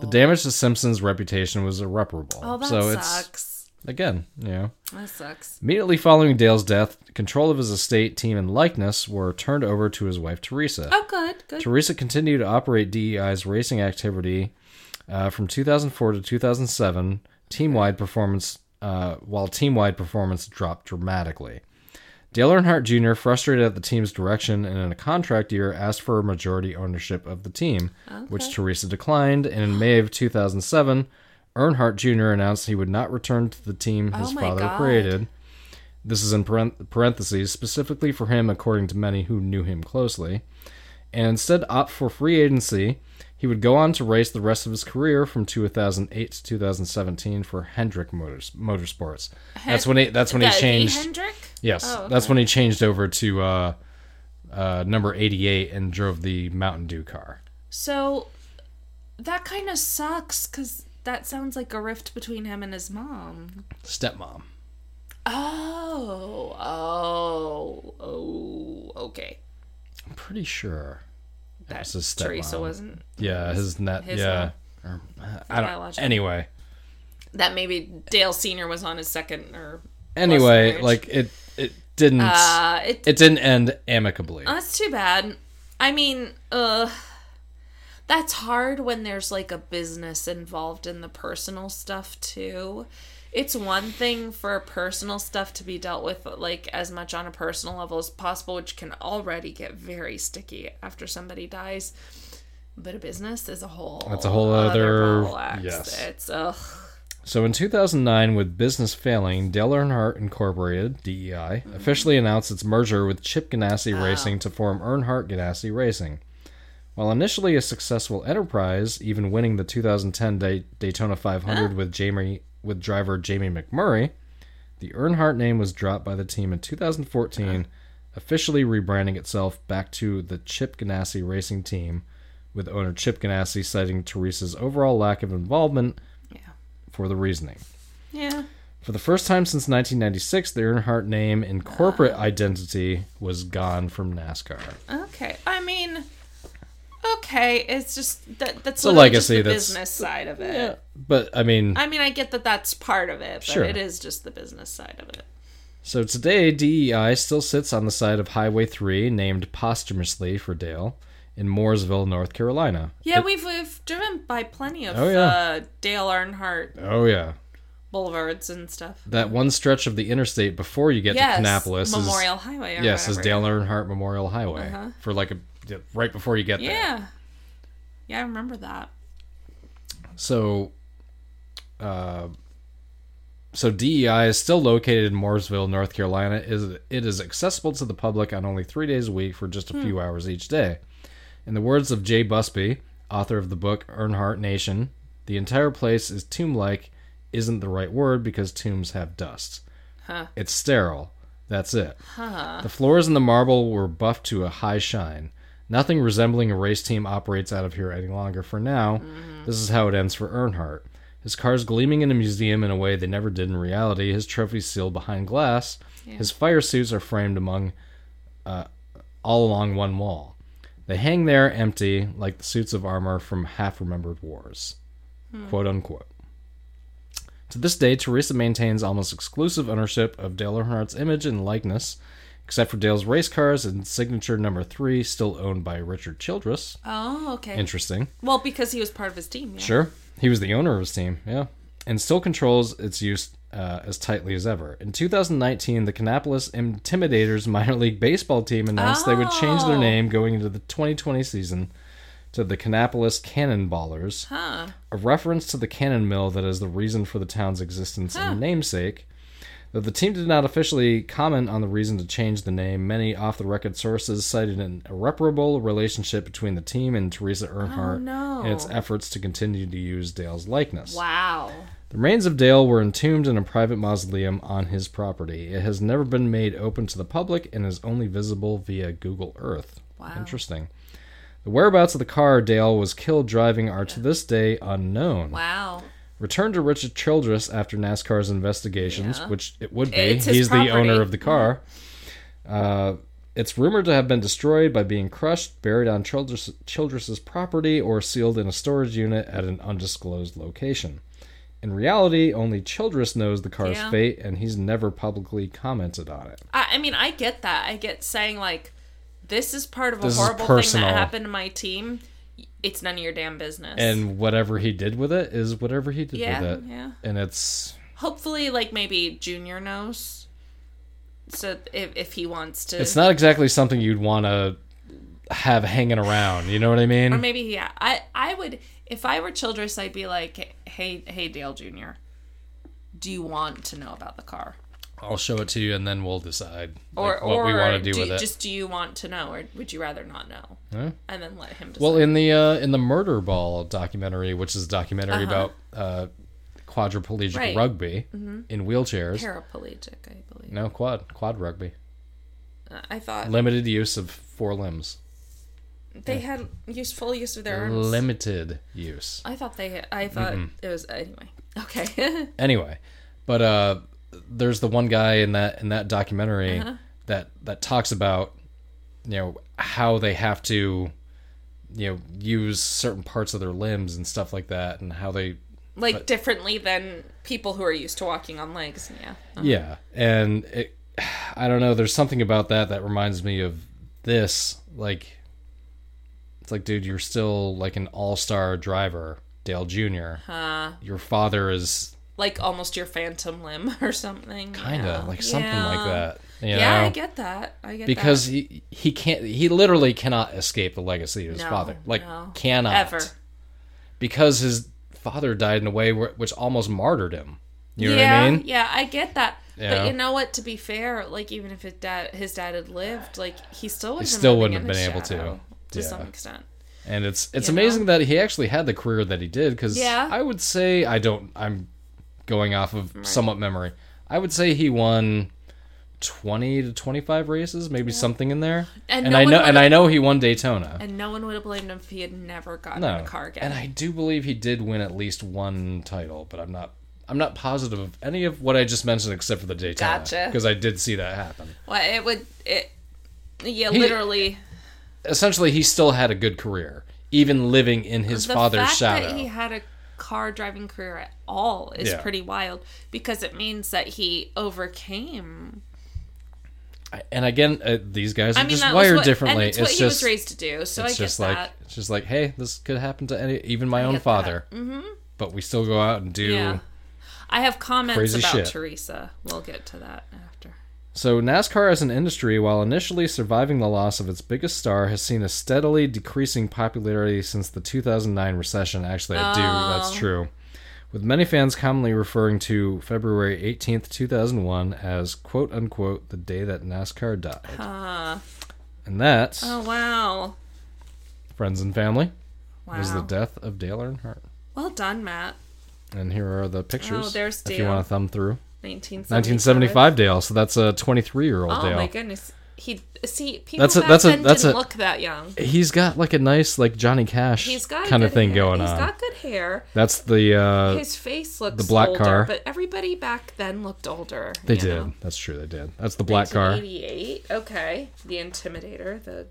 B: the damage to Simpson's reputation was irreparable.
A: oh, that
B: so it's
A: sucks.
B: again, you know.
A: That sucks.
B: Immediately following Dale's death, control of his estate, team, and likeness were turned over to his wife Teresa.
A: Oh, good, good.
B: Teresa continued to operate DEI's racing activity uh, from 2004 to 2007. Team-wide performance, uh, while team-wide performance dropped dramatically. Dale Earnhardt Jr., frustrated at the team's direction and in a contract year, asked for majority ownership of the team, which Teresa declined. And in May of 2007, Earnhardt Jr. announced he would not return to the team his
A: Oh my
B: father
A: God.
B: created. This is in paren- parentheses, specifically for him, according to many who knew him closely and instead opt for free agency. He would go on to race the rest of his career from 2008 to 2017 for Hendrick Motors, Motorsports. That's when he. That's when he
A: That-
B: changed.
A: Hendrick.
B: yes,
A: Oh,
B: that's when he changed over to uh, uh, number 88 and drove the Mountain Dew car.
A: So that kind of sucks because that sounds like a rift between him and his mom.
B: Stepmom.
A: Oh, oh, oh. Okay,
B: I'm pretty sure.
A: that's
B: was his
A: Teresa
B: stepmom.
A: wasn't.
B: Yeah, his net.
A: His
B: yeah. Or, uh, I don't.
A: biological.
B: Anyway.
A: That maybe Dale Senior was on his second or.
B: Anyway,
A: marriage.
B: like it. It didn't.
A: Uh, it
B: it didn't end amicably.
A: That's too bad. I mean, uh that's hard when there's like a business involved in the personal stuff too. It's one thing for personal stuff to be dealt with like as much on a personal level as possible, which can already get very sticky after somebody dies. But a business is a whole
B: That's a whole other-
A: ball of wax.
B: yes.
A: It's ugh.
B: So in 2009, with business failing, Dale Earnhardt Incorporated (DEI) officially announced its merger with Chip Ganassi Racing to form Earnhardt Ganassi Racing. While initially a successful enterprise, even winning the 2010 Day- Daytona 500 with Jamie with driver Jamie McMurray, the Earnhardt name was dropped by the team in 2014, officially rebranding itself back to the Chip Ganassi Racing Team, with owner Chip Ganassi citing Teresa's overall lack of involvement
A: Yeah.
B: for the reasoning.
A: Yeah.
B: For the first time since 1996, the Earnhardt name and corporate
A: Ah.
B: identity was gone from NASCAR.
A: Okay. I mean okay, it's just that that's
B: a
A: literally just
B: legacy
A: the
B: that's-
A: business side of it.
B: But I mean,
A: I mean, I get that that's part of it, but
B: Sure.
A: it is just the business side of it.
B: so today DEI still sits on the side of Highway 3, named posthumously for Dale, in Mooresville, North Carolina.
A: Yeah, we've we've driven by plenty of
B: Oh, yeah.
A: uh, Dale Earnhardt
B: Oh yeah,
A: boulevards and stuff.
B: that one stretch of the interstate before you get
A: Yes,
B: to Kannapolis
A: Memorial
B: is
A: Highway. Or
B: yes, is
A: whatever. Uh-huh.
B: Dale Earnhardt Memorial Highway for like a right before you get there.
A: Yeah, yeah, I remember that.
B: So, uh, So DEI is still located in Mooresville, North Carolina. Is it is accessible to the public on only three days a week for just a
A: Hmm.
B: few hours each day. In the words of Jay Busby, author of the book Earnhardt Nation, the entire place is tomb-like. Isn't the right word because tombs have dust.
A: Huh.
B: It's sterile. That's it.
A: Huh.
B: The floors and the marble were buffed to a high shine. Nothing resembling a race team operates out of here any longer for now. This is how it ends for Earnhardt. His car's gleaming in a museum in a way they never did in reality, his trophies sealed behind glass, his fire suits are framed among uh, all along one wall. They hang there empty, like the suits of armor from half remembered wars. Quote unquote. To this day, Teresa maintains almost exclusive ownership of Dale Earnhardt's image and likeness, except for Dale's race cars and signature number three, still owned by Richard Childress.
A: Oh, okay.
B: Interesting.
A: well, because he was part of his team. Yeah.
B: Sure. He was the owner of his team, yeah. And still controls its use uh, as tightly as ever. In 2019, the Canapolis Intimidators minor league baseball team announced they would change their
A: Oh.
B: name going into the 2020 season to the Canapolis Cannonballers
A: Huh.
B: a reference to the cannon mill that is the reason for the town's existence and namesake. Though the team did not officially comment on the reason to change the name, many off the record sources cited an irreparable relationship between the team and Teresa Earnhardt
A: Oh, no.
B: and its efforts to continue to use Dale's likeness.
A: Wow.
B: The remains of Dale were entombed in a private mausoleum on his property. It has never been made open to the public and is only visible via Google Earth.
A: Wow.
B: Interesting. The whereabouts of the car Dale was killed driving are to this day unknown
A: Wow.
B: returned to Richard Childress after NASCAR's investigations,
A: Yeah.
B: which it would be.
A: It's his
B: He's
A: property. Mm-hmm.
B: the owner of the car. Uh, it's rumored to have been destroyed by being crushed, buried on Childress, Childress's property, or sealed in a storage unit at an undisclosed location. In reality, only Childress knows the car's
A: Yeah.
B: fate, and he's never publicly commented on it.
A: I, I mean, I get that. I get saying like, this is part of a
B: This is
A: horrible thing
B: personal.
A: that happened to my team. It's none of your damn business.
B: And whatever he did with it is whatever he did
A: yeah,
B: with it.
A: yeah.
B: And it's
A: Hopefully, like maybe Junior knows. So if if he wants to,
B: it's not exactly something you'd want to have hanging around. You know what I mean?
A: or maybe yeah. I I would if I were Childress, I'd be like, hey hey Dale Junior, do you want to know about the car?
B: I'll show it to you, and then we'll decide
A: Or
B: like, what
A: or
B: we want to do, with
A: you-
B: it.
A: Just do you want to know, or would you rather not know?
B: Yeah.
A: And then let him decide.
B: Well, in the uh, in the Murder Ball documentary, which is a documentary about uh, quadriplegic
A: Uh-huh. Right. Mm-hmm.
B: rugby in wheelchairs.
A: paraplegic, I believe.
B: no, quad quad rugby.
A: Uh, I thought
B: Limited use of four limbs.
A: they had use full use of their arms.
B: Limited use.
A: I thought they. I thought it was anyway. Okay. [laughs]
B: anyway but uh there's the one guy in that in that documentary
A: Uh-huh.
B: that that talks about you know how they have to you know use certain parts of their limbs and stuff like that and how they
A: like differently than people who are used to walking on legs. Yeah.
B: yeah and it i don't know there's something about that that reminds me of this like it's like dude you're still like an all-star driver dale jr
A: Uh,
B: your father is
A: like almost your phantom limb [laughs] or something.
B: kind of
A: yeah.
B: like something like
A: Yeah.
B: that you
A: Yeah,
B: know?
A: I get that. I get
B: because
A: that.
B: he he can't he literally cannot escape the legacy of his
A: No,
B: father like
A: no.
B: cannot
A: ever.
B: because his father died in a way where, which almost martyred him you know
A: yeah,
B: what i mean
A: yeah, I get that.
B: Yeah.
A: But you know what? To be fair, like even if his dad his dad had lived, like he still would
B: still wouldn't have been able to.
A: to
B: Yeah.
A: some extent.
B: and it's it's
A: You know?
B: amazing that he actually had the career that he did because
A: Yeah.
B: i would say i don't i'm going off of somewhat memory i would say he won 20 to 25 races maybe something in there
A: And
B: and,
A: no
B: i
A: one
B: know
A: would-
B: and i know he won daytona
A: And no one would have blamed him if he had never gotten
B: no
A: in a car again.
B: and i do believe he did win at least one title but i'm not i'm not positive of any of what i just mentioned except for the daytona
A: Gotcha.
B: because i did see that happen
A: well, it would it. Yeah,
B: He-
A: literally.
B: essentially he still had a good career even living in his
A: The
B: father's
A: fact
B: shadow
A: that he had a car driving career at all is
B: Yeah.
A: pretty wild because it means that he overcame.
B: and again uh, these guys are
A: I mean,
B: just
A: that
B: wired
A: was what,
B: differently
A: And it's,
B: it's
A: what he was
B: just
A: raised to do. So I
B: it's
A: get
B: just
A: that.
B: like it's just like hey this could happen to any even my own
A: get that. Mm-hmm.
B: father but we still go out and do
A: Yeah. I have comments
B: Crazy
A: about
B: shit.
A: Teresa. We'll get to that after.
B: So, NASCAR as an industry, while initially surviving the loss of its biggest star, has seen a
A: Oh.
B: steadily decreasing popularity since the 2009 recession. Actually, I do. That's true. with many fans commonly referring to February 18th, 2001 as quote unquote the day that NASCAR died.
A: Uh,
B: And that,
A: oh, wow.
B: friends and family,
A: Wow.
B: was the death of Dale Earnhardt.
A: well done, Matt.
B: And here are the pictures.
A: Oh, there's
B: If you
A: Dale.
B: want to thumb through.
A: 1975.
B: 1975 Dale, so that's a 23 year old
A: Oh,
B: Dale.
A: my goodness. He see people
B: That's a-
A: back
B: that's a-
A: then
B: that's
A: didn't
B: a-
A: look that young.
B: He's got like a nice like Johnny Cash
A: He's got a
B: kind of
A: good
B: thing
A: hair.
B: going on.
A: He's got good hair.
B: That's the uh,
A: His face looks
B: the black
A: older,
B: car.
A: but everybody back then looked older.
B: they
A: you
B: did.
A: know?
B: That's true. They did. That's the black car.
A: 1988. Okay, the Intimidator, the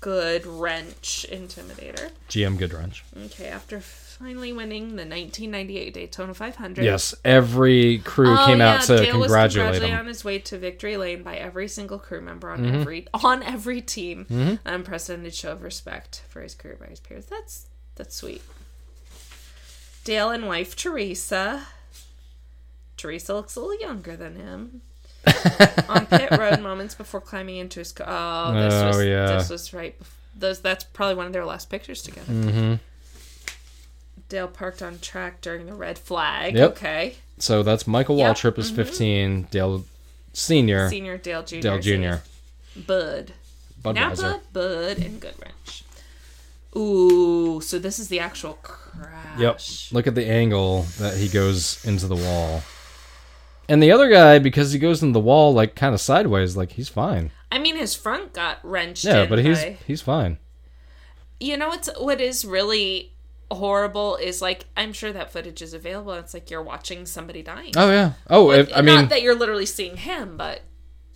A: good wrench Intimidator.
B: GM Goodrich.
A: Okay, after finally winning the 1998 Daytona 500.
B: Yes, every crew
A: Oh,
B: came
A: yeah,
B: out to
A: Dale was
B: congratulate
A: congratulated
B: him. Mm-hmm.
A: on his way to victory lane by every single crew member on every on every team. An unprecedented show of respect for his career by his peers. That's that's sweet. Dale and wife Teresa. Teresa looks a little younger than
B: [laughs]
A: him. on pit road moments before climbing into his car. Oh, this
B: Oh,
A: was
B: yeah.
A: this was right. Before, those that's probably one of their last pictures together.
B: Mm-hmm.
A: Dale parked on track during the red flag.
B: Yep.
A: Okay.
B: So that's Michael
A: Yep,
B: Waltrip is 15, Dale Senior,
A: mm-hmm. Senior Dale Jr.
B: Dale Jr.
A: Bud.
B: Budweiser.
A: Napa, Bud, and Goodwrench. Ooh, so this is the actual crash.
B: Yep. Look at the angle that he goes into the wall. And the other guy, because he goes into the wall like kind of sideways, like he's fine.
A: I mean, his front got wrenched.
B: Yeah,
A: in
B: but he's
A: by-
B: he's fine.
A: You know what's what is really horrible is like I'm sure that footage is available. It's like you're watching somebody dying.
B: Oh yeah. Oh, if, I mean,
A: not that you're literally seeing him, but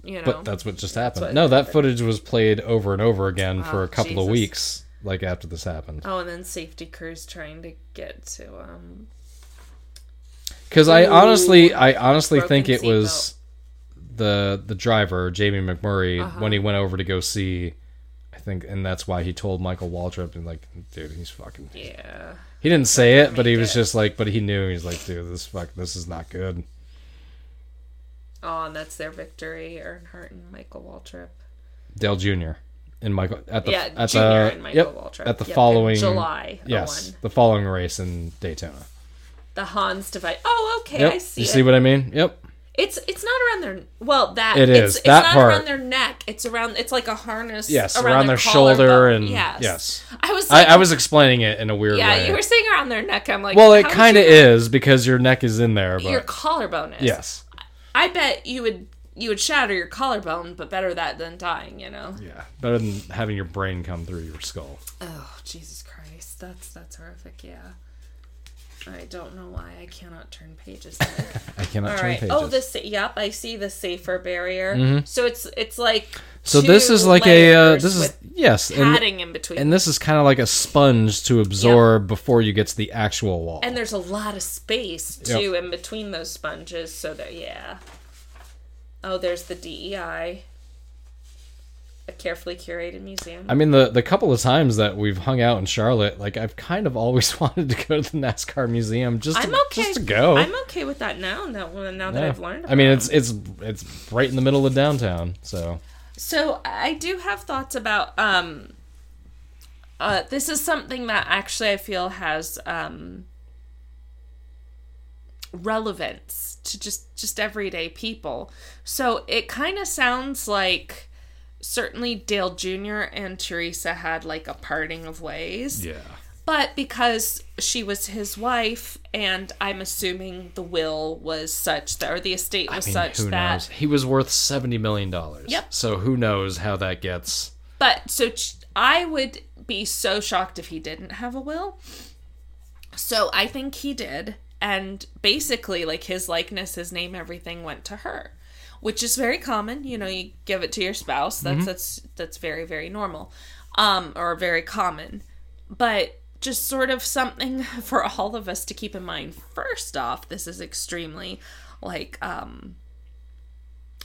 A: you know.
B: but that's what just happened. no, that footage was played over and over again for a couple of
A: Ah, Jesus.
B: weeks, like after this happened.
A: oh, and then safety crews trying to get to um.
B: Because I honestly, I honestly
A: Broken
B: think it
A: seatbelt.
B: was the the driver Jamie McMurray
A: Uh-huh.
B: when he went over to go see. I think, and that's why he told Michael Waltrip, and like, dude, he's fucking.
A: Yeah.
B: He didn't say it, but he was
A: it.
B: just like, but he knew. He's like, dude, this fuck, this is not good.
A: Oh, and that's their victory. Earnhardt and Michael Waltrip.
B: Dale Jr. and Michael at the
A: Yeah,
B: at
A: Junior
B: the
A: and Michael
B: yep,
A: Waltrip.
B: at the
A: Yep, in
B: following
A: July
B: Yes,
A: 01.
B: the following race in Daytona.
A: The Hans device. Oh, okay,
B: Yep.
A: I see.
B: you
A: it.
B: see what I mean? Yep.
A: It's it's not around their well that
B: It
A: it's,
B: is,
A: it's
B: that
A: not
B: part.
A: around their neck. It's around it's like a harness.
B: Yes, around, their, shoulder
A: collarbone.
B: and yes.
A: I was
B: I,
A: like,
B: I was explaining it in a weird
A: yeah,
B: way.
A: you were saying around their neck. I'm like,
B: well, it
A: how would
B: kind of
A: you
B: is because your neck is in there,
A: know Your
B: but
A: collarbone is.
B: yes,
A: I bet you would you would shatter your collarbone, but better that than dying. You know.
B: yeah, better than having your brain come through your skull.
A: Oh Jesus Christ, that's that's horrific. Yeah. I don't know why I cannot turn
B: [laughs]
A: pages.
B: I cannot
A: All
B: turn
A: right.
B: pages. Mm-hmm.
A: Oh, the sa- yep. I see the safer barrier. So it's it's like
B: so this
A: two
B: is like a uh,
A: layers
B: this is
A: with
B: yes, and,
A: padding in between,
B: and this is kind of like a sponge to absorb before you get to the actual wall.
A: and there's a lot of space
B: Yep.
A: too in between those sponges. So that yeah. Oh, there's the DEI, a carefully curated museum.
B: I mean, the the couple of times that we've hung out in Charlotte, like I've kind of always [laughs] wanted to go to the NASCAR museum just to,
A: I'm okay.
B: just to go.
A: I'm okay with that now. That now that
B: Yeah.
A: I've learned.
B: I mean, it's it's it's right in the middle of downtown, so
A: So I do have thoughts about um uh this is something that actually I feel has um relevance to just just everyday people. So it kind of sounds like certainly Dale Jr. and Teresa had like a parting of ways.
B: yeah,
A: But because she was his wife and I'm assuming the will was such that or the estate was such
B: who
A: that
B: knows? He was worth seventy million dollars.
A: Yep.
B: So who knows how that gets?
A: But so ch- I would be so shocked if he didn't have a will. So I think he did. And basically, like his likeness, his name, everything went to her, which is very common. You know, you give it to your spouse. That's
B: Mm-hmm.
A: that's that's very very normal, um, or very common. But just sort of something [laughs] for all of us to keep in mind. First off, this is extremely like um,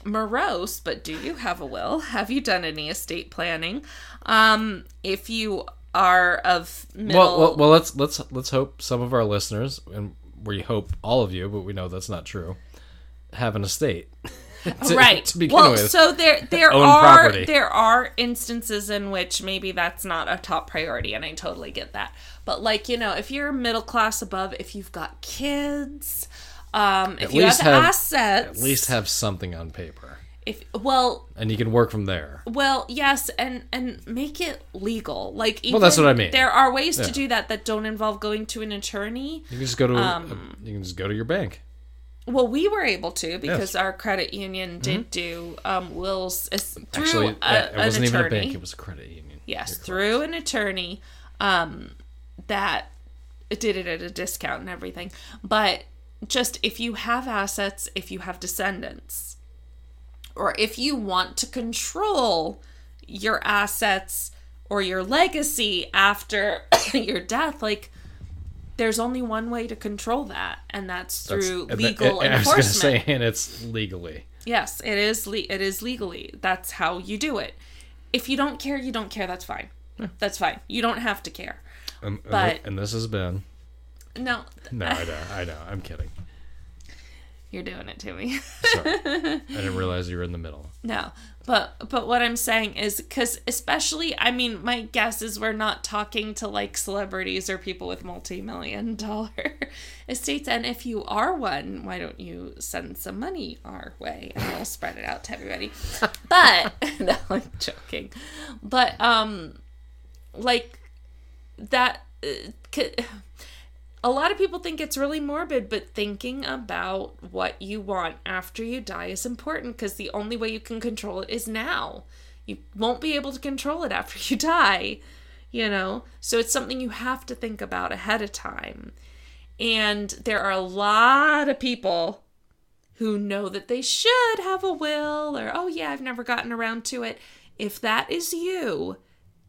A: morose, but do you have a will? Have you done any estate planning? Um, if you are of middle,
B: Well, well, well, let's let's let's hope some of our listeners and we hope all of you, but we know that's not true. Have an estate. [laughs] to-
A: right.
B: to begin
A: well,
B: with.
A: so there
B: [laughs]
A: there
B: Own
A: are
B: property.
A: there are instances in which maybe that's not a top priority, and I totally get that. But like you know, if you're middle class above, if you've got kids, um, if you have,
B: least have-
A: assets,
B: At least have something on paper,
A: if well,
B: and you can work from there.
A: well, yes, and and make it legal. Like even,
B: that's what I mean.
A: There are ways
B: Yeah.
A: to do that that don't involve going to an attorney.
B: You can just go to
A: Um,
B: a, you can just go to your bank.
A: Well, we were able to because our credit union did do um, wills as, through
B: Mm-hmm. Actually,
A: a,
B: yeah, it
A: an
B: wasn't
A: attorney.
B: even a bank; it was a credit union.
A: yes, through an attorney um, that did it at a discount and everything. But just if you have assets, if you have descendants, or if you want to control your assets or your legacy after [coughs] your death, like there's only one way to control that, and that's
B: That's-
A: through
B: and that-
A: legal
B: and [laughs] I
A: enforcement.
B: was gonna say, and it's legally.
A: Yes, it is. Le- it is legally. That's how you do it. If you don't care, you don't care. That's fine. That's fine. You don't have to care.
B: Um, and
A: But-
B: thi- and this has been
A: No,
B: no, I know, I know, I'm kidding.
A: you're doing it to me. [laughs]
B: Sorry, I didn't realize you were in the middle. [laughs]
A: no, but but what I'm saying is because especially, I mean, my guess is we're not talking to like celebrities or people with multi-million [laughs] dollar estates. And if you are one, why don't you send some money our way and we'll spread it out to everybody. But [laughs] no, I'm joking. But um. like that uh, c- a lot of people think it's really morbid but thinking about what you want after you die is important because the only way you can control it is now you won't be able to control it after you [laughs] die you know so it's something you have to think about ahead of time and there are a lot of people who know that they should have a will or oh yeah i've never gotten around to it if that is you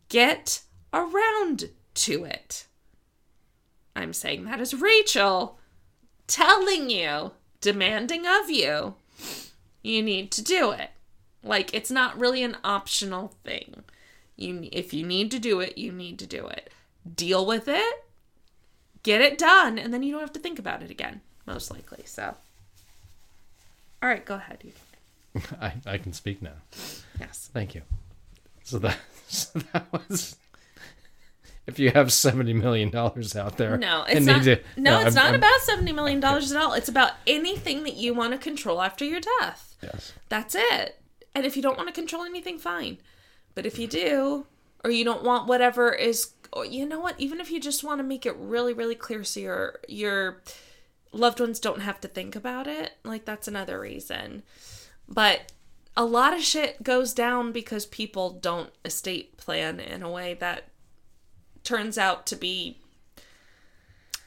A: get around to it. I'm saying that as Rachel telling you, demanding of you, you need to do it. Like it's not really an optional thing. You if you need to do it, you need to do it. Deal with it. Get it done and then you don't have to think about it again, most likely. So All right, go ahead. You
B: I, I can speak now.
A: yes.
B: Thank you. So that [laughs] so that was. If you have seventy million dollars out there,
A: No,
B: and
A: it's
B: need
A: not.
B: to-
A: no, it's
B: I'm-
A: not
B: I'm-
A: about seventy million dollars at all. It's about anything that you want to control after your death.
B: Yes.
A: That's it. And if you don't want to control anything, fine. But if you do, or you don't want whatever is, or you know what? Even if you just want to make it really, really clear, so your your loved ones don't have to think about it, like that's another reason. But a lot of shit goes down because people don't estate plan in a way that turns out to be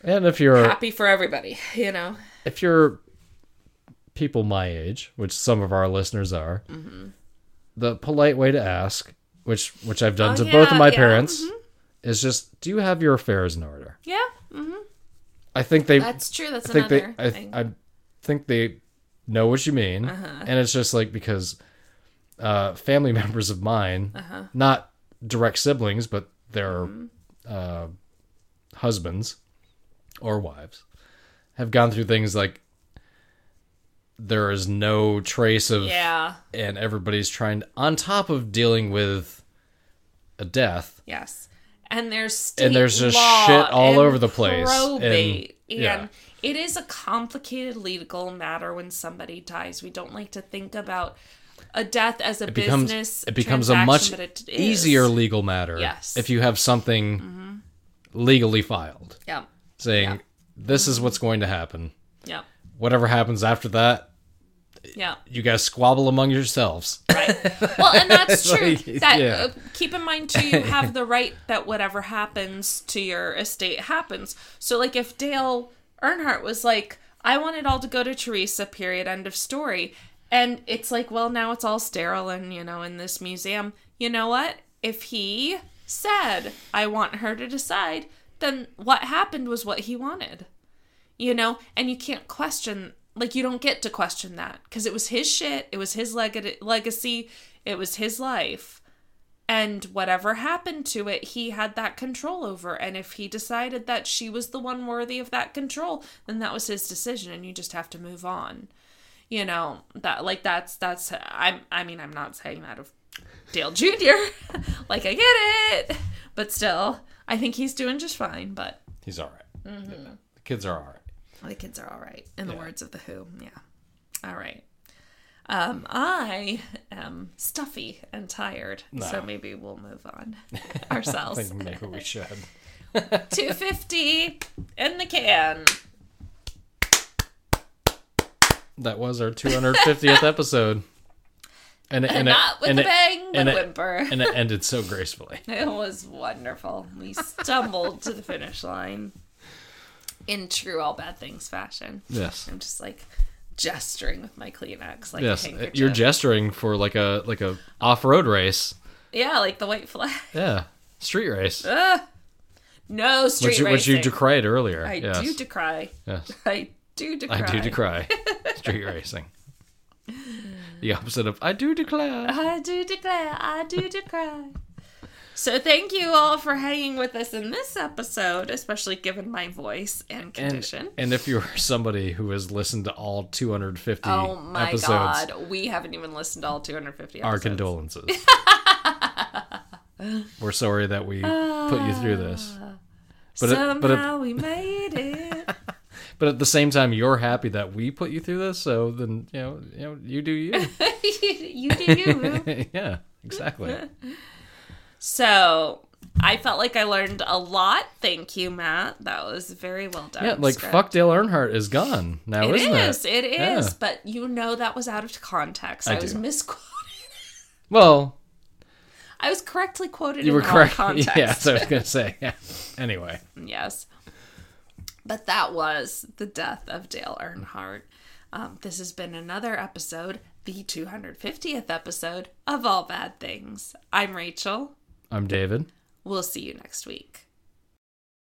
B: And if you're
A: happy for everybody, you know.
B: if you're people my age, which some of our listeners are,
A: Mm-hmm.
B: the polite way to ask, which which I've done
A: Oh,
B: to both
A: yeah,
B: of my
A: yeah, mm-hmm.
B: parents, is just, do you have your affairs in order?
A: Yeah,
B: I think they
A: that's true. That's
B: I think they
A: another
B: I,
A: thing. Uh-huh.
B: I think they know what you mean, and it's just like because uh, family [laughs] members of mine,
A: Uh-huh.
B: not direct siblings, but their
A: Mm-hmm.
B: uh, husbands or wives, have gone through things like there is no trace of
A: yeah.
B: and everybody's trying on top of dealing with a death
A: Yes. And there's state
B: And there's just
A: law
B: shit all
A: and
B: over the place, and-
A: Probate. And,
B: yeah.
A: it is a complicated legal matter when somebody dies. We don't like to think about a death as a
B: becomes
A: business.
B: it becomes a much
A: transaction, but it is.
B: easier legal matter
A: Yes.
B: if you have something legally filed
A: Yeah.
B: saying this is what's going to happen
A: Yeah.
B: whatever happens after that
A: Yeah.
B: you guys squabble among yourselves [coughs]
A: Well, and
B: [laughs]
A: that's true.
B: Like,
A: that
B: yeah.
A: uh, keep in mind too.
B: [laughs]
A: You have the right that whatever happens to your estate happens. So, like, if Dale Earnhardt was like, "I want it all to go to Teresa," period, end of story, and it's like, well, now it's all sterile and you know in this museum. You know what? If he said, "I want her to decide," then what happened was what he wanted you know and you can't question like you don't get to question that because it was his shit it was his leg- legacy it was his life and whatever happened to it he had that control over and if he decided that she was the one worthy of that control then that was his decision and you just have to move on you know that like that's that's I'm I mean I'm not saying that of Dale Jr. [laughs] like I get it, but still I think he's doing just fine. But
B: He's all right.
A: Mm-hmm.
B: Yeah. The kids are all right.
A: the kids are all right, in the words of the Who. Yeah, all right. Um, I am stuffy and tired, so
B: Nah.
A: maybe we'll move
B: [laughs]
A: on
B: I
A: ourselves.
B: think maybe
A: [laughs]
B: we should. mm.
A: 250 in the can.
B: That was our 250th episode. And it, and it,
A: Not with
B: and
A: a
B: it-
A: bang, but
B: and
A: a
B: it-
A: whimper.
B: and it ended so gracefully.
A: [laughs] It was wonderful. We stumbled to the finish line in true all bad things fashion.
B: Yes.
A: I'm just like gesturing with my Kleenex, like
B: Yes,
A: a handkerchief.
B: you're gesturing for like a like a off-road race.
A: yeah, like the white flag. [laughs]
B: Yeah, street race,
A: No street
B: which you, which
A: racing.
B: you decried earlier.
A: I
B: yes,
A: do decry.
B: yes,
A: [laughs] I do decry.
B: I do decry
A: [laughs]
B: street racing. The opposite of I do declare.
A: I do declare, I do decry. So thank you all for hanging with us in this episode, especially given my voice and condition.
B: And, and if you're somebody who has listened to all 250
A: oh my
B: episodes,
A: god, we haven't even listened to all 250 episodes.
B: our condolences.
A: [laughs]
B: We're sorry that we put you through this, but
A: Ah. Somehow
B: it, but it,
A: we made it. [laughs]
B: but at the same time, you're happy that we put you through this. So then you know you know you
A: [laughs]
B: do you. [laughs]
A: you do you. boo.
B: yeah, exactly.
A: [laughs] So I felt like I learned a lot. Thank you, Matt. That was very well done.
B: Yeah, like
A: script.
B: fuck Dale Earnhardt is gone now,
A: It
B: isn't
A: is.
B: it?
A: It is.
B: Yeah.
A: But you know that was out of context. I,
B: I
A: was
B: do.
A: misquoted.
B: Well,
A: I was correctly quoted
B: you
A: in
B: were
A: the
B: correct. [laughs]
A: wrong context.
B: Yeah, so I was gonna say. Yeah. Anyway,
A: Yes. But that was the death of Dale Earnhardt. Um, this has been another episode, the 250th episode of All Bad Things. I'm Rachel.
B: I'm David.
A: We'll see you next week.